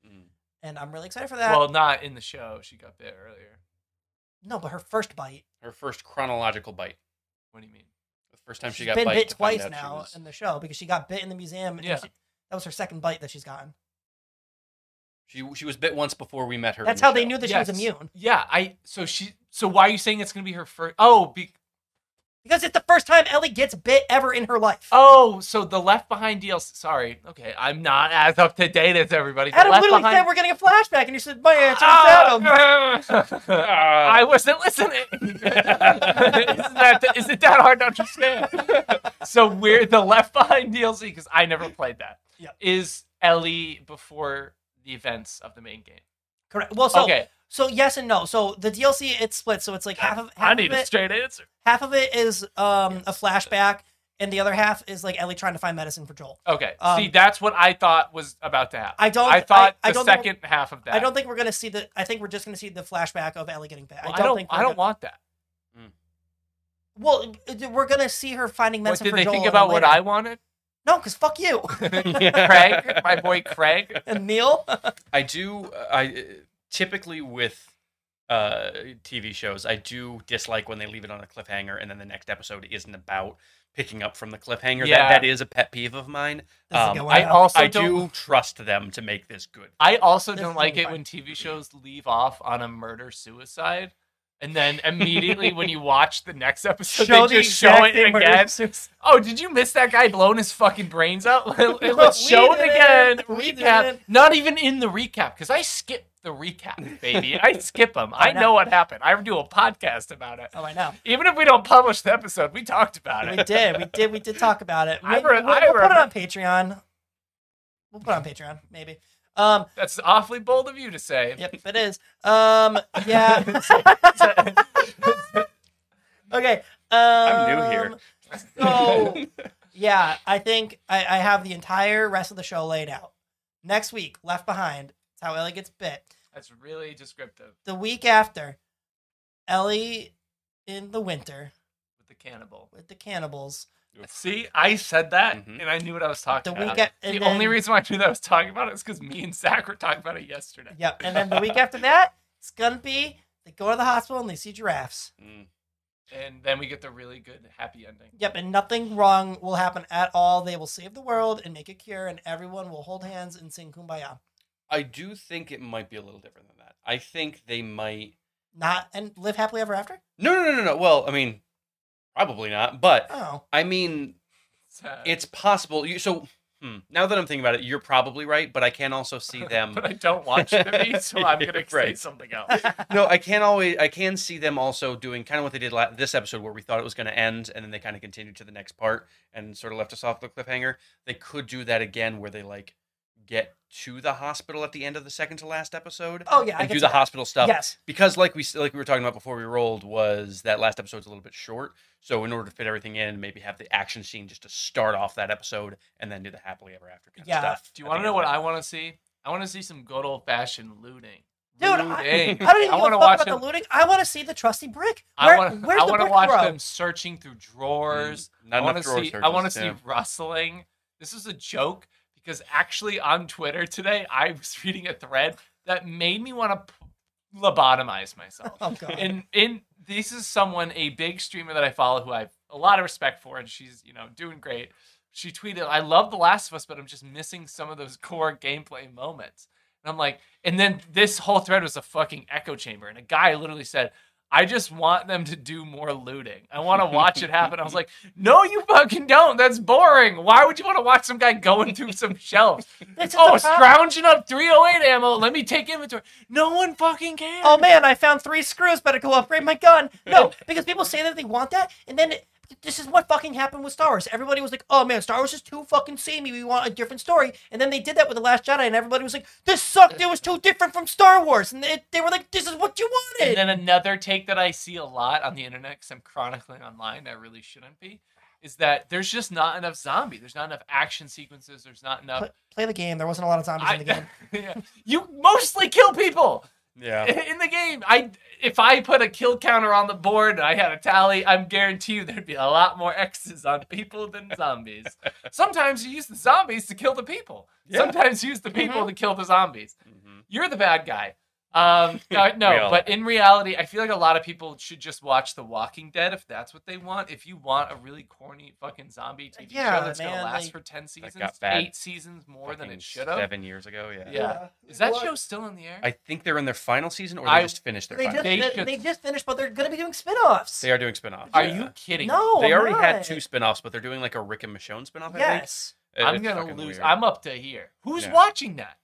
Speaker 3: Mm.
Speaker 1: and I'm really excited for that.
Speaker 2: Well, not in the show. She got bit earlier.
Speaker 1: no, but her first bite.
Speaker 3: Her first chronological bite.
Speaker 2: What do you mean?
Speaker 3: The first time she
Speaker 1: She's
Speaker 3: got
Speaker 1: been
Speaker 3: bite,
Speaker 1: bit
Speaker 3: to find
Speaker 1: twice
Speaker 3: out she
Speaker 1: now
Speaker 3: was-
Speaker 1: in the show because she got bit in the museum. and
Speaker 2: Yeah.
Speaker 1: she- that was her second bite that she's gotten.
Speaker 3: She, she was bit once before we met her.
Speaker 1: That's
Speaker 3: in the
Speaker 1: how they
Speaker 3: show.
Speaker 1: knew that she was
Speaker 2: Yes.
Speaker 1: immune
Speaker 2: Yeah, I. So she. So why are you saying it's gonna be her first? Oh, be,
Speaker 1: because it's the first time Ellie gets bit ever in her life.
Speaker 2: oh. So the Left Behind DLC. Sorry. Okay, I'm not as up to date as everybody. The
Speaker 1: Adam
Speaker 2: Left
Speaker 1: literally said
Speaker 2: Behind. Oh,
Speaker 1: we're getting a flashback, and you said, "My answer is Adam."
Speaker 2: Ah! I wasn't listening. isn't that is it that hard to understand? so we're the Left Behind DLC because I never played that. Is
Speaker 1: Yep.
Speaker 2: Ellie before the events of the main game?
Speaker 1: Correct. Well, so
Speaker 2: okay,
Speaker 1: so yes and no. So the DLC it's split, so it's like half of half
Speaker 2: I need
Speaker 1: of
Speaker 2: a
Speaker 1: it,
Speaker 2: straight answer.
Speaker 1: half of it is um a flashback, and the other half is like Ellie trying to find medicine for Joel.
Speaker 2: Okay,
Speaker 1: Um,
Speaker 2: see, that's what I thought was about to happen.
Speaker 1: I don't.
Speaker 2: I thought
Speaker 1: I,
Speaker 2: the
Speaker 1: don't
Speaker 2: second half of that.
Speaker 1: Think, I don't think we're gonna see the. I think we're just gonna see the flashback of Ellie getting bit.
Speaker 2: Well,
Speaker 1: I don't think. we're
Speaker 2: I don't
Speaker 1: gonna-
Speaker 2: want that.
Speaker 1: well, uh, we're gonna see her finding
Speaker 2: What
Speaker 1: medicine
Speaker 2: did
Speaker 1: for
Speaker 2: they
Speaker 1: Joel.
Speaker 2: think about what I
Speaker 1: later.
Speaker 2: wanted?
Speaker 1: No, because fuck you
Speaker 2: Craig, my boy Craig.
Speaker 1: and Neil.
Speaker 3: I do. uh, I typically with uh, TV shows, I do dislike when they leave it on a cliffhanger, and then the next episode isn't about picking up from the cliffhanger.
Speaker 2: Yeah.
Speaker 3: That that is a pet peeve of mine.
Speaker 1: This is
Speaker 3: Um,
Speaker 1: going
Speaker 2: I
Speaker 1: out.
Speaker 2: also
Speaker 3: I
Speaker 2: don't.
Speaker 3: do trust them to make this good.
Speaker 2: I also
Speaker 1: This
Speaker 2: don't
Speaker 1: is
Speaker 2: like
Speaker 1: fine.
Speaker 2: it when TV shows leave off on a murder suicide, and then immediately when you watch the next episode, they
Speaker 1: the
Speaker 2: just show
Speaker 1: exact
Speaker 2: it
Speaker 1: thing where
Speaker 2: again.
Speaker 1: it's-
Speaker 2: Oh, did you miss that guy blowing his fucking brains out? Let-
Speaker 1: No,
Speaker 2: Let's
Speaker 1: we
Speaker 2: show it
Speaker 1: did
Speaker 2: again.
Speaker 1: it. We did
Speaker 2: Recap.
Speaker 1: it.
Speaker 2: Not even in the recap because I skip the recap, baby. I skip them. I
Speaker 1: know.
Speaker 2: know what happened. I do a podcast about it.
Speaker 1: Oh, I know.
Speaker 2: Even if we don't publish the episode, we talked about
Speaker 1: We
Speaker 2: it.
Speaker 1: did. We did. We did talk about it.
Speaker 2: I
Speaker 1: Maybe-
Speaker 2: re-
Speaker 1: we'll, we'll
Speaker 2: I
Speaker 1: put it
Speaker 2: remember.
Speaker 1: on Patreon. We'll put it on Patreon, maybe. Um,
Speaker 2: That's awfully bold of you to say.
Speaker 1: yep, it is. Um, yeah. okay. Um,
Speaker 3: I'm new here.
Speaker 1: So yeah, I think I, I have the entire rest of the show laid out. Next week, Left Behind. It's how Ellie gets bit.
Speaker 2: That's really descriptive
Speaker 1: The week after, Ellie in the winter
Speaker 2: with the cannibal.
Speaker 1: with the cannibals.
Speaker 2: See, I said that
Speaker 1: Mm-hmm.
Speaker 3: Mhm.
Speaker 2: and I knew what I was talking
Speaker 1: The
Speaker 2: about.
Speaker 1: weekend-
Speaker 2: the
Speaker 1: and
Speaker 2: only
Speaker 1: then-
Speaker 2: reason why I knew that I was talking about it is because me and Zach were talking about it yesterday.
Speaker 1: Yep. And then the week after that, it's gonna be they go to the hospital and they see giraffes.
Speaker 3: Mm.
Speaker 2: And then we get the really good happy ending.
Speaker 1: Yep, and nothing wrong will happen at all. They will save the world and make a cure, and everyone will hold hands and sing "Kumbaya."
Speaker 3: I do think it might be a little different than that. I think they might.
Speaker 1: Not and live happily ever after.
Speaker 3: No, no, no, no, no. Well, I mean, probably not. But
Speaker 1: Oh,
Speaker 3: I mean,
Speaker 2: Sad.
Speaker 3: it's possible. You so hmm, now that I'm thinking about it, you're probably right. But I can also see them.
Speaker 2: but I don't watch the movie, so I'm gonna say
Speaker 3: Right.
Speaker 2: something else.
Speaker 3: no, I can always I can see them also doing kind of what they did la- this episode where we thought it was going to end and then they kind of continued to the next part and sort of left us off with a cliffhanger. They could do that again where they like get to the hospital at the end of the second to last episode
Speaker 1: oh yeah, I can
Speaker 3: and do
Speaker 1: see
Speaker 3: the
Speaker 1: that.
Speaker 3: hospital stuff
Speaker 1: Yes,
Speaker 3: because like we s- like we were talking about before we rolled was that last episode's a little bit short. So in order to fit everything in, maybe have the action scene just to start off that episode and then do the happily ever after kind
Speaker 1: Yeah.
Speaker 3: of stuff.
Speaker 2: Do
Speaker 3: at
Speaker 2: you
Speaker 3: the
Speaker 2: want to
Speaker 3: end
Speaker 2: know
Speaker 3: of
Speaker 2: what
Speaker 3: it.
Speaker 2: I want to see? I want to see some good old fashioned looting.
Speaker 1: Dude, I-
Speaker 2: looting.
Speaker 1: I don't even give
Speaker 2: wanna
Speaker 1: a fuck
Speaker 2: watch
Speaker 1: about
Speaker 2: them.
Speaker 1: the looting. I want to see the trusty brick. Where,
Speaker 2: I want to.
Speaker 1: where's
Speaker 2: I
Speaker 1: the
Speaker 2: want to
Speaker 1: brick
Speaker 2: watch
Speaker 1: grow?
Speaker 2: them searching through drawers.
Speaker 3: Mm, not
Speaker 2: I want to
Speaker 3: enough drawer
Speaker 2: see. I
Speaker 3: searches,
Speaker 2: want to
Speaker 3: yeah.
Speaker 2: see rustling. This is a joke because actually on Twitter today I was reading a thread that made me want to lobotomize myself.
Speaker 1: Oh god.
Speaker 2: and in this is someone a big streamer that I follow who I have a lot of respect for, and she's you know doing great. She tweeted, "I love The Last of Us, but I'm just missing some of those core gameplay moments." And I'm like, and then this whole thread was a fucking echo chamber, and a guy literally said. I just want them to do more looting. I want to watch it happen. I was like, no, you fucking don't. That's boring. Why would you want to watch some guy going through some shelves?
Speaker 1: This is
Speaker 2: oh,
Speaker 1: the problem.
Speaker 2: scrounging up 308 ammo. Let me take inventory. No one fucking cares.
Speaker 1: Oh man, I found three screws. Better go upgrade my gun. No, because people say that they want that, and then it- this is what fucking happened with Star Wars. Everybody was like, "Oh man, Star Wars is too fucking samey. We want a different story." And then they did that with the Last Jedi, and everybody was like, "This sucked. It was too different from Star Wars." And they, they were like, "This is what you wanted."
Speaker 2: And then another take that I see a lot on the internet because I'm chronicling online, I really shouldn't be, is that there's just not enough zombie. There's not enough action sequences. There's not enough.
Speaker 1: Play, play the game. There wasn't a lot of zombies in the
Speaker 2: I,
Speaker 1: game.
Speaker 2: yeah. You mostly kill people
Speaker 3: Yeah.
Speaker 2: in the game. I if I put a kill counter on the board and I had a tally, I'm guarantee you there'd be a lot more X's on people than zombies. Sometimes you use the zombies to kill the people.
Speaker 3: Yeah.
Speaker 1: Mm-hmm.
Speaker 2: Sometimes you use the people to kill the zombies.
Speaker 3: Mhm.
Speaker 2: You're the bad guy. Um, no,
Speaker 3: We
Speaker 2: no
Speaker 3: all
Speaker 2: but in reality, I feel like a lot of people should just watch The Walking Dead if that's what they want. If you want a really corny fucking zombie TV
Speaker 1: Yeah,
Speaker 2: show that's
Speaker 1: man,
Speaker 2: gonna last
Speaker 1: like-
Speaker 2: for ten seasons,
Speaker 3: got bad
Speaker 2: eight seasons more than
Speaker 3: Fucking
Speaker 2: it should have.
Speaker 3: Seven years ago, yeah.
Speaker 2: Yeah. Is that
Speaker 1: What?
Speaker 2: show still in the air?
Speaker 3: I think they're in their final season, or they
Speaker 2: I-
Speaker 3: just finished their
Speaker 1: They
Speaker 3: final.
Speaker 1: just,
Speaker 3: They,
Speaker 1: they,
Speaker 2: They should-
Speaker 1: they just finished, but they're going to be doing spin-offs.
Speaker 3: are doing spin-offs.
Speaker 2: Are
Speaker 3: yeah.
Speaker 2: you kidding? me?
Speaker 1: no,
Speaker 3: They
Speaker 1: I'm
Speaker 3: already had
Speaker 1: not.
Speaker 3: two spin-offs, but they're doing like a Rick and Michonne spin-off.
Speaker 1: Yes,
Speaker 3: I think. It-
Speaker 2: I'm
Speaker 3: it's
Speaker 2: gonna
Speaker 3: fucking
Speaker 2: lose.
Speaker 3: weird.
Speaker 2: I'm up to here. Who's
Speaker 3: Yeah.
Speaker 2: watching that?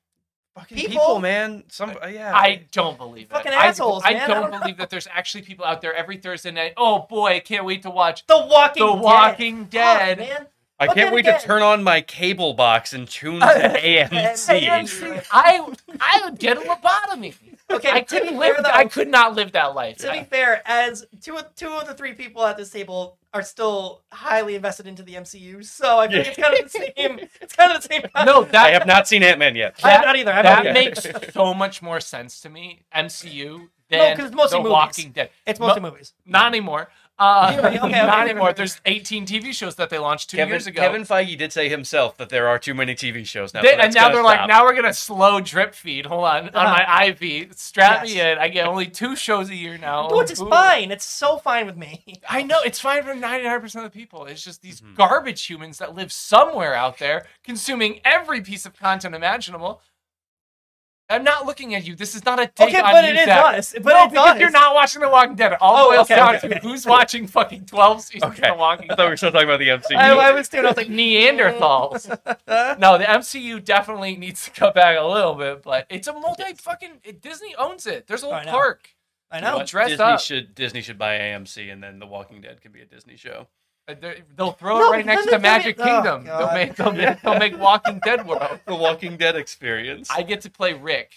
Speaker 3: fucking
Speaker 1: People-
Speaker 3: people, man. Some uh, yeah.
Speaker 2: I don't believe it.
Speaker 1: Fucking
Speaker 2: I-
Speaker 1: assholes,
Speaker 2: I,
Speaker 1: man. I
Speaker 2: don't
Speaker 1: don't
Speaker 2: believe that there's actually people out there every Thursday night. Oh boy, I can't wait to watch
Speaker 1: The Walking
Speaker 2: The
Speaker 1: Dead.
Speaker 2: Walking Dead.
Speaker 1: Fuck, man.
Speaker 3: I
Speaker 1: But
Speaker 3: can't
Speaker 1: then
Speaker 3: wait
Speaker 1: again-
Speaker 3: to turn on my cable box and tune to AMC.
Speaker 1: AMC.
Speaker 2: I I would get a lobotomy.
Speaker 1: Okay, to
Speaker 2: I
Speaker 1: be
Speaker 2: couldn't live.
Speaker 1: fair, though,
Speaker 2: I could not live that life.
Speaker 1: to be fair, as two of, two of the three people at this table are still highly invested into the MCU, so I think it's kind of the same. It's kind of the same.
Speaker 2: no,
Speaker 3: I
Speaker 2: that
Speaker 3: have not seen Ant Man yet.
Speaker 1: I have not either. I have
Speaker 2: that
Speaker 1: not either.
Speaker 2: makes so much more sense to me. MCU
Speaker 1: No,
Speaker 2: than
Speaker 1: 'cause it's mostly
Speaker 2: The
Speaker 1: movies.
Speaker 2: Walking Dead.
Speaker 1: It's
Speaker 2: Mo-
Speaker 1: mostly movies.
Speaker 2: Not anymore. Uh,
Speaker 1: Yeah, okay, okay,
Speaker 2: not
Speaker 1: okay.
Speaker 2: anymore. There's 18 TV shows that they launched two
Speaker 3: Kevin,
Speaker 2: years ago.
Speaker 3: Kevin Feige did say himself that there are too many TV shows now.
Speaker 2: They-
Speaker 3: so
Speaker 2: and
Speaker 3: that's
Speaker 2: now
Speaker 3: gotta
Speaker 2: they're
Speaker 3: stop.
Speaker 2: like, now we're gonna slow drip feed. Hold on, on my IV, strap me
Speaker 1: Uh-huh. Yes.
Speaker 2: in. I get only two shows a year now.
Speaker 1: Dude, it's
Speaker 2: Ooh.
Speaker 1: fine. It's so fine with me.
Speaker 2: I know it's fine for ninety nine percent of the people. It's just these
Speaker 3: Mhm.
Speaker 2: garbage humans that live somewhere out there, consuming every piece of content imaginable. I'm not looking at you. This is not a dig
Speaker 1: Okay,
Speaker 2: on
Speaker 1: but
Speaker 2: you,
Speaker 1: it is
Speaker 2: Zach.
Speaker 1: us. But
Speaker 2: No,
Speaker 1: it's
Speaker 2: because
Speaker 1: us.
Speaker 2: you're not watching The Walking Dead. It All
Speaker 1: Oh,
Speaker 2: boils
Speaker 1: okay,
Speaker 2: down
Speaker 1: okay,
Speaker 2: to
Speaker 1: okay.
Speaker 2: who's watching fucking twelve seasons
Speaker 3: Okay.
Speaker 2: of The Walking
Speaker 3: I
Speaker 2: Dead.
Speaker 3: thought we were still talking about the MCU.
Speaker 1: I, I was doing. I
Speaker 2: It's
Speaker 1: was
Speaker 2: like
Speaker 1: like,
Speaker 2: Neanderthals. no, the MCU definitely needs to cut back a little bit, but it's a multi fucking Disney owns it. There's a whole
Speaker 1: I know.
Speaker 2: park.
Speaker 1: I
Speaker 3: You know
Speaker 1: know.
Speaker 3: what?
Speaker 2: dress
Speaker 3: Disney
Speaker 2: up.
Speaker 3: should Disney should buy AMC, and then The Walking Dead can be a Disney show.
Speaker 2: Uh, they're- They'll throw
Speaker 1: No,
Speaker 2: it right
Speaker 1: because
Speaker 2: next to
Speaker 1: then they
Speaker 2: Magic
Speaker 1: give it- oh,
Speaker 2: Kingdom. they'll
Speaker 1: God.
Speaker 2: make they'll make, they'll make Walking Dead World.
Speaker 3: The Walking Dead experience.
Speaker 2: I get to play Rick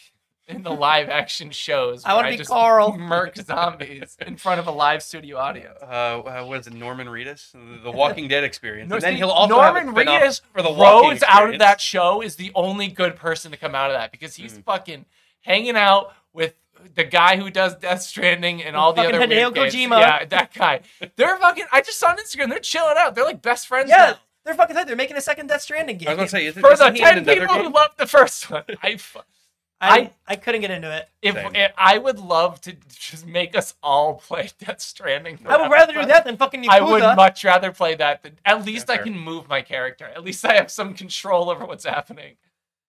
Speaker 2: in the live action shows.
Speaker 1: I wanna
Speaker 2: where
Speaker 1: be
Speaker 2: just
Speaker 1: Carl.
Speaker 2: Murk zombies in front of a live studio audience.
Speaker 3: uh, uh, what is it? Norman Reedus, The- The Walking Dead experience,
Speaker 2: No,
Speaker 3: and then
Speaker 2: see,
Speaker 3: he'll also
Speaker 2: Norman
Speaker 3: have a spin-off
Speaker 2: Reedus
Speaker 3: for the walking
Speaker 2: Rhodes out of
Speaker 3: experience. Mm.
Speaker 2: that show is the only good person to come out of that because he's fucking hanging out with the guy who does Death Stranding and all the
Speaker 1: Fucking
Speaker 2: other
Speaker 1: Hideo
Speaker 2: weird kids.
Speaker 1: Kojima.
Speaker 2: Yeah, that guy. They're fucking. I just saw on Instagram. They're chilling out. They're like best friends.
Speaker 1: Yeah,
Speaker 2: now.
Speaker 1: they're fucking. tight. They're making a second Death Stranding game.
Speaker 3: I was gonna say, is it,
Speaker 2: For the
Speaker 3: isn't he in
Speaker 2: ten
Speaker 3: another
Speaker 2: people who
Speaker 3: game?
Speaker 2: loved the first one, I fu-
Speaker 1: I, I couldn't get into it.
Speaker 2: if,
Speaker 3: Same.
Speaker 2: if I would love to just make us all play Death Stranding.
Speaker 1: I would rather do that than fucking Yakuza.
Speaker 2: I would much rather play that than at least
Speaker 3: Yeah,
Speaker 2: I
Speaker 3: fair.
Speaker 2: can move my character. At least I have some control over what's happening.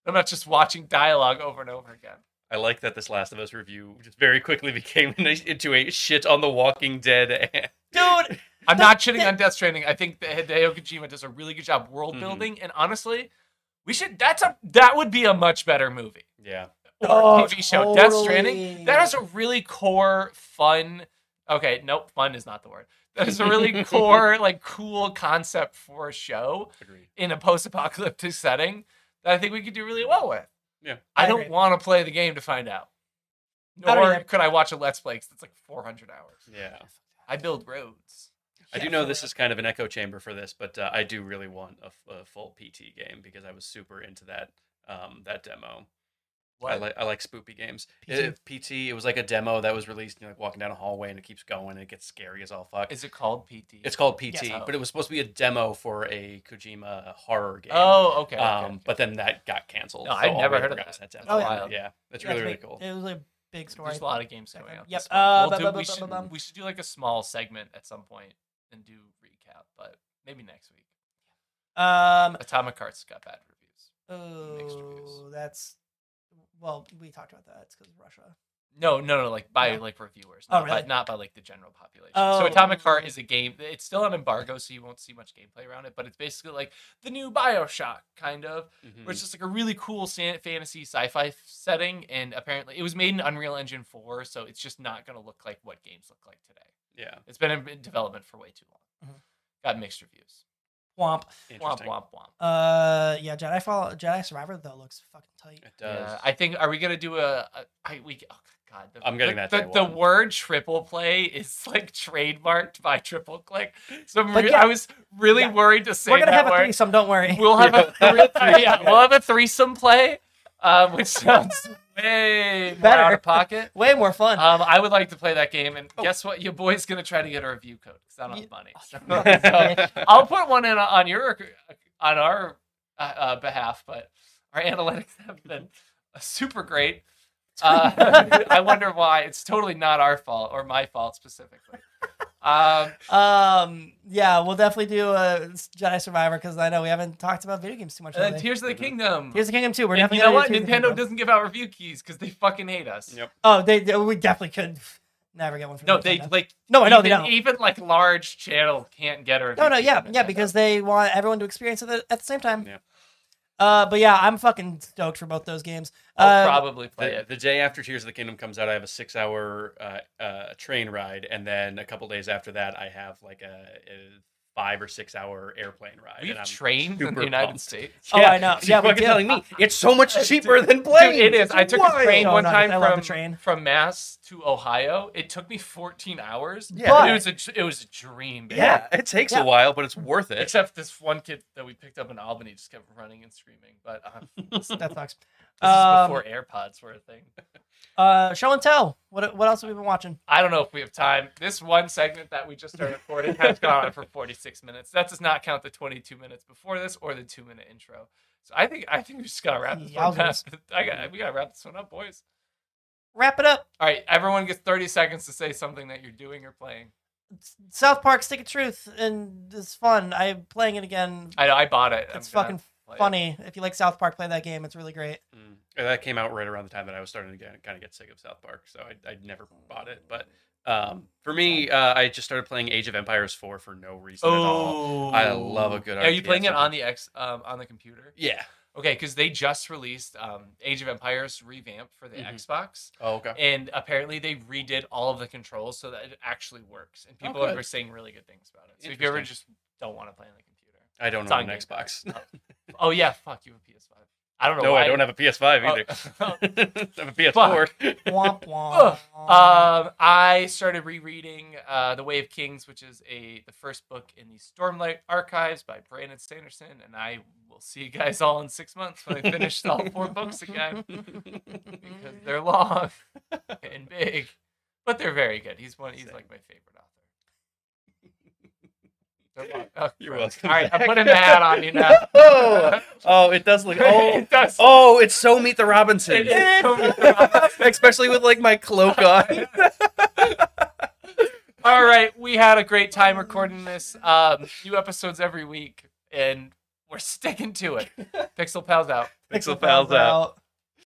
Speaker 2: I'm not just watching dialogue over and over again.
Speaker 3: I like that this Last of Us review just very quickly became an- into a shit on The Walking Dead. and-
Speaker 1: Dude,
Speaker 2: I'm
Speaker 1: The-
Speaker 2: not shitting
Speaker 1: the-
Speaker 2: on Death Stranding. I think that Hideo Kojima does a really good job world
Speaker 3: Mhm.
Speaker 2: building, and honestly, we should. That's a that would be a much better movie
Speaker 3: yeah,
Speaker 2: or
Speaker 1: Oh,
Speaker 2: TV show. Death
Speaker 1: totally.
Speaker 2: Stranding. That is a really core fun. Okay, nope, fun is not the word. That is a really core, like, cool concept for a show.
Speaker 3: agreed.
Speaker 2: in a post-apocalyptic setting that I think we could do really well with.
Speaker 3: Yeah.
Speaker 2: I,
Speaker 1: I
Speaker 2: don't
Speaker 1: agree.
Speaker 2: want to play the game to find out.
Speaker 1: I don't
Speaker 2: Nor
Speaker 1: either.
Speaker 2: could I watch a Let's Play 'cause it's like 400 hours.
Speaker 3: Yeah.
Speaker 2: I build roads.
Speaker 3: I do know this is kind of an echo chamber for this, but uh, I do really want a, f- a full PT game because I was super into that um, that demo. I
Speaker 2: What?
Speaker 3: like I like spoopy games.
Speaker 1: PT?
Speaker 3: It, PT, it was like a demo that was released. And you're like walking down a hallway and it keeps going and it gets scary as all fuck.
Speaker 2: Is it called PT?
Speaker 3: It's called PT,
Speaker 2: Yes.
Speaker 3: but it was supposed to be a demo for a Kojima uh, horror game.
Speaker 2: Oh, okay. okay,
Speaker 3: um,
Speaker 2: okay.
Speaker 3: but then that got canceled.
Speaker 2: No, I've
Speaker 3: all
Speaker 2: never
Speaker 3: we
Speaker 2: heard of
Speaker 3: ever got
Speaker 2: that.
Speaker 3: was demo.
Speaker 1: That's wild.
Speaker 3: yeah, that's
Speaker 1: Yeah,
Speaker 3: really
Speaker 1: it's
Speaker 3: really
Speaker 1: big-
Speaker 3: cool.
Speaker 1: It was a big story.
Speaker 2: there's a lot of games coming out.
Speaker 1: Yep,
Speaker 2: this month.
Speaker 1: uh,
Speaker 2: We'll
Speaker 1: bum,
Speaker 2: do-
Speaker 1: bum,
Speaker 2: we,
Speaker 1: bum,
Speaker 2: should,
Speaker 1: bum, bum.
Speaker 2: we should do like a small segment at some point and do recap, but maybe next week.
Speaker 1: Um,
Speaker 2: Atomic Hearts got bad reviews. Mixed reviews.
Speaker 1: oh, that's well, we talked about that. It's because Russia.
Speaker 2: No, no, no, like by
Speaker 1: No.
Speaker 2: like reviewers,
Speaker 1: Oh,
Speaker 2: not, by,
Speaker 1: really?
Speaker 2: not by like the general population. So
Speaker 1: Oh.
Speaker 2: Atomic Heart is a game. It's still on embargo, so you won't see much gameplay around it. But it's basically like the new Bioshock kind of,
Speaker 3: Mm-hmm.
Speaker 2: where it's just like a really cool san- fantasy sci-fi setting. And apparently, it was made in Unreal Engine four, so it's just not gonna look like what games look like today.
Speaker 3: Yeah,
Speaker 2: It's been in- in development for way too long.
Speaker 1: Mhm.
Speaker 2: Got mixed reviews.
Speaker 1: Womp.
Speaker 2: Womp
Speaker 3: interesting.
Speaker 2: womp womp.
Speaker 1: Uh, yeah, Jedi Fall, Jedi Survivor though looks fucking tight.
Speaker 3: It does.
Speaker 2: Yeah, I think are we gonna do a, a I we oh god the,
Speaker 3: I'm getting
Speaker 2: the,
Speaker 3: that
Speaker 2: the,
Speaker 3: day
Speaker 2: the
Speaker 3: one.
Speaker 2: word triple play is like trademarked by triple click. So I'm
Speaker 1: But
Speaker 2: re-
Speaker 1: yeah.
Speaker 2: I was really
Speaker 1: Yeah.
Speaker 2: worried to say
Speaker 1: We're gonna
Speaker 2: that
Speaker 1: have a
Speaker 2: word.
Speaker 1: threesome. Don't worry.
Speaker 2: We'll have
Speaker 3: Yeah.
Speaker 2: a thre- yeah, we'll have a threesome play, um, which sounds way more out
Speaker 1: Better.
Speaker 2: of pocket.
Speaker 1: Way more fun.
Speaker 2: Um, I would like to play that game, and
Speaker 3: Oh.
Speaker 2: guess what? Your boy's gonna try to get a review code because I don't
Speaker 1: Ye- oh,
Speaker 2: have money. So, so
Speaker 1: Okay.
Speaker 2: I'll put one in on your on our uh, uh, behalf, but our analytics have been super great. Uh, I wonder why. It's totally not our fault or my fault specifically. Um,
Speaker 1: Um, yeah, we'll definitely do a Jedi Survivor because I know we haven't talked about video games too much.
Speaker 2: and
Speaker 1: lately.
Speaker 2: Tears of the Kingdom.
Speaker 1: Tears of the Kingdom 2. We're
Speaker 2: And
Speaker 1: definitely
Speaker 2: you know what?
Speaker 1: gonna do Tears of the
Speaker 2: Nintendo
Speaker 1: Kingdom.
Speaker 2: doesn't give out review keys because they fucking hate us.
Speaker 3: Yep.
Speaker 1: Oh, they, they- we definitely could never get one from
Speaker 2: No,
Speaker 1: Nintendo.
Speaker 2: they like.
Speaker 1: Oh, No, I know
Speaker 2: even,
Speaker 1: they don't.
Speaker 2: Even like large channel can't get a review.
Speaker 1: No, no,
Speaker 2: key
Speaker 1: yeah,
Speaker 2: from
Speaker 1: yeah,
Speaker 2: Nintendo.
Speaker 1: because they want everyone to experience it at the same time.
Speaker 3: Yeah.
Speaker 1: Uh, but yeah, I'm fucking stoked for both those games.
Speaker 2: I'll
Speaker 1: Uh,
Speaker 2: probably play
Speaker 3: The,
Speaker 2: it.
Speaker 3: the day after Tears of the Kingdom comes out, I have a six-hour uh, uh, train ride, and then a couple days after that, I have like a, a five or six-hour airplane ride.
Speaker 2: We've
Speaker 3: and I'm-
Speaker 2: trained in
Speaker 3: super
Speaker 2: the United
Speaker 3: pumped.
Speaker 2: States.
Speaker 1: Oh, I know.
Speaker 3: she's
Speaker 1: Yeah, we
Speaker 3: fucking
Speaker 1: do.
Speaker 3: telling me it's so much cheaper than
Speaker 2: Dude,
Speaker 3: planes.
Speaker 2: it is. I took a
Speaker 1: wild.
Speaker 2: train
Speaker 1: So
Speaker 2: one
Speaker 1: nice.
Speaker 2: time
Speaker 1: Oh, I love the
Speaker 2: from
Speaker 1: train.
Speaker 2: from Mass to Ohio. It took me 14 hours.
Speaker 3: Yeah.
Speaker 2: it was a dr- it was a dream. baby.
Speaker 3: Yeah, it takes
Speaker 1: Yeah.
Speaker 3: a while, but it's worth it.
Speaker 2: Except this one kid that we picked up in Albany just kept running and screaming. But um,
Speaker 1: That sucks.
Speaker 2: this
Speaker 1: Um,
Speaker 2: is before AirPods were a thing.
Speaker 1: Uh, show and tell. What what else have we been watching?
Speaker 2: I don't know if we have time. This one segment that we just started recording has gone on for 46 minutes. That does not count the 22 minutes before this or the two minute intro. So I think I think we just gotta wrap this
Speaker 1: Yeah, I'll
Speaker 2: one
Speaker 1: go
Speaker 2: up. I got we gotta wrap this one up, boys.
Speaker 1: Wrap it up.
Speaker 2: All right, everyone gets 30 seconds to say something that you're doing or playing.
Speaker 1: South Park Stick of Truth, and it's fun. I'm playing it again.
Speaker 2: I know I bought it. I'm
Speaker 1: It's
Speaker 2: gonna
Speaker 1: fucking
Speaker 2: play it.
Speaker 1: Funny. If you like South Park, play that game. It's really great.
Speaker 3: Mm. And That came out right around the time that I was starting to get, kind of get sick of South Park, so I, I never bought it. But um, for me, uh, I just started playing Age of Empires 4 for no reason at
Speaker 2: Oh,
Speaker 3: all. I love a good
Speaker 2: Are you
Speaker 3: RTS
Speaker 2: playing it
Speaker 3: open.
Speaker 2: on the X um, on the computer?
Speaker 3: Yeah.
Speaker 2: Okay, because they just released um, Age of Empires revamp for the
Speaker 1: Mm-hmm.
Speaker 3: Mhm.
Speaker 2: Xbox,
Speaker 3: Oh, okay.
Speaker 2: and apparently they redid all of the controls so that it actually works, and
Speaker 3: Oh,
Speaker 2: people are
Speaker 3: good.
Speaker 2: were saying really good things about it. So if you ever just
Speaker 3: Interesting.
Speaker 2: don't want to play on the computer,
Speaker 3: I don't
Speaker 2: It's
Speaker 3: own
Speaker 2: on
Speaker 3: an
Speaker 2: Game Pass.
Speaker 3: Xbox. No,
Speaker 2: oh yeah, fuck you have a PS5. I don't know. why.
Speaker 3: I don't have a PS5
Speaker 2: Oh.
Speaker 3: either. I have a PS4.
Speaker 1: Womp womp.
Speaker 2: Um, I started rereading uh, *The Way of Kings*, which is a the first book in the Stormlight Archives by Brandon Sanderson, and I will see you guys all in six months when I finish all four books again because
Speaker 3: Mm-hmm.
Speaker 2: they're long and big, but they're very good. He's one. He's like my favorite author. They're long- oh,
Speaker 3: You're
Speaker 2: gross.
Speaker 3: welcome.
Speaker 2: All right, I'm putting that on you now.
Speaker 3: oh, oh, it does look. Oh,
Speaker 2: It does-
Speaker 3: oh, it's so Meet the
Speaker 2: It
Speaker 3: Robinsons.
Speaker 2: is so Meet the
Speaker 3: Especially with like my cloak on.
Speaker 2: All right, we had a great time recording this. Um, new episodes every week, and we're sticking to it. Pixel Pals out.
Speaker 3: Pixel Pals out.
Speaker 1: out.